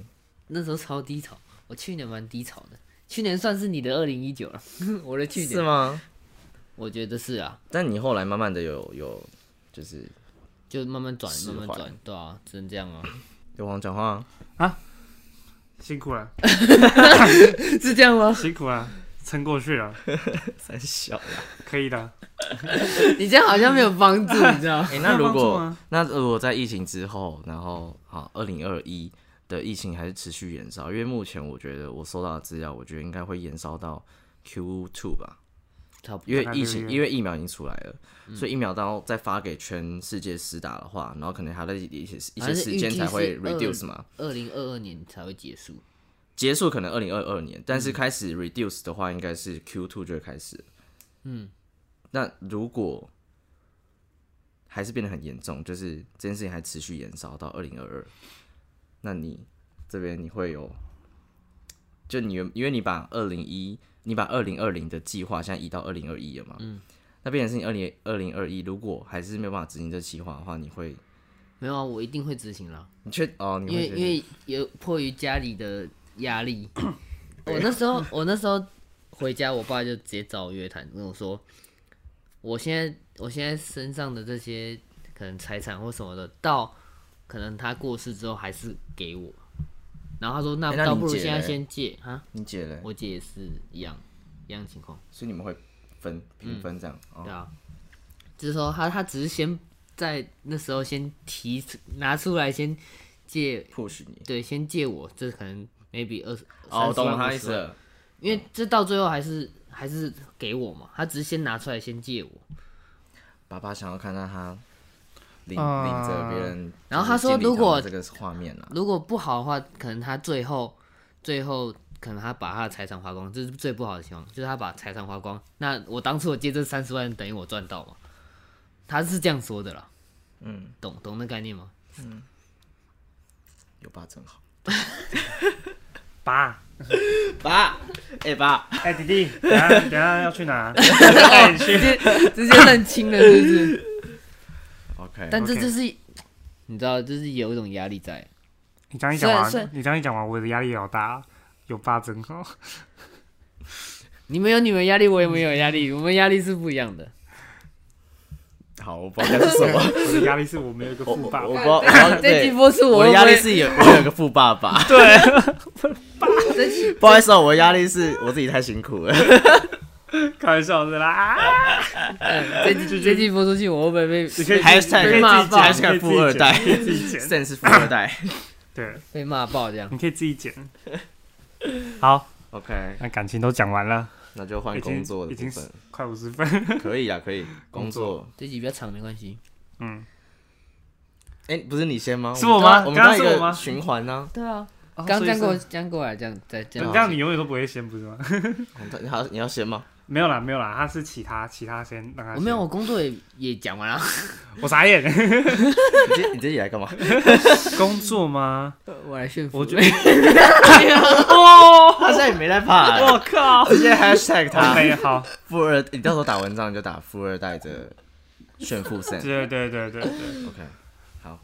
Speaker 3: 那时候超低潮，我去年蛮低潮的，去年算是你的二零一九了， 我的去
Speaker 1: 是
Speaker 3: 年，
Speaker 1: 吗？
Speaker 3: 我觉得是啊，
Speaker 1: 但你后来慢慢的有有就是
Speaker 3: 就慢慢转，
Speaker 1: 释
Speaker 3: 慢慢
Speaker 1: 怀
Speaker 3: 转，对啊，只能这样啊，
Speaker 1: 有往讲话啊、
Speaker 2: 辛苦了，
Speaker 3: 是这样吗？
Speaker 2: 辛苦了，撑过去了，
Speaker 1: 三小啦。
Speaker 2: 可以的，
Speaker 3: 你这样好像没有帮助，你知道吗？
Speaker 1: 哎、那如
Speaker 2: 帮助
Speaker 1: 果
Speaker 2: 吗
Speaker 1: 那如果在疫情之后，然后好，二零二一的疫情还是持续延烧，因为目前我觉得我收到的资料，我觉得应该会延烧到 Q two 吧，
Speaker 3: 差不多
Speaker 1: 因为
Speaker 2: 大概
Speaker 1: 疫
Speaker 2: 六
Speaker 1: 情，
Speaker 2: 月
Speaker 1: 因为疫苗已经出来了，
Speaker 3: 嗯
Speaker 1: 所以疫苗到再发给全世界施打的话，然后可能还在一些一
Speaker 3: 好像
Speaker 1: 些
Speaker 3: 是
Speaker 1: 时间才会
Speaker 3: 预计是
Speaker 1: reduce 嘛，
Speaker 3: 二零二二年才会结束。
Speaker 1: 结束可能二零二二年，但是开始 reduce 的话，应该是 Q two 就会开始。
Speaker 3: 嗯，
Speaker 1: 那如果还是变得很严重，就是这件事情还持续延烧到二零二二，那你这边你会有，就你原因为你把二零一，你把二零二零的计划现在移到二零二一了嘛，嗯，那变成是你二零二零二一，如果还是没有办法执行这计划的话，你会，
Speaker 3: 没有啊，我一定会执行啦，
Speaker 1: 你确哦，你
Speaker 3: 因为
Speaker 1: 会
Speaker 3: 因为有迫于家里的压 力，我那时候我那时候回家，我爸就直接找我约谈，跟我说，我现在我现在身上的这些可能财产或什么的，到可能他过世之后还是给我。然后他说，那
Speaker 1: 哎那你
Speaker 3: 倒不如
Speaker 1: 姐
Speaker 3: 现在
Speaker 1: 嘞
Speaker 3: 先借啊。
Speaker 1: 你姐嘞，
Speaker 3: 我姐也是一样一样情况。
Speaker 1: 所以你们会分平分这样、
Speaker 3: 对
Speaker 1: 哦，
Speaker 3: 啊，就是说他他只是先在那时候先提出拿出来先借，
Speaker 1: push 你。
Speaker 3: 对，先借我，这可能 maybe 二十
Speaker 1: 哦，懂他
Speaker 3: 他
Speaker 1: 意思了。
Speaker 3: 因为这到最后还是还是给我嘛，他只是先拿出来先借我，
Speaker 1: 爸爸想要看到他领、
Speaker 2: 啊
Speaker 1: 领着别人，
Speaker 3: 然后他
Speaker 1: 就
Speaker 3: 说
Speaker 1: 是建立
Speaker 3: 如果
Speaker 1: 他们这个画面啊，
Speaker 3: 如果不好的话，可能他最后最后可能他把他的财产花光，这是最不好的情况，就是他把财产花光。那我当初我借这三十万，等于我赚到嘛？他是这样说的啦，
Speaker 1: 嗯，
Speaker 3: 懂懂那概念吗？
Speaker 1: 有爸真好。
Speaker 2: 爸，
Speaker 1: 爸，哎、爸，
Speaker 2: 哎、弟弟，等下等下 要去哪？带你去。
Speaker 3: 直接认清了，是 不
Speaker 1: 啊
Speaker 3: 是？
Speaker 1: ，OK，
Speaker 3: 但这
Speaker 2: OK
Speaker 3: 就是你知道，就是有一种压力在。
Speaker 2: 你这样一
Speaker 3: 虽
Speaker 2: 讲
Speaker 3: 然虽然
Speaker 2: 完，你这样一讲完，我的压力也好大。有哦爸真好。
Speaker 3: 你们有你们压力，我也没有压力，我们压力是不一样的。
Speaker 1: 好，我不知道该是什么，
Speaker 2: 我的压力是我没有一 个
Speaker 1: 我
Speaker 2: 富爸
Speaker 1: 我我不
Speaker 2: 爸。
Speaker 1: 知道，我不知道
Speaker 3: 这
Speaker 1: 对
Speaker 3: 期，播出我
Speaker 1: 我
Speaker 3: 会
Speaker 1: 的
Speaker 3: 不
Speaker 1: 压力
Speaker 3: 会
Speaker 1: 是有我有个富爸 爸，
Speaker 3: 这期
Speaker 1: 不好意思、啊，我的压力是我自己太辛苦了。
Speaker 2: 开玩笑的啦。
Speaker 3: 呃这 期这期播出去，我会不会被
Speaker 2: 你可以
Speaker 1: 还
Speaker 2: 自己可以
Speaker 1: 是
Speaker 2: 自己
Speaker 3: 骂
Speaker 2: 剪可以自
Speaker 3: 爆
Speaker 2: 己
Speaker 1: 还是个富二代
Speaker 2: 剪可以自己 剪。
Speaker 1: 甚是富二代。
Speaker 2: 对，
Speaker 3: 被骂爆这样？
Speaker 2: 你可以自己剪。好，
Speaker 1: OK，
Speaker 2: 那感情都讲完了，
Speaker 1: 那就换
Speaker 2: 已经
Speaker 1: 工作的
Speaker 2: 已经
Speaker 1: 部
Speaker 2: 是
Speaker 1: 分，
Speaker 2: 快五十分。
Speaker 1: 可以啊，可以。工作，
Speaker 3: 这集比较长没关系。
Speaker 2: 嗯，
Speaker 1: 哎、不是你先吗？
Speaker 2: 是我吗
Speaker 1: 我们
Speaker 2: 刚刚
Speaker 1: 刚
Speaker 2: 是
Speaker 1: 一
Speaker 2: 我吗
Speaker 1: 个循环 呢、
Speaker 3: 对啊，刚
Speaker 1: 哦
Speaker 2: 刚
Speaker 3: 这样过这样过来，这样再这样
Speaker 2: 这样你永远都不会先，不是吗？
Speaker 1: 啊，你好，你要先吗？
Speaker 2: 没有啦，没有啦，他是其他其他先让他
Speaker 3: 我
Speaker 2: 先。
Speaker 3: 没有，我工作也也讲完了。
Speaker 2: 我傻 眼。
Speaker 1: 你这你这己来干嘛？
Speaker 2: 工作吗？
Speaker 3: 我来炫富。
Speaker 2: 我觉
Speaker 3: 得
Speaker 2: 哦，
Speaker 1: 他现在也没在怕、
Speaker 2: 我靠！
Speaker 1: 直接 hashtag 他
Speaker 2: 可以好，
Speaker 1: 富二，你到时候打文章你就打富二代的炫富胜。
Speaker 2: 对对对对对。
Speaker 1: OK，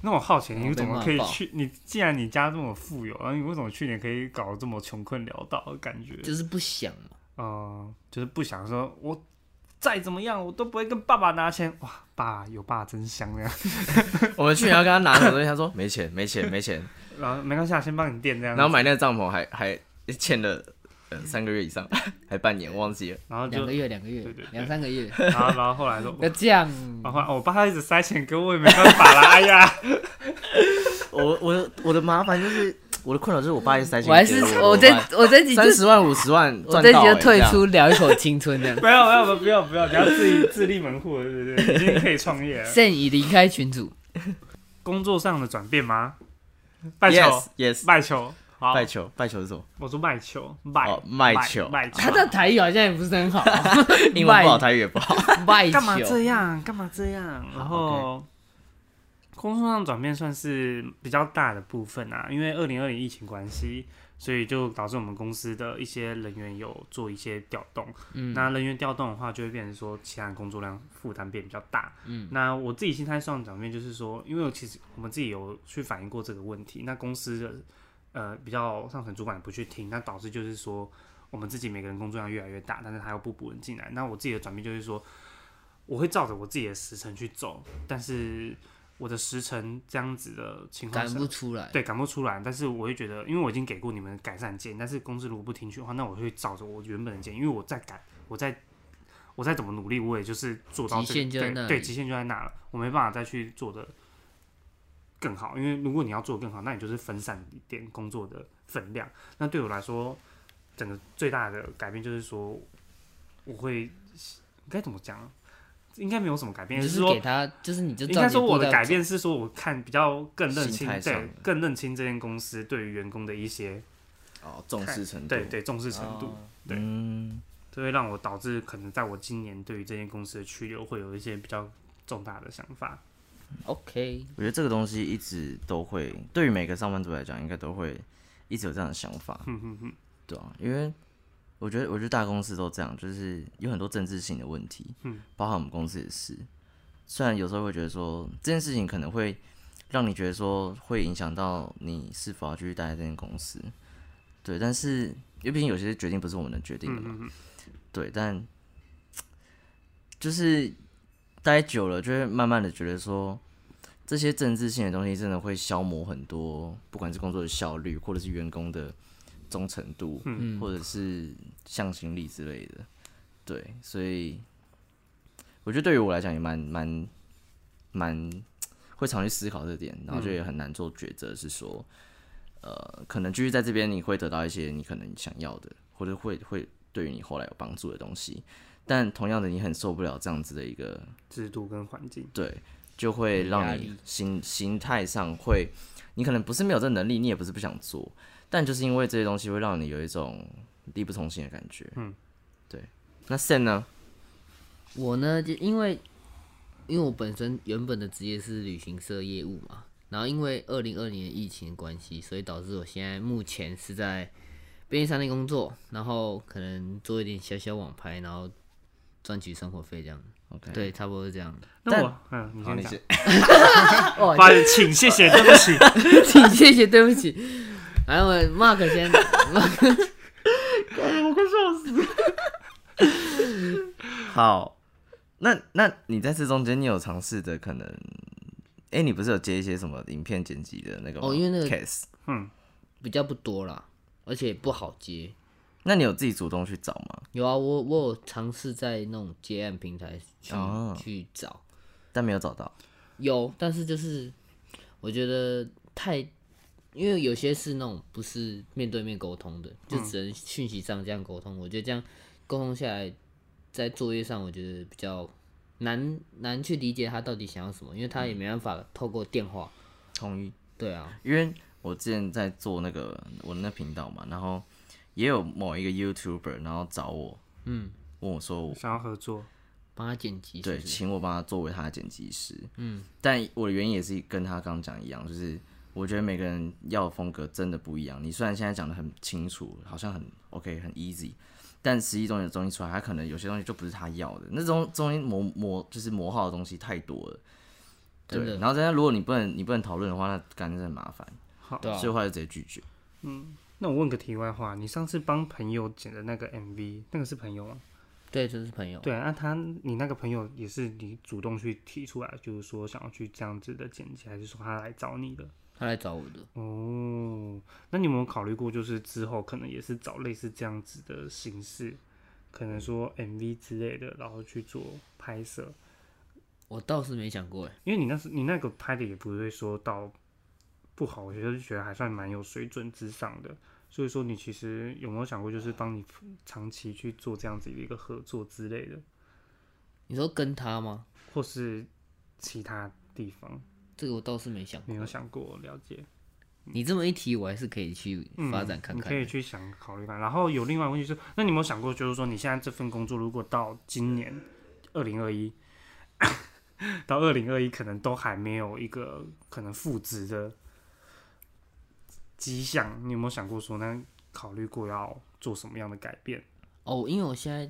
Speaker 2: 那我好
Speaker 1: 哦
Speaker 2: 奇，你
Speaker 3: 被
Speaker 2: 怎么
Speaker 3: 骂
Speaker 2: 可以
Speaker 3: 爆
Speaker 2: 去？你既然你家这么富有，然后你为什么去年可以搞得这么穷困潦倒的感觉？
Speaker 3: 就是不想嘛，
Speaker 2: 嗯，就是不想说，我再怎么样，我都不会跟爸爸拿钱。哇，爸有爸真香呀！
Speaker 1: 我们去年要跟他拿很多东西，他说 没钱，没钱，没钱，
Speaker 3: 嗯
Speaker 2: 然后没关系，啊，先帮你垫这样
Speaker 1: 然
Speaker 2: 子。
Speaker 1: 后买那个帐篷还还欠了呃三个月以上， 还半年忘记了。
Speaker 2: 然后
Speaker 3: 两
Speaker 2: 就
Speaker 3: 个，月、两个月
Speaker 2: 对对、对
Speaker 3: 两三个月，
Speaker 2: 然后然后后来说，
Speaker 3: 不要这 样。
Speaker 2: 然后后来哦我爸他一直塞钱给我，我也没办法啦。哎 呀，
Speaker 1: 我我的我的麻烦就是我的困扰就是我爸一直塞钱给
Speaker 3: 我还是我这我这集就
Speaker 1: 三十万五十万
Speaker 3: 我
Speaker 1: 赚
Speaker 3: 这
Speaker 1: 到、
Speaker 3: 集
Speaker 1: 欸，
Speaker 3: 就退出，聊一口青春这样。
Speaker 2: 不要不要不要不要，你要自己自立门户了，对不对？已经可以创 业了。
Speaker 3: 现已离开群组，
Speaker 2: 工作上的转变吗？
Speaker 1: 这
Speaker 2: 拜
Speaker 1: 样。
Speaker 2: 球
Speaker 1: Yes，Yes，，yes,
Speaker 2: 拜球，好，
Speaker 1: 拜球，拜球是什么？
Speaker 2: 我说卖球，卖
Speaker 1: 哦卖球啊
Speaker 2: 卖球
Speaker 3: 他，的台语好像也不是很好，
Speaker 1: 英文不 好，台语也不好。
Speaker 3: 外
Speaker 2: 干嘛
Speaker 3: 求
Speaker 2: 这样？干嘛这样？然后工作上转变算是比较大的部分啊，因为二零二零疫情关系，所以就导致我们公司的一些人员有做一些调动。
Speaker 3: 嗯
Speaker 2: 那人员调动的话，就会变成说其他人工作量负担变比较大。嗯，那我自己心态上的转变就是说，因为我其实我们自己有去反映过这个问题，那公司的呃比较上层主管不去听，那导致就是说我们自己每个人工作量越来越大，但是他又不补人进来。那我自己的转变就是说，我会照着我自己的时辰去走，但是我的时辰这样子的情况
Speaker 3: 赶
Speaker 2: 下
Speaker 3: 不。出来。
Speaker 2: 对，赶不出来。但是我会觉得，因为我已经给过你们改善建议，但是公司如果不听取的话，那我会照着我原本的建议，因为我再改，我再我再怎么努力，我也就是做到、这个、
Speaker 3: 极限就在那
Speaker 2: 对对，
Speaker 3: 里
Speaker 2: 极限就在那了，我没办法再去做的更好。因为如果你要做得更好，那你就是分散一点工作的分量。那对我来说，整个最大的改变就是说，我会该怎么讲啊？应该没有什么改变，
Speaker 3: 你就
Speaker 2: 只
Speaker 3: 是
Speaker 2: 说
Speaker 3: 给他，就是你就
Speaker 2: 应该说我的改
Speaker 3: 变，
Speaker 2: 变是说，我看比较更认清
Speaker 1: 心态，上
Speaker 2: 对，更认清这间公司对于员工的一些
Speaker 1: 哦，重视程度。哦
Speaker 2: 对对重视程度，
Speaker 3: 哦
Speaker 2: 对
Speaker 1: 嗯，
Speaker 2: 这会让我导致可能在我今年对于这间公司的去留会有一些比较重大的想法。
Speaker 3: OK，
Speaker 1: 我觉得这个东西一直都会，对于每个上班族来讲，应该都会一直有这样的想法，
Speaker 2: 哼哼哼，
Speaker 1: 对啊，因为我觉得，我觉得大公司都这样，就是有很多政治性的问题，
Speaker 2: 嗯，
Speaker 1: 包含我们公司也是。虽然有时候会觉得说这件事情可能会让你觉得说会影响到你是否要继续待在这间公司，对，但是因为毕竟有些决定不是我们能决定的
Speaker 2: 嗯
Speaker 1: 嘛，
Speaker 2: 哼哼，
Speaker 1: 对，但就是待久了，就会慢慢的觉得说，这些政治性的东西真的会消磨很多，不管是工作的效率，或者是员工的忠诚度，
Speaker 2: 嗯
Speaker 1: 或者是向心力之类的。对，所以我觉得对于我来讲也蛮蛮蛮会会常去思考这点，然后就也很难做抉择，是说，呃，可能继续在这边你会得到一些你可能想要的，或者会会对于你后来有帮助的东西，但同样的，你很受不了这样子的一个
Speaker 2: 制度跟环境，
Speaker 1: 对，就会让
Speaker 3: 嗯压
Speaker 1: 你
Speaker 3: 力
Speaker 1: 心心态上会，你可能不是没有这能力，你也不是不想做，但就是因为这些东西会让你有一种力不从心的感觉。嗯，对。那 Sen 呢？
Speaker 3: 我呢，就因为因为我本身原本的职业是旅行社业务嘛，然后因为二零二零年疫情的关系，所以导致我现在目前是在便利商店工作，然后可能做一点小小网拍，然后赚取生活费这样。
Speaker 1: OK
Speaker 3: 对，差不多是这样。
Speaker 2: 那我嗯，你先
Speaker 1: 你
Speaker 2: 讲
Speaker 1: 是，
Speaker 3: 哦
Speaker 2: 抱歉，请 谢谢，对不起，
Speaker 3: 请谢谢，对不起。 来，我们 Mark 先 ，Mark
Speaker 1: 好，那那你在这中间，你有尝试着可能，哎、你不是有接一些什么影片剪辑的那个吗
Speaker 3: 哦因为那个
Speaker 1: case，
Speaker 2: 嗯
Speaker 3: 比较不多啦，而且不好接。
Speaker 1: 那你有自己主动去找吗？
Speaker 3: 有啊，我我有尝试在那种接案平台去、
Speaker 1: 哦
Speaker 3: 去找，
Speaker 1: 但没有找到。
Speaker 3: 有，但是就是我觉得太，因为有些是那种不是面对面沟通的，就只
Speaker 1: 嗯
Speaker 3: 能讯息上这样沟通。我觉得这样沟通下来，在作业上我觉得比较难难去理解他到底想要什么，因为
Speaker 1: 嗯
Speaker 3: 他也没办法透过电话。
Speaker 1: 同意。
Speaker 3: 对啊，
Speaker 1: 因为我之前在做那个我的那频道嘛，然后也有某一个 YouTuber，然后找我，嗯，问我说我
Speaker 2: 想要合作，
Speaker 3: 帮他剪辑是
Speaker 1: 对，
Speaker 3: 不是。
Speaker 1: 请我帮他作为他的剪辑师，嗯，但我的原因也是跟他刚刚讲一样，就是我觉得每个人要的风格真的不一样。你虽然现在讲的很清楚，好像很 OK 很 easy，但实际中有东西出来，他可能有些东西就不是他要的，那种中间磨磨就是磨耗的东西太多了。
Speaker 3: 真
Speaker 1: 对，
Speaker 3: 的
Speaker 1: 然后再加上如果你不能你不能讨论的话，那感觉很麻烦，
Speaker 2: 好，
Speaker 3: 对啊
Speaker 1: 所以，后来就直接拒绝。
Speaker 2: 那我问个题外话，你上次帮朋友剪的那个 MV，那个是朋友吗？
Speaker 3: 对，这是朋友。
Speaker 2: 对，那、他你那个朋友也是你主动去提出来，就是说想要去这样子的剪辑，还是说他来找你的？
Speaker 3: 他来找我的，
Speaker 2: 哦，那你有没有考虑过，就是之后可能也是找类似这样子的形式，可能说 MV 之类的，然后去做拍摄？
Speaker 3: 我倒是没想过哎。
Speaker 2: 因为你那时你那个拍的也不会说到不好，我觉得觉得还算蛮有水准之上的。所以说，你其实有没有想过，就是帮你长期去做这样子的一个合作之类的，
Speaker 3: 你说跟他吗？
Speaker 2: 或是其他地方？
Speaker 3: 这个我倒是没想
Speaker 2: 没
Speaker 3: 过
Speaker 2: 有。想过了解，嗯
Speaker 3: 你这么一提，我还是可以去嗯发展看欸
Speaker 2: 你
Speaker 3: 看
Speaker 2: 可
Speaker 3: 的。
Speaker 2: 以去想考虑看。然后有另外一个问题是，那你有没有想过，就是说你现在这份工作，如果到今年二零二一 到二零二一，可能都还没有一个可能复职的迹象，你有没有想过说，那考虑过要做什么样的改变？
Speaker 3: 哦，因为我现在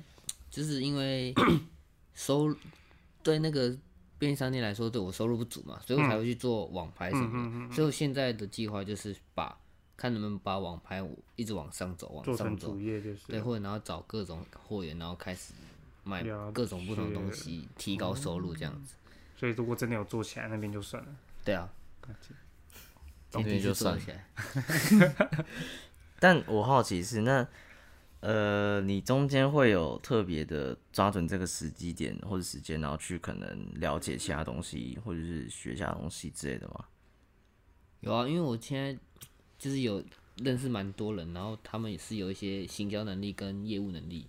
Speaker 3: 就是因为 收入对那个便利商店来说，对我收入不足嘛，
Speaker 2: 嗯
Speaker 3: 所以我才会去做网拍什么的。所以我现在的计划就是把看能不能把网拍我一直往上走，往
Speaker 2: 做
Speaker 3: 上
Speaker 2: 成
Speaker 3: 走
Speaker 2: 主，业就
Speaker 3: 对，
Speaker 2: 是
Speaker 3: 或者然后找各种货源，然后开始卖
Speaker 2: 了
Speaker 3: 各种不同的东
Speaker 2: 解
Speaker 3: 西，提高收入这样子。
Speaker 2: 所以如果真的有做起来，那边就算了。
Speaker 3: 对啊，
Speaker 1: 懂
Speaker 3: 前提
Speaker 1: 就是算
Speaker 3: 做得起来。
Speaker 1: 但我好奇是那，呃，你中间会有特别的抓准这个时机点或者时间，然后去可能了解其他东西，或者是学其他东西之类的吗？
Speaker 3: 有啊，因为我现在就是有认识蛮多人，然后他们也是有一些行销能力跟业务能力，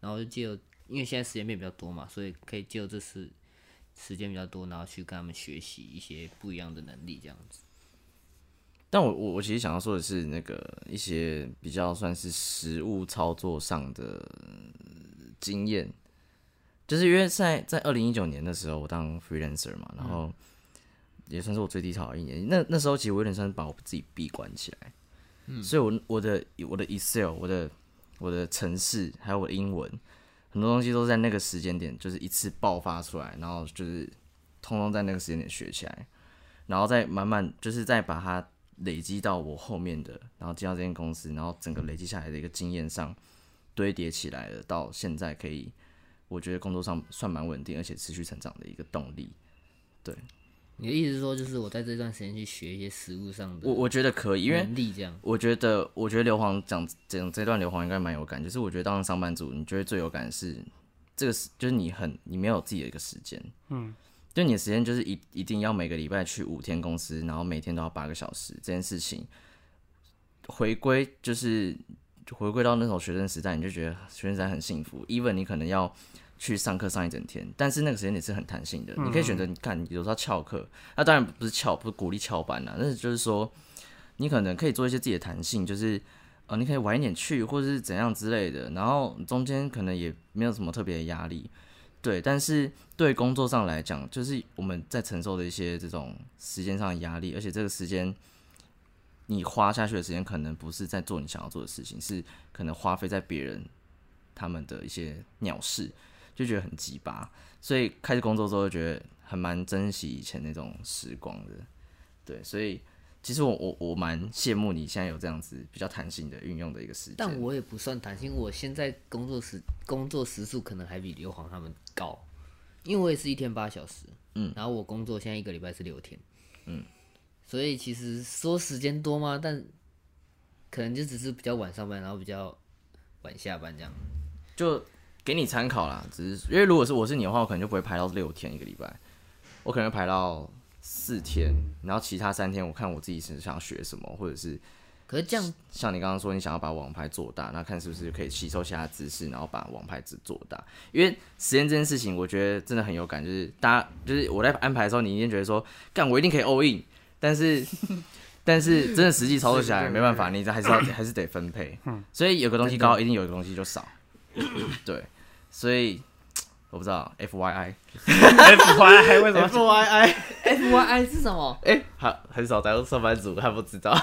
Speaker 3: 然后就借由因为现在时间变比较多嘛，所以可以借由这次时间比较多，然后去跟他们学习一些不一样的能力，这样子。
Speaker 1: 但我我我其实想要说的是，那个一些比较算是实物操作上的呃经验，就是因为在在二零一九年的时候，我当 freelancer 嘛，然后也算是我最低潮的一年。那那时候其实我有点算是把我自己闭关起来，嗯，所以我我的我的 Excel、我的我的程式还有我的英文，很多东西都在那个时间点就是一次爆发出来，然后就是通通在那个时间点学起来。然后再慢慢就是再把它累积到我后面的，然后进到这间公司，然后整个累积下来的一个经验上堆叠起来了，到现在可以，我觉得工作上算蛮稳定，而且持续成长的一个动力。
Speaker 3: 你的意思是说，就是我在这段时间去学一些实物上
Speaker 1: 我
Speaker 3: 的
Speaker 1: 我觉得可以，因为
Speaker 3: 能力，这样
Speaker 1: 我觉得，我觉得硫磺讲讲这段硫磺应该蛮有感，就是我觉得当上班族，你觉得最有感的是这个是，就是你很你没有自己的一个时间，嗯，就你的时间就是一一定要每个礼拜去五天公司，然后每天都要八个小时这件事情，回归就是回归到那种学生时代，你就觉得学生时代很幸福。even 你可能要去上课上一整天，但是那个时间你是很弹性的，你可以选择你看，你有时候要翘课，那当然不是翘，不是鼓励翘班啊啦，但是就是说你可能可以做一些自己的弹性，就是。呃，你可以晚一点去，或者是怎样之类的，然后中间可能也没有什么特别的压力，对，但是对工作上来讲，就是我们在承受的一些这种时间上的压力，而且这个时间你花下去的时间，可能不是在做你想要做的事情，是可能花费在别人他们的一些鸟事，就觉得很鸡巴。所以开始工作之后，就觉得还蛮珍惜以前那种时光的。对，所以其实我我我蛮羡慕你现在有这样子比较弹性的运用的一个时间。
Speaker 3: 但我也不算弹性，我现在工作时工作时数可能还比刘皇他们高，因为我也是一天八小时，嗯，然后我工作现在一个礼拜是六天，嗯，所以其实说时间多吗？但可能就只是比较晚上班，然后比较晚下班这样。
Speaker 1: 就给你参考啦。只是因为如果是我是你的话，我可能就不会排到六天一个礼拜，我可能会排到四天，然后其他三天我看我自己是想学什么，或者是
Speaker 3: 可是这样
Speaker 1: 像你刚刚说你想要把网拍做大，那看是不是可以吸收其他知识，然后把网拍只做大。因为时间这件事情，我觉得真的很有感，就是大家就是我在安排的时候，你一定觉得说干我一定可以 all in，但 是。但是真的实际操作下来
Speaker 2: 是
Speaker 1: 没办法，你还是要还是得分配，
Speaker 2: 嗯
Speaker 1: 所以有个东西高，一定有一个东西就少，对，所以我不知道 F Y I
Speaker 2: F Y 还为什么？
Speaker 1: Y I，
Speaker 3: F Y I 是什么？
Speaker 1: 哎，好，很少在上班族他不知道，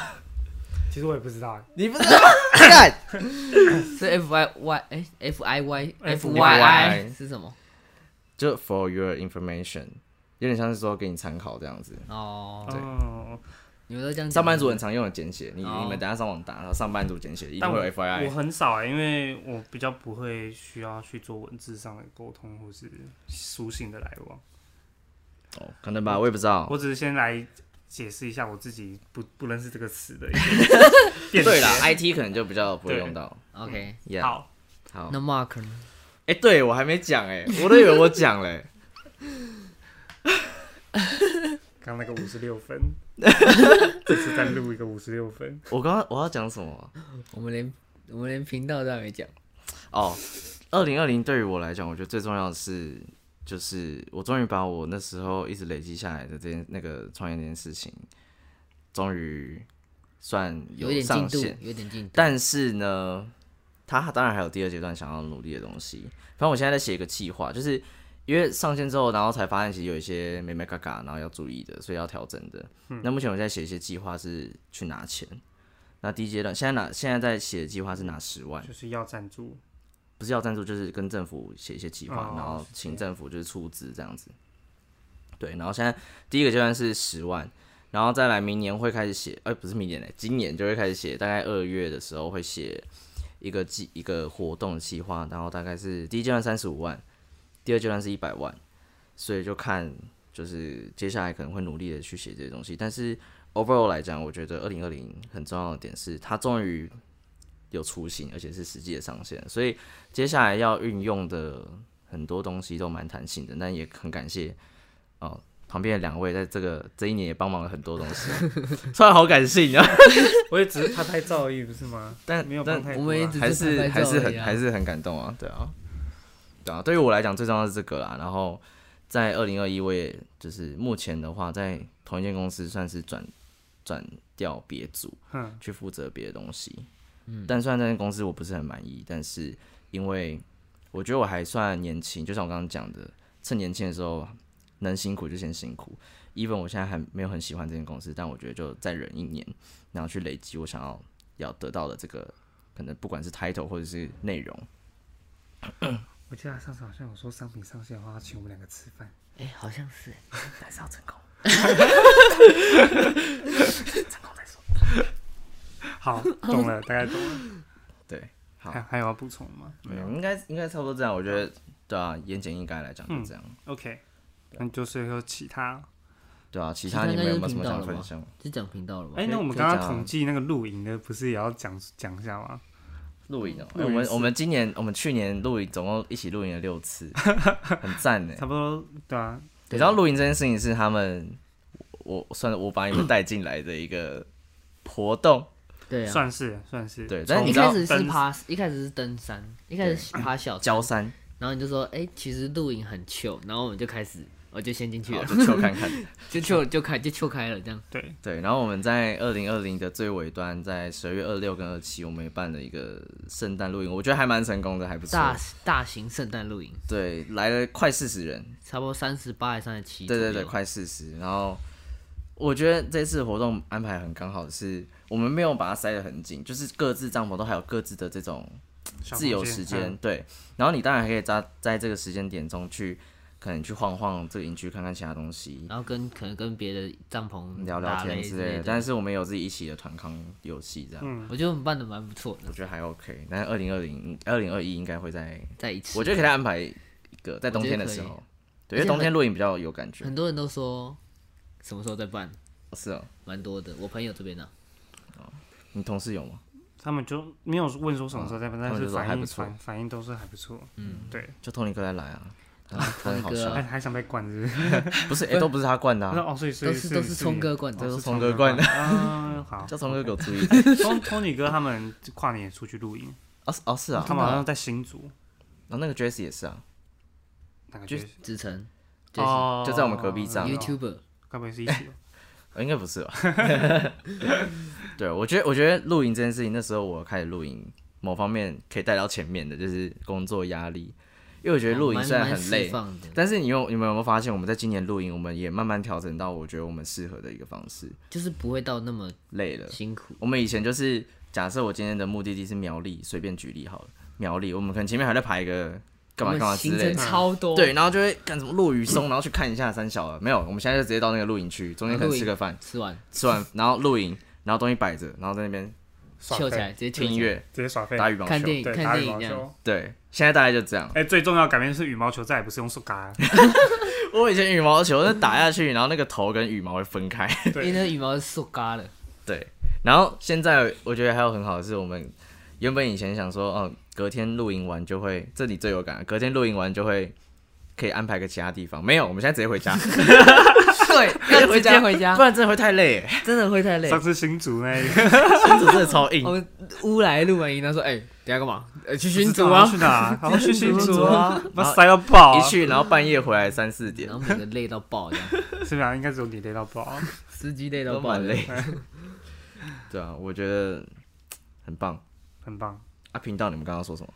Speaker 2: 其实我也不知道欸。
Speaker 1: 你不知道
Speaker 3: 是 F Y Y 哎 F I Y F Y I
Speaker 1: FYI
Speaker 3: 是什么？
Speaker 1: 就 for your information，有点像是说给你参考这样子。
Speaker 3: 哦，
Speaker 2: 哦，
Speaker 3: 你们都这样讲
Speaker 1: 上班族很常用的简写，你
Speaker 3: 哦
Speaker 1: 你们等一下上网打，然后上班族简写一定
Speaker 2: 但
Speaker 1: 会
Speaker 2: 我
Speaker 1: 有 F Y
Speaker 2: 我
Speaker 1: I，
Speaker 2: 很少欸，因为我比较不会需要去做文字上的沟通或是书信的来往。
Speaker 1: 哦，可能吧，我也不知道。
Speaker 2: 我只是先来解释一下我自己不不认识这个词 的一个辨
Speaker 1: 对
Speaker 2: 识
Speaker 1: 啦 i T 可能就比较不会用到。
Speaker 3: OK，
Speaker 1: Yeah，
Speaker 2: 好，
Speaker 1: 好，
Speaker 3: 那 Mark 呢？
Speaker 1: 哎，对我还没讲哎，我都以为我讲嘞。
Speaker 2: 刚刚那个五十六 分，这次再录一个五十六分。
Speaker 1: 我刚刚我要讲什么啊？
Speaker 3: 我们连我们连频道都还没讲。
Speaker 1: 哦，二零二零对于我来讲，我觉得最重要的是，就是我终于把我那时候一直累积下来的这件那个创业这件事情，终于算
Speaker 3: 有点进
Speaker 1: 上
Speaker 3: 度
Speaker 1: 线，。
Speaker 3: 有点进度。
Speaker 1: 但是呢，他当然还有第二阶段想要努力的东西。反正我现在在写一个计划，就是因为上线之后，然后才发现其实有一些没没嘎嘎，然后要注意的，所以要调整的。那目前我在写一些计划是去拿钱。那第一阶段，现在拿现在在写的计划是拿十万，
Speaker 2: 就是要赞助，
Speaker 1: 不是要赞助，就是跟政府写一些计划，
Speaker 2: 哦
Speaker 1: 然后请政府就是出资这样子。对，然后现在第一个阶段是十万，然后再来明年会开始写，哎、不是明年嘞，今年就会开始写，大概二月的时候会写一个计一个活动的计划，然后大概是第一阶段三十五万，第二阶段是一百万，所以就看就是接下来可能会努力的去写这些东西，但是 overall 来讲，我觉得二零二零很重要的点是它终于有雏形，而且是实际的上线，所以接下来要运用的很多东西都蛮弹性的，但也很感谢哦、旁边的两位在这个这一年也帮忙了很多东西， 突然好感性啊！
Speaker 2: 我也只是拍拍照而已，不是吗？
Speaker 1: 但
Speaker 2: 没有
Speaker 1: 但
Speaker 2: 帮太
Speaker 3: 我
Speaker 2: 多
Speaker 3: 们也
Speaker 2: 啦
Speaker 3: 只
Speaker 1: 啊还是
Speaker 3: 拍
Speaker 1: 还
Speaker 3: 照
Speaker 1: 是
Speaker 3: 而已
Speaker 1: 很
Speaker 3: 啊
Speaker 1: 还是很感动啊，对啊，对啊，对于我来讲最重要的是这个啦。然后在二零二一，我也就是目前的话，在同一间公司算是转转调别组，
Speaker 2: 嗯，
Speaker 1: 去负责别的东西。嗯，但虽然这间公司我不是很满意，但是因为我觉得我还算年轻，就像我刚刚讲的，趁年轻的时候能辛苦就先辛苦。even 我现在还没有很喜欢这间公司，但我觉得就再忍一年，然后去累积我想要要得到的这个，可能不管是 title 或者是内容。
Speaker 2: 我记得他上次好像有说商品上线的话，要请我们两个吃饭。
Speaker 3: 哎、好像是哎
Speaker 1: 还是要成功。
Speaker 2: 好，懂了，大概懂了。
Speaker 1: 对，好
Speaker 2: 还，还有要补充吗？
Speaker 1: 没嗯有，应该应该差不多这样。我觉得对啊，言简意赅来讲就
Speaker 2: 嗯
Speaker 1: 这样。
Speaker 2: OK，那就是有其他。
Speaker 1: 对啊，其
Speaker 3: 其
Speaker 1: 他
Speaker 3: 他
Speaker 1: 你
Speaker 3: 应该
Speaker 1: 们有没
Speaker 3: 就
Speaker 1: 有什么
Speaker 3: 听到
Speaker 1: 想
Speaker 3: 了
Speaker 1: 分
Speaker 3: 吧
Speaker 1: 享？
Speaker 3: 就讲频道了吧？
Speaker 2: 哎、那我们
Speaker 1: 可以
Speaker 2: 刚刚
Speaker 1: 讲啊
Speaker 2: 统计那个露营的，不是也要讲讲一下吗？
Speaker 1: 露营哦、
Speaker 2: 露营
Speaker 1: 我们
Speaker 2: 是
Speaker 1: 我们今 年我们去年露营总共一起露营了六次，很赞呢。
Speaker 2: 差不多，对啊，
Speaker 1: 你知道露营这件事情是他们，我算了，我把你们带进来的一个活动，
Speaker 3: 对啊。
Speaker 2: 算是算是。
Speaker 1: 对但是
Speaker 2: 从
Speaker 1: 你
Speaker 3: 一
Speaker 1: 知道
Speaker 3: 开始是
Speaker 2: 登
Speaker 3: 爬，一开始是登山，一开始是爬小
Speaker 1: 焦山，
Speaker 3: 然后你就说，哎、其实露营很 chill，然后我们就开始，我就先进去
Speaker 1: 好
Speaker 3: 了，
Speaker 1: 就去看 看。
Speaker 3: 就 chill 就开就 chill 开了这样。
Speaker 2: 对，
Speaker 1: 对，然后我们在二零二零的最尾端，在十二月二六跟二七，我们也办了一个圣诞露营，我觉得还蛮成功的，还不错。
Speaker 3: 大大型圣诞露营，
Speaker 1: 对，来了快四十人，
Speaker 3: 差不多三十八还三十七。
Speaker 1: 对对对，快四十。然后我觉得这次活动安排很刚好是，我们没有把它塞得很紧，就是各自帐篷都还有各自的这种
Speaker 2: 小
Speaker 1: 自由
Speaker 2: 空间
Speaker 1: 时间，
Speaker 2: 嗯
Speaker 1: 对。然后你当然还可以在在这个时间点中去，可能去晃晃这个营区，看看其他东西，
Speaker 3: 然后跟可能跟别的帐篷
Speaker 1: 聊
Speaker 3: 嗯打
Speaker 1: 聊天
Speaker 3: 雷
Speaker 1: 之
Speaker 3: 之
Speaker 1: 类的。
Speaker 3: 的。嗯
Speaker 1: 但是我们有自己一起的团康游戏这样，
Speaker 3: 我觉得我们办的蛮不错的
Speaker 1: 我，觉得还 OK。但是二零二零、二零二一应该会在，
Speaker 3: 在一起。
Speaker 1: 我觉得给他安排一个在冬天的时
Speaker 3: 我觉
Speaker 1: 候，
Speaker 3: 以
Speaker 1: 对，因
Speaker 3: 而且
Speaker 1: 为冬天
Speaker 3: 很
Speaker 1: 露营比较有感觉。
Speaker 3: 很多人都说什么时候再办，
Speaker 1: 是哦，
Speaker 3: 蛮多的。我朋友这边啊呢、
Speaker 1: 你同事有吗？
Speaker 2: 他们就没有问说什么时候再办，
Speaker 1: 哦他
Speaker 2: 但
Speaker 1: 们
Speaker 2: 是
Speaker 1: 就说还
Speaker 2: 反
Speaker 1: 不
Speaker 2: 应
Speaker 1: 错
Speaker 2: 反反应都是还不错。嗯，对，
Speaker 1: 就托尼哥来来啊， 他他很好
Speaker 3: 托尼哥
Speaker 1: 笑
Speaker 3: 啊
Speaker 2: 还，还想被灌是不是？
Speaker 1: 不是，哎，都不是他灌的
Speaker 2: 他说
Speaker 1: 啊，
Speaker 2: 哦，所以所以哦
Speaker 3: 都是都是聪哥灌
Speaker 1: 这
Speaker 3: 的，
Speaker 1: 都
Speaker 2: 是
Speaker 1: 是聪哥灌的
Speaker 2: 的。啊， 好，
Speaker 1: 叫聪哥给我注 意。
Speaker 2: 聪聪女哥他们跨年也出去露营，
Speaker 1: 哦是哦是啊，
Speaker 2: 他们好像在新竹，
Speaker 1: 然后那个 Jesse 也是啊，
Speaker 2: 哪个角色
Speaker 3: 子晨，就是
Speaker 2: 哦
Speaker 1: 就在我们隔壁站
Speaker 3: YouTuber，
Speaker 2: 该不会是一起的？
Speaker 1: 呃应该不是吧？ 对，我觉得我觉得露营这件事情，那时候我开始露营，某方面可以带到前面的就是工作压力，因为我觉得露营
Speaker 3: 哦蛮
Speaker 1: 虽然
Speaker 3: 蛮
Speaker 1: 很累
Speaker 3: 释，放的，
Speaker 1: 但是你有你们有没有发现，我们在今年露营，我们也慢慢调整到我觉得我们适合的一个方式，
Speaker 3: 就是不会到那么
Speaker 1: 累了。
Speaker 3: 辛苦。
Speaker 1: 我们以前就是假设我今天的目的地是苗栗，随便举例好了，苗栗，我们可能前面还在排一个干
Speaker 3: 我
Speaker 1: 嘛
Speaker 3: 们
Speaker 1: 干嘛之
Speaker 3: 行
Speaker 1: 类
Speaker 3: 程
Speaker 1: 的。
Speaker 3: 超多，
Speaker 1: 对，，然后就会干什么落雨松，然后去看一下三小了。啊没有，我们现在就直接到那啊个露营区，中间可能吃个饭，
Speaker 3: 吃完
Speaker 1: 吃完然后露营，然后东西摆着，然后在那边
Speaker 2: 耍
Speaker 3: 秀起
Speaker 2: 废
Speaker 3: 来，直接
Speaker 1: 听音
Speaker 3: 起来，
Speaker 1: 乐、
Speaker 2: 直接耍废，
Speaker 1: 打羽毛
Speaker 3: 看
Speaker 1: 球
Speaker 3: 电。影
Speaker 2: 对，
Speaker 3: 看
Speaker 2: 打羽
Speaker 3: 电
Speaker 2: 毛
Speaker 3: 影这样。
Speaker 2: 球。
Speaker 1: 对，现在大概就这样。
Speaker 2: 哎，最重要的改变是羽毛球再也不是用啊手嘎，
Speaker 1: 我以前羽毛球是打下去，然后那个头跟羽毛会分开。
Speaker 3: 因
Speaker 2: 对
Speaker 3: 为那羽毛是塑 嘎的，
Speaker 1: 对，然后现在我觉得还有很好的是，我们原本以前想说，哦，隔天露营完就会，这里最有感，隔天露营完就会可以安排个其他地方。没有，我们现在直接回 家，
Speaker 3: 对， 要直接回家
Speaker 1: 不，然真的会太累 耶。
Speaker 3: 真的会太累
Speaker 2: 上。次新竹 那一个
Speaker 1: 新竹真的超硬
Speaker 3: 我，们乌来录完音，他说：“哎，等下干嘛？呃，去
Speaker 2: 不
Speaker 3: 寻
Speaker 2: 知
Speaker 3: 组
Speaker 2: 道
Speaker 3: 啊
Speaker 2: 去。 哪？好像去
Speaker 1: 新
Speaker 2: 新竹
Speaker 1: 竹啊
Speaker 2: 啊，把塞到爆啊，
Speaker 1: 一去然后半夜回来三四”点
Speaker 3: 然，后每个累到爆，这样
Speaker 2: 是吧？应该只有你累到爆。啊
Speaker 3: 司机累到
Speaker 1: 都
Speaker 3: 爆，
Speaker 1: 蛮累。 对啊，我觉得嘖很棒。
Speaker 2: 很棒。
Speaker 1: 啊，频道你们刚刚说什么？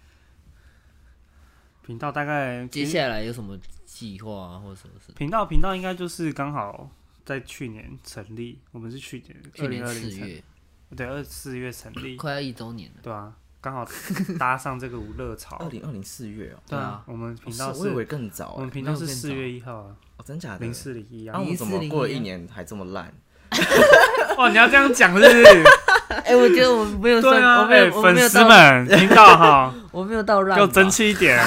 Speaker 2: 频道大概
Speaker 3: 接下来有什么计划啊，或者什么事？
Speaker 2: 频道频道应该就是刚好在去年成立，我们是去年
Speaker 3: 去年
Speaker 2: 2020
Speaker 3: 四
Speaker 2: 成
Speaker 3: 月，
Speaker 2: 对二四月成立，
Speaker 3: 快要一周年了。
Speaker 2: 对啊，刚好搭上这个五热潮
Speaker 1: 二。零二零四月哦，
Speaker 2: 对
Speaker 3: 对
Speaker 2: 啊
Speaker 3: 啊，
Speaker 2: 我们频道
Speaker 1: 哦是我以为
Speaker 2: 是，
Speaker 1: 更早
Speaker 2: 我们
Speaker 1: 哎，
Speaker 2: 频道
Speaker 3: 没
Speaker 2: 是
Speaker 3: 有更
Speaker 2: 四
Speaker 3: 早哦
Speaker 2: 月一号啊，
Speaker 1: 哦，真假的？
Speaker 2: 零四零一
Speaker 1: 然
Speaker 2: 啊
Speaker 1: 后。我们怎么过了
Speaker 3: 0401
Speaker 1: 一年还这么烂？
Speaker 2: 哦哇，你要这样讲是不 是？
Speaker 3: 哎，我觉得我没有
Speaker 2: 对
Speaker 3: 算，
Speaker 2: 啊，
Speaker 3: 我没
Speaker 2: 哎，
Speaker 3: 有，我
Speaker 2: 粉
Speaker 3: 没有
Speaker 2: 丝
Speaker 3: 到，
Speaker 2: 们听到哈，
Speaker 3: 我没有到烂吧，
Speaker 2: 给我争气一 点。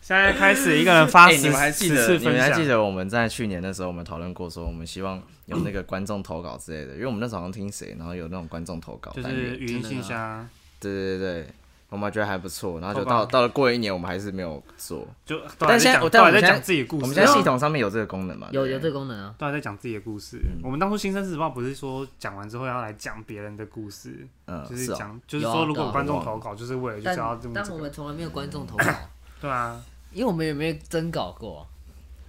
Speaker 2: 现在开始一个人发
Speaker 1: 哎，
Speaker 2: 十
Speaker 1: 你们还记
Speaker 2: 十次
Speaker 1: 得？你
Speaker 2: 分
Speaker 1: 们还记
Speaker 2: 享，
Speaker 1: 得我们在去年的时候，我们讨论过说，我们希望有那个观众投稿之类的，因为我们那时候好像听谁，然后有那种观众投稿
Speaker 2: 就
Speaker 1: 单元
Speaker 2: 是语音信箱啊，
Speaker 1: 对对对对，我们觉得还不错，然后就
Speaker 2: 投稿
Speaker 1: 到到了过了一年，我们还是没有做。
Speaker 2: 就都还
Speaker 1: 但现在
Speaker 2: 在讲，
Speaker 1: 我
Speaker 2: 都
Speaker 1: 但
Speaker 2: 还
Speaker 1: 我
Speaker 2: 在
Speaker 1: 们现
Speaker 2: 讲
Speaker 1: 在
Speaker 2: 自己的故事啊。
Speaker 1: 我们现在系统上面有这个功能嘛？
Speaker 3: 有
Speaker 1: 对
Speaker 3: 有
Speaker 1: 不对
Speaker 3: 这个功能啊。
Speaker 2: 都还在讲自己的故事。
Speaker 1: 嗯
Speaker 2: 我们当初新生日报不是说讲完之后要来讲别人的故事，就
Speaker 1: 嗯，
Speaker 2: 是
Speaker 1: 是哦
Speaker 2: 讲，就是
Speaker 3: 有啊
Speaker 2: 说如
Speaker 3: 对
Speaker 2: 果
Speaker 3: 啊
Speaker 2: 观众
Speaker 1: 我忘
Speaker 2: 投稿，就是为了就
Speaker 3: 但
Speaker 2: 是要这么
Speaker 3: 但
Speaker 2: 这
Speaker 3: 我
Speaker 2: 个
Speaker 3: 们，从来没有观众投稿，
Speaker 2: 对啊，
Speaker 3: 因为我们也没有征稿过啊。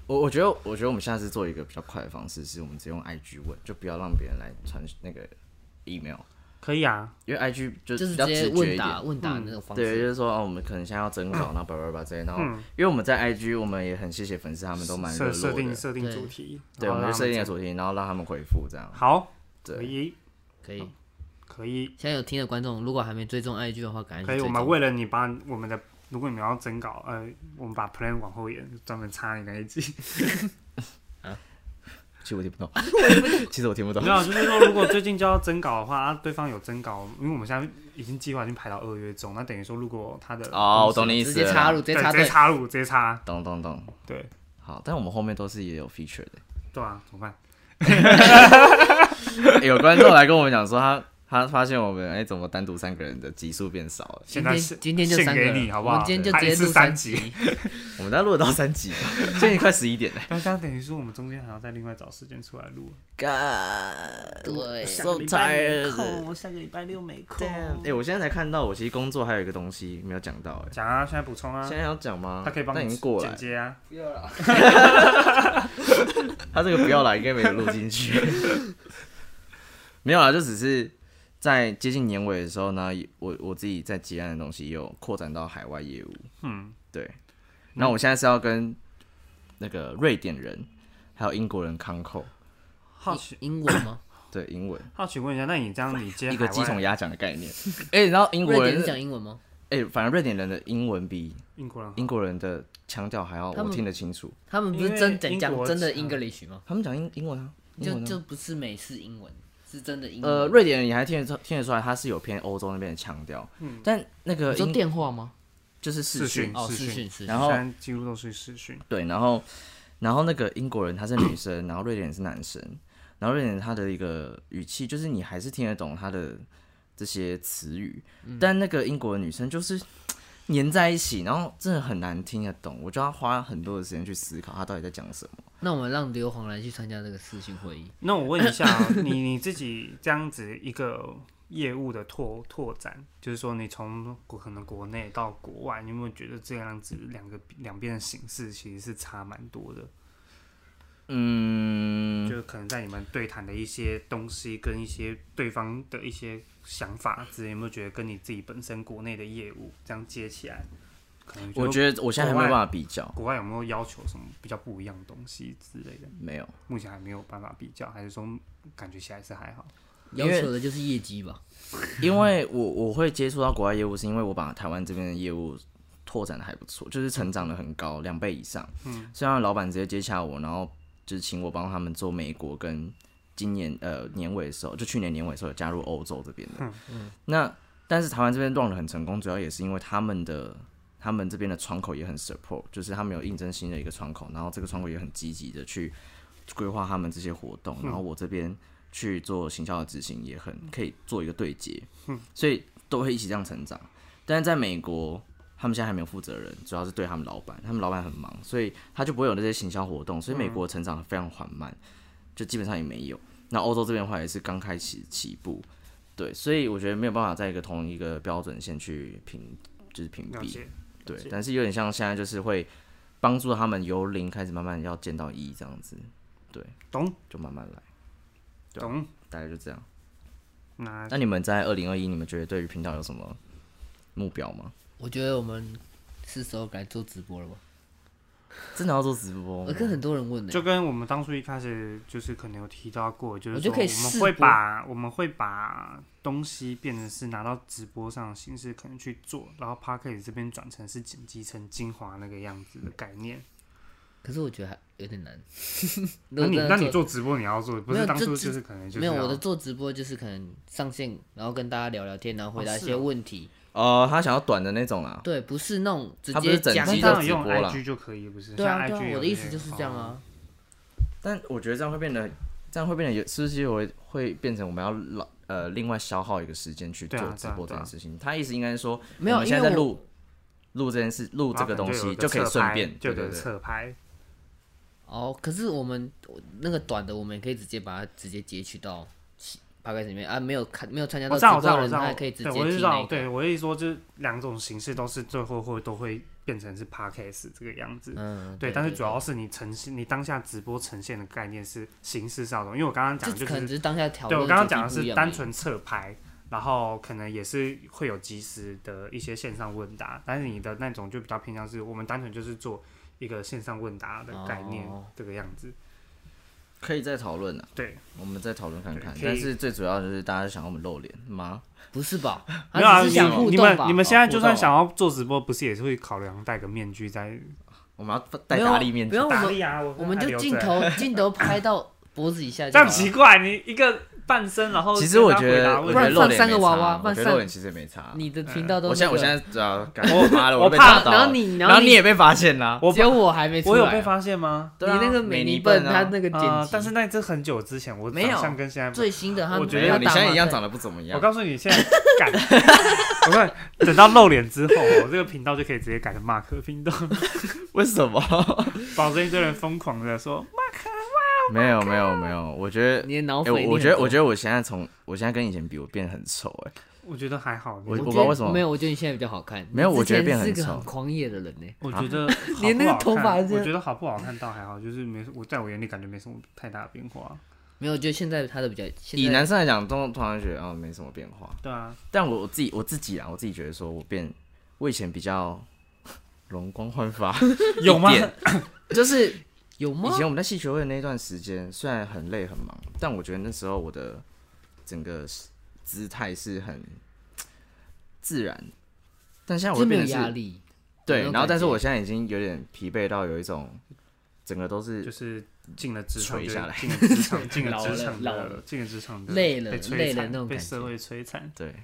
Speaker 1: 我我觉得，我觉得我们下次做一个比较快的方式，是我们直接用 IG 问，就不要让别人来传那个 email，
Speaker 2: 可以啊，
Speaker 1: 因为 IG 就
Speaker 3: 就
Speaker 1: 比
Speaker 3: 是直
Speaker 1: 较
Speaker 3: 接
Speaker 1: 直觉
Speaker 3: 问
Speaker 1: 一
Speaker 3: 答
Speaker 1: 点。
Speaker 3: 问答那种方
Speaker 1: 对，就
Speaker 3: 式。
Speaker 1: 是说哦，我们可能现在要征稿，然后叭叭叭这些，然后
Speaker 2: 嗯
Speaker 1: 因为我们在 IG，我们也很谢谢粉丝，他们都蛮热
Speaker 2: 设设
Speaker 1: 络
Speaker 2: 定
Speaker 1: 的。
Speaker 2: 设定
Speaker 3: 对
Speaker 2: 主题，
Speaker 1: 对，
Speaker 2: 然
Speaker 1: 我
Speaker 2: 后
Speaker 1: 们就设
Speaker 2: 让
Speaker 1: 定了
Speaker 2: 他们
Speaker 1: 主题，然后让他们回复这样
Speaker 2: 讲。好，可
Speaker 1: 对，
Speaker 2: 以
Speaker 3: 可以。
Speaker 2: 可以
Speaker 3: 现在有听的观众，如果还没追踪 IG 的话，赶
Speaker 2: 可
Speaker 3: 紧
Speaker 2: 以，
Speaker 3: 去
Speaker 2: 我
Speaker 3: 追
Speaker 2: 们
Speaker 3: 踪。
Speaker 2: 为了你把我们的。如果你们要征稿，呃，我们把 plan 往后延，专门插你那一集。
Speaker 1: 其实我听不懂， 其实我听不懂
Speaker 2: 没。有，就是说，如果最近就要征稿的话，啊对方有征稿，因为我们现在已经计划已经排到二月中，那等于说，如果他的
Speaker 1: 哦，我懂
Speaker 2: 东西
Speaker 1: 你意
Speaker 3: 直
Speaker 1: 思了。
Speaker 3: 接插入，直
Speaker 2: 对
Speaker 3: 接插
Speaker 2: 直接
Speaker 3: 队。
Speaker 2: 插入，直接插，
Speaker 1: 懂懂懂。
Speaker 2: 对
Speaker 1: 好，但我们后面都是也有 feature 的。
Speaker 2: 对啊，怎么办？
Speaker 1: 有观众来跟我们讲说他他发现我们哎、怎么单独三个人的集数变少了？
Speaker 2: 现
Speaker 3: 今
Speaker 2: 在
Speaker 3: 天
Speaker 2: 是
Speaker 3: 今天就
Speaker 2: 献
Speaker 3: 三个
Speaker 2: 给
Speaker 3: 了
Speaker 2: 你好不
Speaker 3: 我们
Speaker 2: 好
Speaker 3: 今天就
Speaker 2: 啊
Speaker 3: 直
Speaker 2: 一
Speaker 3: 接
Speaker 2: 次
Speaker 3: 录
Speaker 2: 三集
Speaker 3: 集。
Speaker 1: 我们大概录了到三集吧，现在已经快十一点了。
Speaker 2: 那这样等于说我们中间还要再另外找时间出来录。
Speaker 1: God，
Speaker 3: 对
Speaker 1: so tired。
Speaker 2: 我下个礼拜六没空
Speaker 1: 哎、我现在才看到，我其实工作还有一个东西没有讲到、
Speaker 2: 讲啊，现在补充
Speaker 1: 哎、
Speaker 2: 啊
Speaker 1: 现，在要讲吗？
Speaker 2: 他可以帮
Speaker 1: 但已
Speaker 2: 你
Speaker 1: 经过
Speaker 2: 剪
Speaker 1: 来，
Speaker 2: 接啊。
Speaker 3: 不要了，
Speaker 1: 他这个不要来，应该没有录进去。没有啦，就只是在接近年尾的时候呢，我我自己在结案的东西有扩展到海外业务。
Speaker 2: 嗯，
Speaker 1: 对，那我现在是要跟那个瑞典人还有英国人康扣，
Speaker 2: 好奇
Speaker 3: 英文 吗？
Speaker 1: 对英文
Speaker 2: 好奇问一下，那你这样你接
Speaker 1: 一个
Speaker 2: 海
Speaker 1: 鸡
Speaker 2: 外
Speaker 1: 同鸭讲的概念。哎、然后英
Speaker 3: 瑞
Speaker 1: 国
Speaker 3: 典
Speaker 1: 人
Speaker 3: 是讲英文吗？
Speaker 1: 哎、反正瑞典人的英文比
Speaker 2: 英国人好
Speaker 1: 英国人的腔调还要
Speaker 3: 他们
Speaker 1: 我听得清楚。
Speaker 3: 他们不是
Speaker 2: 因为
Speaker 3: 真讲
Speaker 2: 英
Speaker 3: 讲
Speaker 2: 国
Speaker 3: 真的
Speaker 2: 强
Speaker 3: English 吗？
Speaker 1: 他们讲英英文啊，英
Speaker 3: 就
Speaker 1: 文啊。
Speaker 3: 就不是美式英文，是真的英文。
Speaker 1: 呃，瑞典人你还听得出听得出来，他是有偏欧洲那边的腔调，但那个
Speaker 3: 你说
Speaker 1: 英
Speaker 3: 电话吗？
Speaker 1: 就是视
Speaker 2: 视讯
Speaker 1: 讯
Speaker 3: 哦，
Speaker 2: 视
Speaker 3: 视
Speaker 2: 讯
Speaker 3: 讯视讯
Speaker 1: 然。后
Speaker 2: 现在几乎都是视讯，
Speaker 1: 对，然后然后那个英国人他是女生，然后瑞典人是男生，然后瑞典人他的一个语气就是你还是听得懂他的这些词语，但那个英国的女生就是粘在一起，然后真的很难听得懂，我就要花很多的时间去思考他到底在讲什么。
Speaker 3: 那我们让刘皇来去参加这个视讯会议。
Speaker 2: 那我问一下啊、 你你自己这样子一个业务的拓拓展，就是说你从国可能国内到国外，你有没有觉得这样子两个两边的形式其实是差蛮多的？
Speaker 1: 嗯，
Speaker 2: 就是可能在你们对谈的一些东西跟一些对方的一些想法之类，有没有觉得跟你自己本身国内的业务这样接起来，可能
Speaker 1: 我
Speaker 2: 得
Speaker 1: 觉得我现在还没有办法比较，
Speaker 2: 国外有没有要求什么比较不一样的东西之类的？
Speaker 1: 没有。
Speaker 2: 目前还没有办法比较，还是说感觉起来是还好？
Speaker 3: 要
Speaker 1: 因为
Speaker 3: 求的就是业绩吧。
Speaker 1: 因为我我会接触到国外业务，是因为我把台湾这边的业务拓展的还不错，就是成长的很高，两倍以上。嗯，所以让老板直接接洽我，然后就是请我帮他们做美国跟今年呃年尾的时候，就去年年尾的时候有加入欧洲这边的。嗯那但是台湾这边 run 的很成功，主要也是因为他们的。他们这边的窗口也很 support，就是他们有应征新的一个窗口，然后这个窗口也很积极的去规划他们这些活
Speaker 2: 嗯
Speaker 1: 动，然后我这边去做行销的执行也很可以做一个对接。
Speaker 2: 嗯
Speaker 1: 所以都会一起这样成长。但是在美国，他们现在还没有负责人，主要是对他们老板，他们老板很忙，所以他就不会有那些行销活动，
Speaker 2: 嗯
Speaker 1: 所以美国成长非常缓慢，就基本上也没有。那欧洲这边的话也是刚开始起步，对，所以我觉得没有办法在一个同一个标准线去评，就是评
Speaker 2: 了
Speaker 1: 比，
Speaker 2: 解，
Speaker 1: 对
Speaker 2: 解。
Speaker 1: 但是有点像现在就是会帮助他们由零开始慢慢要见到一这样子，对，
Speaker 2: 懂
Speaker 1: 就慢慢来，对啊
Speaker 2: 懂。
Speaker 1: 大概就这样。
Speaker 2: 那
Speaker 1: 那你们在二零二一，你们觉得对于频道有什么目标吗？
Speaker 3: 我觉得我们是时候该做直播了吧？
Speaker 1: 真的要做直播
Speaker 3: 我
Speaker 1: 吗？
Speaker 3: 跟很多人问呢、
Speaker 2: 哦就跟我们当初一开始就是可能有提到过，就是
Speaker 3: 我觉
Speaker 2: 说
Speaker 3: 得可以
Speaker 2: 我们
Speaker 3: 试
Speaker 2: 会
Speaker 3: 播
Speaker 2: 把我们会把东西变成是拿到直播上的形式，可能去做，然后 p a r k e t 这边转成是剪辑成精华那个样子的概念。
Speaker 3: 可是我觉得还有 点难。
Speaker 2: 那
Speaker 3: 如果
Speaker 2: 你
Speaker 3: 真的
Speaker 2: 那你做直播你要做，不
Speaker 3: 没
Speaker 2: 是
Speaker 3: 有
Speaker 2: 当
Speaker 3: 这
Speaker 2: 初
Speaker 3: 这
Speaker 2: 就是可能就是
Speaker 3: 没有
Speaker 2: 要
Speaker 3: 我的做直播就是可能上线，然后跟大家聊聊天，然后回答一
Speaker 2: 是
Speaker 3: 些
Speaker 2: 哦
Speaker 3: 问题。
Speaker 1: 哦，他想要短的那种啊啦。
Speaker 3: 对，不是那种直
Speaker 1: 他不
Speaker 3: 接
Speaker 1: 是整
Speaker 3: 讲
Speaker 2: 那
Speaker 1: 集
Speaker 3: 一
Speaker 1: 都
Speaker 2: 当
Speaker 3: 个
Speaker 2: 然
Speaker 1: 直
Speaker 2: 用
Speaker 1: 播啦
Speaker 2: IG 就可以，不是？
Speaker 3: 对啊，
Speaker 2: 像
Speaker 3: 对
Speaker 2: IG
Speaker 3: 啊，我
Speaker 2: 有
Speaker 3: 的意
Speaker 2: 那
Speaker 3: 思
Speaker 2: 个
Speaker 3: 就是这样啊。
Speaker 1: 但我觉得这样会变得，这样会变得有，是不是有会变成我们要老呃另外消耗一个时间去
Speaker 2: 对啊
Speaker 1: 做直播这
Speaker 2: 对啊对啊
Speaker 1: 件事情？他意思应该是说，
Speaker 3: 没有
Speaker 1: 我们现
Speaker 3: 因
Speaker 1: 在
Speaker 3: 为
Speaker 1: 在
Speaker 3: 我
Speaker 1: 录录这件事，录
Speaker 2: 哦，
Speaker 1: 这个东西就可以顺便，对
Speaker 2: 就有
Speaker 1: 对
Speaker 2: 个
Speaker 1: 对，
Speaker 2: 侧拍，
Speaker 3: 哦，可是我们那个短的，我们也可以直接把它直接截取到八卦里面啊，没有看没有参加
Speaker 2: 我
Speaker 3: 到
Speaker 2: 知道，我
Speaker 3: 直
Speaker 2: 知道，我知道，
Speaker 3: 播的人，他
Speaker 2: 我
Speaker 3: 也可以直接
Speaker 2: 对，我就
Speaker 3: 听
Speaker 2: 知
Speaker 3: 那
Speaker 2: 道，
Speaker 3: 个。
Speaker 2: 对我的意思说，就是两种形式都是最后会都会变成是 podcast 这个样子。
Speaker 3: 嗯，
Speaker 2: 对，但是主要是你呈现你当下直播呈现的概念是形式上的，因为我刚刚讲
Speaker 3: 就
Speaker 2: 就
Speaker 3: 可能
Speaker 2: 是，
Speaker 3: 只是当下调。
Speaker 2: 对我刚刚讲的是单纯侧拍，然后可能也是会有及时的一些线上问答，但是你的那种就比较偏向是我们单纯就是做一个线上问答的概念、
Speaker 3: 哦
Speaker 2: 这个样子。
Speaker 1: 可以再讨论啊，
Speaker 2: 对，
Speaker 1: 我们再讨论看看
Speaker 2: 对。可以
Speaker 1: 但是最主要就是大家想要我们露脸吗？
Speaker 3: 不是吧？
Speaker 2: 没有啊，
Speaker 3: 他只是想互
Speaker 2: 你
Speaker 3: 动啊
Speaker 2: 们
Speaker 3: 吧
Speaker 2: 你们现在就算
Speaker 1: 互动
Speaker 2: 想要做直播，不是也是会考量戴个面具在
Speaker 1: 我们要戴
Speaker 3: 没有
Speaker 1: 大力面
Speaker 3: 不
Speaker 1: 具
Speaker 3: 用，我
Speaker 2: 打
Speaker 3: 们
Speaker 2: 力啊？我
Speaker 3: 我们
Speaker 2: 还
Speaker 3: 就
Speaker 2: 留
Speaker 3: 镜
Speaker 2: 着
Speaker 3: 头镜头拍到脖子以下就
Speaker 2: 这样
Speaker 3: 好了。
Speaker 2: 奇怪，你一个半身，然后
Speaker 1: 其实我
Speaker 2: 跟他
Speaker 1: 觉
Speaker 2: 回答
Speaker 1: 得，
Speaker 2: 问
Speaker 1: 我
Speaker 2: 题
Speaker 1: 觉得露啊
Speaker 3: 不然放
Speaker 1: 脸
Speaker 3: 三个
Speaker 1: 没
Speaker 3: 娃
Speaker 1: 差
Speaker 3: 娃
Speaker 1: 我
Speaker 3: 放
Speaker 1: 觉得
Speaker 3: 三
Speaker 1: 露脸其实没差。
Speaker 3: 你的频道都
Speaker 1: 我现在
Speaker 3: 那
Speaker 1: 我
Speaker 3: 个
Speaker 1: 现在只 要干我妈了，我
Speaker 2: 我
Speaker 1: 被
Speaker 2: 怕
Speaker 1: 抓到
Speaker 3: 然后
Speaker 1: 了
Speaker 3: 你然
Speaker 1: 然
Speaker 3: 后
Speaker 1: 后你也被发现啦。
Speaker 2: 我
Speaker 3: 只有我还没出
Speaker 2: 我
Speaker 3: 来啊，
Speaker 2: 有被发现吗？
Speaker 1: 对啊
Speaker 3: 你那个美
Speaker 1: 美
Speaker 3: 尼
Speaker 1: 尼
Speaker 3: 笨，
Speaker 1: 笨
Speaker 3: 他
Speaker 1: 啊
Speaker 3: 那个剪
Speaker 2: 啊
Speaker 3: 辑，，
Speaker 2: 但是那这很久之前，我
Speaker 3: 没有
Speaker 2: 长相跟现在不。
Speaker 3: 最新的他
Speaker 2: 我觉
Speaker 1: 没
Speaker 2: 得
Speaker 1: 有，
Speaker 3: 要
Speaker 1: 你
Speaker 3: 打
Speaker 1: 现在
Speaker 3: 麻
Speaker 1: 一样
Speaker 3: 将
Speaker 1: 长得不怎么
Speaker 2: 我
Speaker 1: 样。
Speaker 2: 告诉你，现在改， 我看等到露脸之后，我这个频道就可以直接改成马克频道。
Speaker 1: 为什么？
Speaker 2: 保证一堆人疯狂的说
Speaker 1: 没有没有没有，我觉得
Speaker 3: 你的脑
Speaker 1: 哎、
Speaker 3: 粉一定很
Speaker 1: 我
Speaker 3: 多，
Speaker 1: 我觉得，我觉得我现在从我现在跟以前比，我变得很丑哎、
Speaker 2: 我觉得还好，
Speaker 1: 我
Speaker 3: 我
Speaker 1: 不
Speaker 3: 觉
Speaker 1: 知道
Speaker 3: 得
Speaker 1: 为什么
Speaker 3: 没有，我觉得你现在比较好看。
Speaker 1: 没有
Speaker 3: 你
Speaker 1: 我觉得
Speaker 3: 之前
Speaker 1: 变很
Speaker 3: 是个很
Speaker 1: 丑
Speaker 3: 狂野的人呢。
Speaker 2: 我觉
Speaker 1: 啊
Speaker 2: 得好不
Speaker 3: 连那个
Speaker 2: 好
Speaker 3: 头
Speaker 2: 看
Speaker 3: 发这
Speaker 2: 我
Speaker 3: 样
Speaker 2: 觉得好不好看倒还好，就是没我在我眼里感觉没什么太大的变化。
Speaker 3: 没有，我觉得现在他的比较，现
Speaker 1: 以
Speaker 3: 在
Speaker 1: 男生来讲，都突然觉得啊、没什么变化。
Speaker 2: 对啊，
Speaker 1: 但我我自己我自己啊，我自己觉得说我变，我以前比较 容光焕发
Speaker 2: 有吗
Speaker 1: 一？点，就是
Speaker 3: 有吗
Speaker 1: 以？前我们在戏学会的那段时间，虽然很累很忙，但我觉得那时候我的整个姿态是很自然，但现在我
Speaker 3: 就
Speaker 1: 会
Speaker 3: 没
Speaker 1: 变
Speaker 3: 有
Speaker 1: 得是
Speaker 3: 压力。没
Speaker 1: 对，
Speaker 3: 有
Speaker 1: 然后
Speaker 3: 感
Speaker 1: 但是
Speaker 3: 觉
Speaker 1: 我现在已经有点疲惫到有一种整个都是
Speaker 2: 就是进了职场
Speaker 1: 垂
Speaker 2: 就
Speaker 1: 下来
Speaker 2: 进了职场，进了
Speaker 3: 老了
Speaker 2: 职场
Speaker 3: 老了
Speaker 2: 的，进了职场的
Speaker 3: 累了
Speaker 2: 被
Speaker 3: 累
Speaker 2: 摧
Speaker 3: 了那
Speaker 2: 残，
Speaker 3: 种
Speaker 2: 被
Speaker 3: 感觉
Speaker 2: 社会摧残，
Speaker 1: 对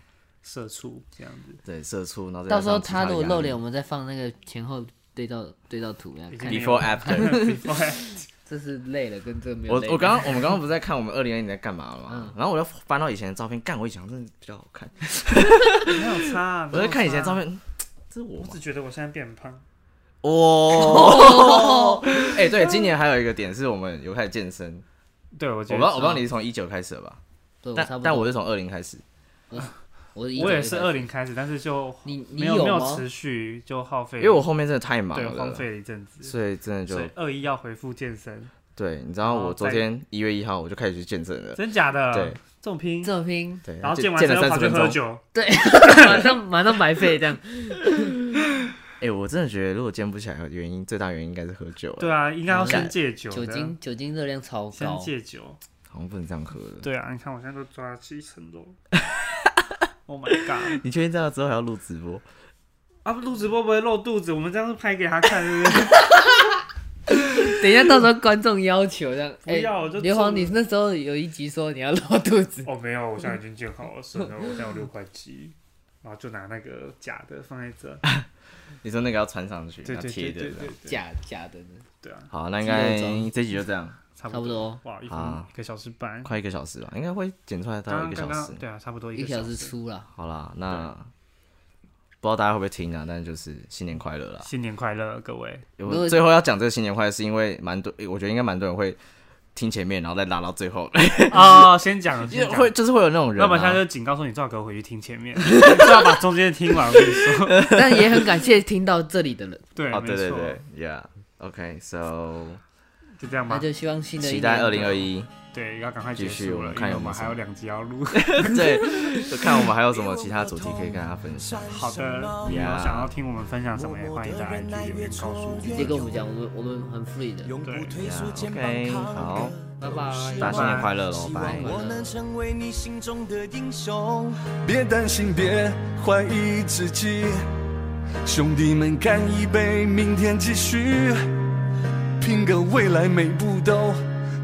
Speaker 2: 社畜这样 子。
Speaker 1: 对社畜，然后再
Speaker 3: 到时候
Speaker 1: 加上其
Speaker 3: 他如果
Speaker 1: 的压
Speaker 3: 露
Speaker 1: 力
Speaker 3: 脸，我们再放那个前后对照对照图，然后
Speaker 2: 已经
Speaker 3: 看
Speaker 2: 没有啊
Speaker 1: before after。
Speaker 3: 这是累了跟这个没有
Speaker 1: 我
Speaker 3: 累
Speaker 1: 我
Speaker 3: 的
Speaker 1: 刚刚我们刚刚不是在看我们二零二零在干嘛吗？
Speaker 3: 嗯
Speaker 1: 然后我就翻到以前的照片，干我以前好像真的比较好看。
Speaker 2: 没有差啊，
Speaker 1: 我在看以前的照
Speaker 2: 片，
Speaker 1: 片，嗯这是我
Speaker 2: 我
Speaker 1: 吗
Speaker 2: 只觉得我现在变胖，
Speaker 1: 哦， 哎、对，今年还有一个点是我们有开始健身，
Speaker 2: 对我
Speaker 1: 我
Speaker 2: 觉
Speaker 1: 不知道
Speaker 2: 得
Speaker 1: 我不知道你是从一九开始的吧？
Speaker 3: 对我差
Speaker 1: 但
Speaker 3: 不多，
Speaker 1: 但我是从二零开始，
Speaker 3: 我
Speaker 2: 我也是二
Speaker 3: 零，
Speaker 2: 零开始，但是就
Speaker 3: 你你
Speaker 2: 没有没有
Speaker 3: 吗？
Speaker 2: 持续，就耗费，
Speaker 1: 因为我后面真的太忙
Speaker 2: 对荒
Speaker 1: 了，
Speaker 2: 废了一阵子，
Speaker 1: 所以真的就
Speaker 2: 所以二一要回复健身，
Speaker 1: 对，你知道我昨天一月一号我就开始去健身了，
Speaker 2: 真假的？
Speaker 1: 对，
Speaker 2: 这种拼。
Speaker 3: 这拼
Speaker 1: 对，
Speaker 2: 然后
Speaker 1: 健
Speaker 2: 健完
Speaker 1: 健
Speaker 2: 身
Speaker 1: 了
Speaker 2: 后
Speaker 1: 三
Speaker 2: 跑
Speaker 1: 十
Speaker 2: 去
Speaker 1: 分
Speaker 2: 喝
Speaker 1: 钟。
Speaker 2: 酒，
Speaker 3: 马上马上白 费这样，
Speaker 1: 哎、我真的觉得如果健不起来，原因最大原因应该是喝酒了，
Speaker 2: 对啊，应该要先戒酒的，
Speaker 3: 酒精酒精热量超
Speaker 2: 先
Speaker 3: 高，
Speaker 2: 戒酒。
Speaker 1: 好像不能这样喝的。
Speaker 2: 对啊，你看我现在都抓了七层肉。Oh my god！
Speaker 1: 你确定这样之后还要录直播？
Speaker 2: 啊，录直播不会露肚子，我们这样子拍给他看，对不对？
Speaker 3: 等一下到时候观众要求这样，
Speaker 2: 不
Speaker 3: 哎，
Speaker 2: 要，我就
Speaker 3: 刘皇，
Speaker 2: 中
Speaker 3: 你
Speaker 2: 了
Speaker 3: 那时候有一集说你要露肚 子，
Speaker 2: 哦，没有，我现在已经健好了，省了，我现在有六块肌，然后就拿那个假的放在这，
Speaker 1: 你说那个要穿上去，
Speaker 2: 对
Speaker 1: 要
Speaker 2: 对
Speaker 1: 啊贴
Speaker 2: 对
Speaker 1: 的
Speaker 2: 对
Speaker 1: 这
Speaker 2: 对
Speaker 1: 样。
Speaker 2: 对，
Speaker 3: 假假的呢，
Speaker 2: 对啊，
Speaker 1: 好，那应
Speaker 3: 肌肉
Speaker 1: 该这集就这样，
Speaker 2: 差
Speaker 3: 差不多
Speaker 2: 哇，一分
Speaker 1: 啊
Speaker 2: 一个小时半，
Speaker 1: 快一个小时吧，应该会剪出来大概
Speaker 2: 刚
Speaker 1: 一个
Speaker 2: 刚
Speaker 1: 小时
Speaker 2: 刚。对啊，差不多
Speaker 3: 一
Speaker 2: 个
Speaker 3: 个小时
Speaker 2: 时。
Speaker 3: 出了，
Speaker 1: 好啦，那不知道大家会不会听啊？但就是新年快乐啦！
Speaker 2: 新年快乐，各 位！
Speaker 3: 如果
Speaker 1: 我最后要讲这个新年快乐，是因为蛮多，我觉得应该蛮多人会听前面，然后再拉到最后，
Speaker 2: 哦，先讲，
Speaker 1: 因为
Speaker 2: 先 讲
Speaker 1: 会就是会有那种人、
Speaker 2: 要
Speaker 1: 啊。
Speaker 2: 不然他就警告说你最好给我回去听前面， 你最好把中间听完。我跟你说，
Speaker 3: 但也很感谢听到这里的人，
Speaker 2: 对，
Speaker 1: 哦，
Speaker 2: 没
Speaker 1: 对对
Speaker 2: 错，
Speaker 1: 对，Yeah，OK，So
Speaker 2: 就这样
Speaker 3: 那
Speaker 2: 吧。
Speaker 3: 就希望新的一
Speaker 1: 期
Speaker 3: 年
Speaker 1: 待二零二一，
Speaker 2: 对，要赶快结
Speaker 1: 继续
Speaker 2: 束
Speaker 1: 我
Speaker 2: 了，
Speaker 1: 们
Speaker 2: 因
Speaker 1: 看
Speaker 2: 为
Speaker 1: 有
Speaker 2: 我
Speaker 1: 没有
Speaker 2: 们
Speaker 1: 什
Speaker 2: 还
Speaker 1: 么
Speaker 2: 有两集要录。
Speaker 1: 对，就看我们还有什么其他主题可以跟大家分 享。
Speaker 2: 好的，你有
Speaker 1: 呀
Speaker 2: 想要听我们分享什么，也欢迎在 IG 留言告诉我。
Speaker 3: 直接跟我们讲，我们我们很 free 的，
Speaker 4: 永不退缩，肩膀
Speaker 1: OK，好，
Speaker 3: 拜拜。
Speaker 1: 大家新年快乐喽，拜。
Speaker 4: 我能成为你心中的英雄。
Speaker 5: 别担心，别怀疑自己，兄弟们干一杯，明天继续，拼个未来每步都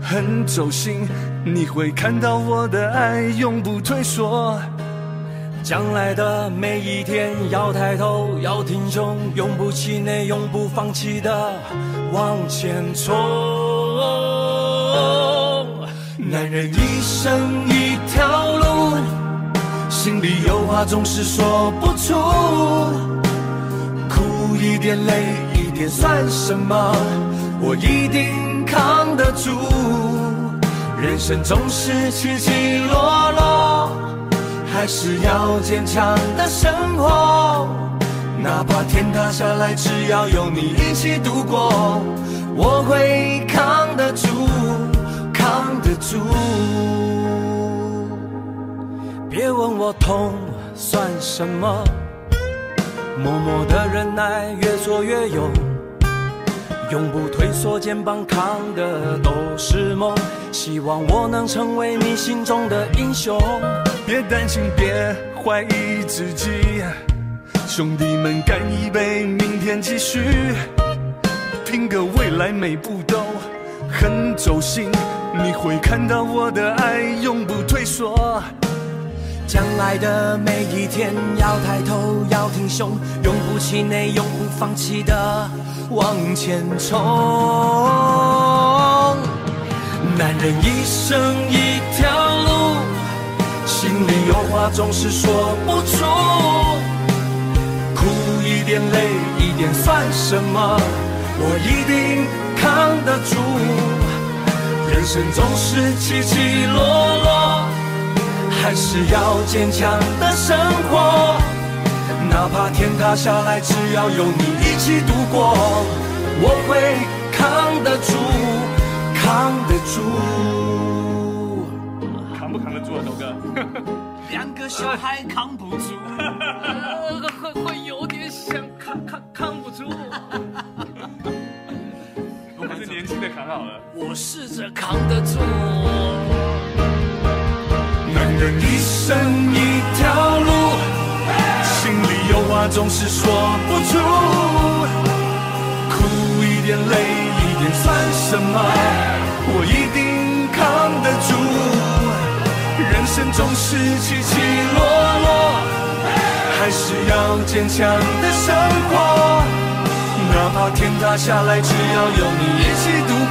Speaker 5: 很走心，你会看到我的爱永不退缩。
Speaker 4: 将来的每一天，要抬头，要挺胸，永不气馁，永不放弃的往前冲。男人一生一条路，心里有话总是说不出，苦一点累一点算什么？我一定扛得住。人生总是起起落落。还是要坚强的生活。哪怕天塌下来，只要有你一起度过，我会扛得住，扛得住。别问我痛算什么，默默的忍耐，越挫越勇，永不退缩，肩膀扛的都是梦。希望我能成为你心中的英雄。
Speaker 5: 别担心，别怀疑自己，兄弟们干一杯，明天继续，拼个未来每步都很走心，你会看到我的爱永不退缩。
Speaker 4: 将来的每一天，要抬头，要挺胸，永不气馁，永不放弃的往前冲。男人一生一条路，心里有话总是说不出，苦一点，累一点算什么？我一定扛得住。人生总是起起落落。还是要坚强的生活。哪怕天塌下来，只要有你一起度过，我会扛得住，扛得住。
Speaker 5: 扛不扛得住啊，豆哥？
Speaker 4: 两个小孩扛不住，
Speaker 6: 会会有点想扛扛扛不 住。
Speaker 5: 我还是年轻的扛好了。
Speaker 6: 我试着扛得住，
Speaker 5: 男人一生一条路，心里有话总是说不出，苦一点累一点算什么？我一定扛得住。人生总是起起落落，还是要坚强的生活。哪怕天塌下来，只要有你一起度过，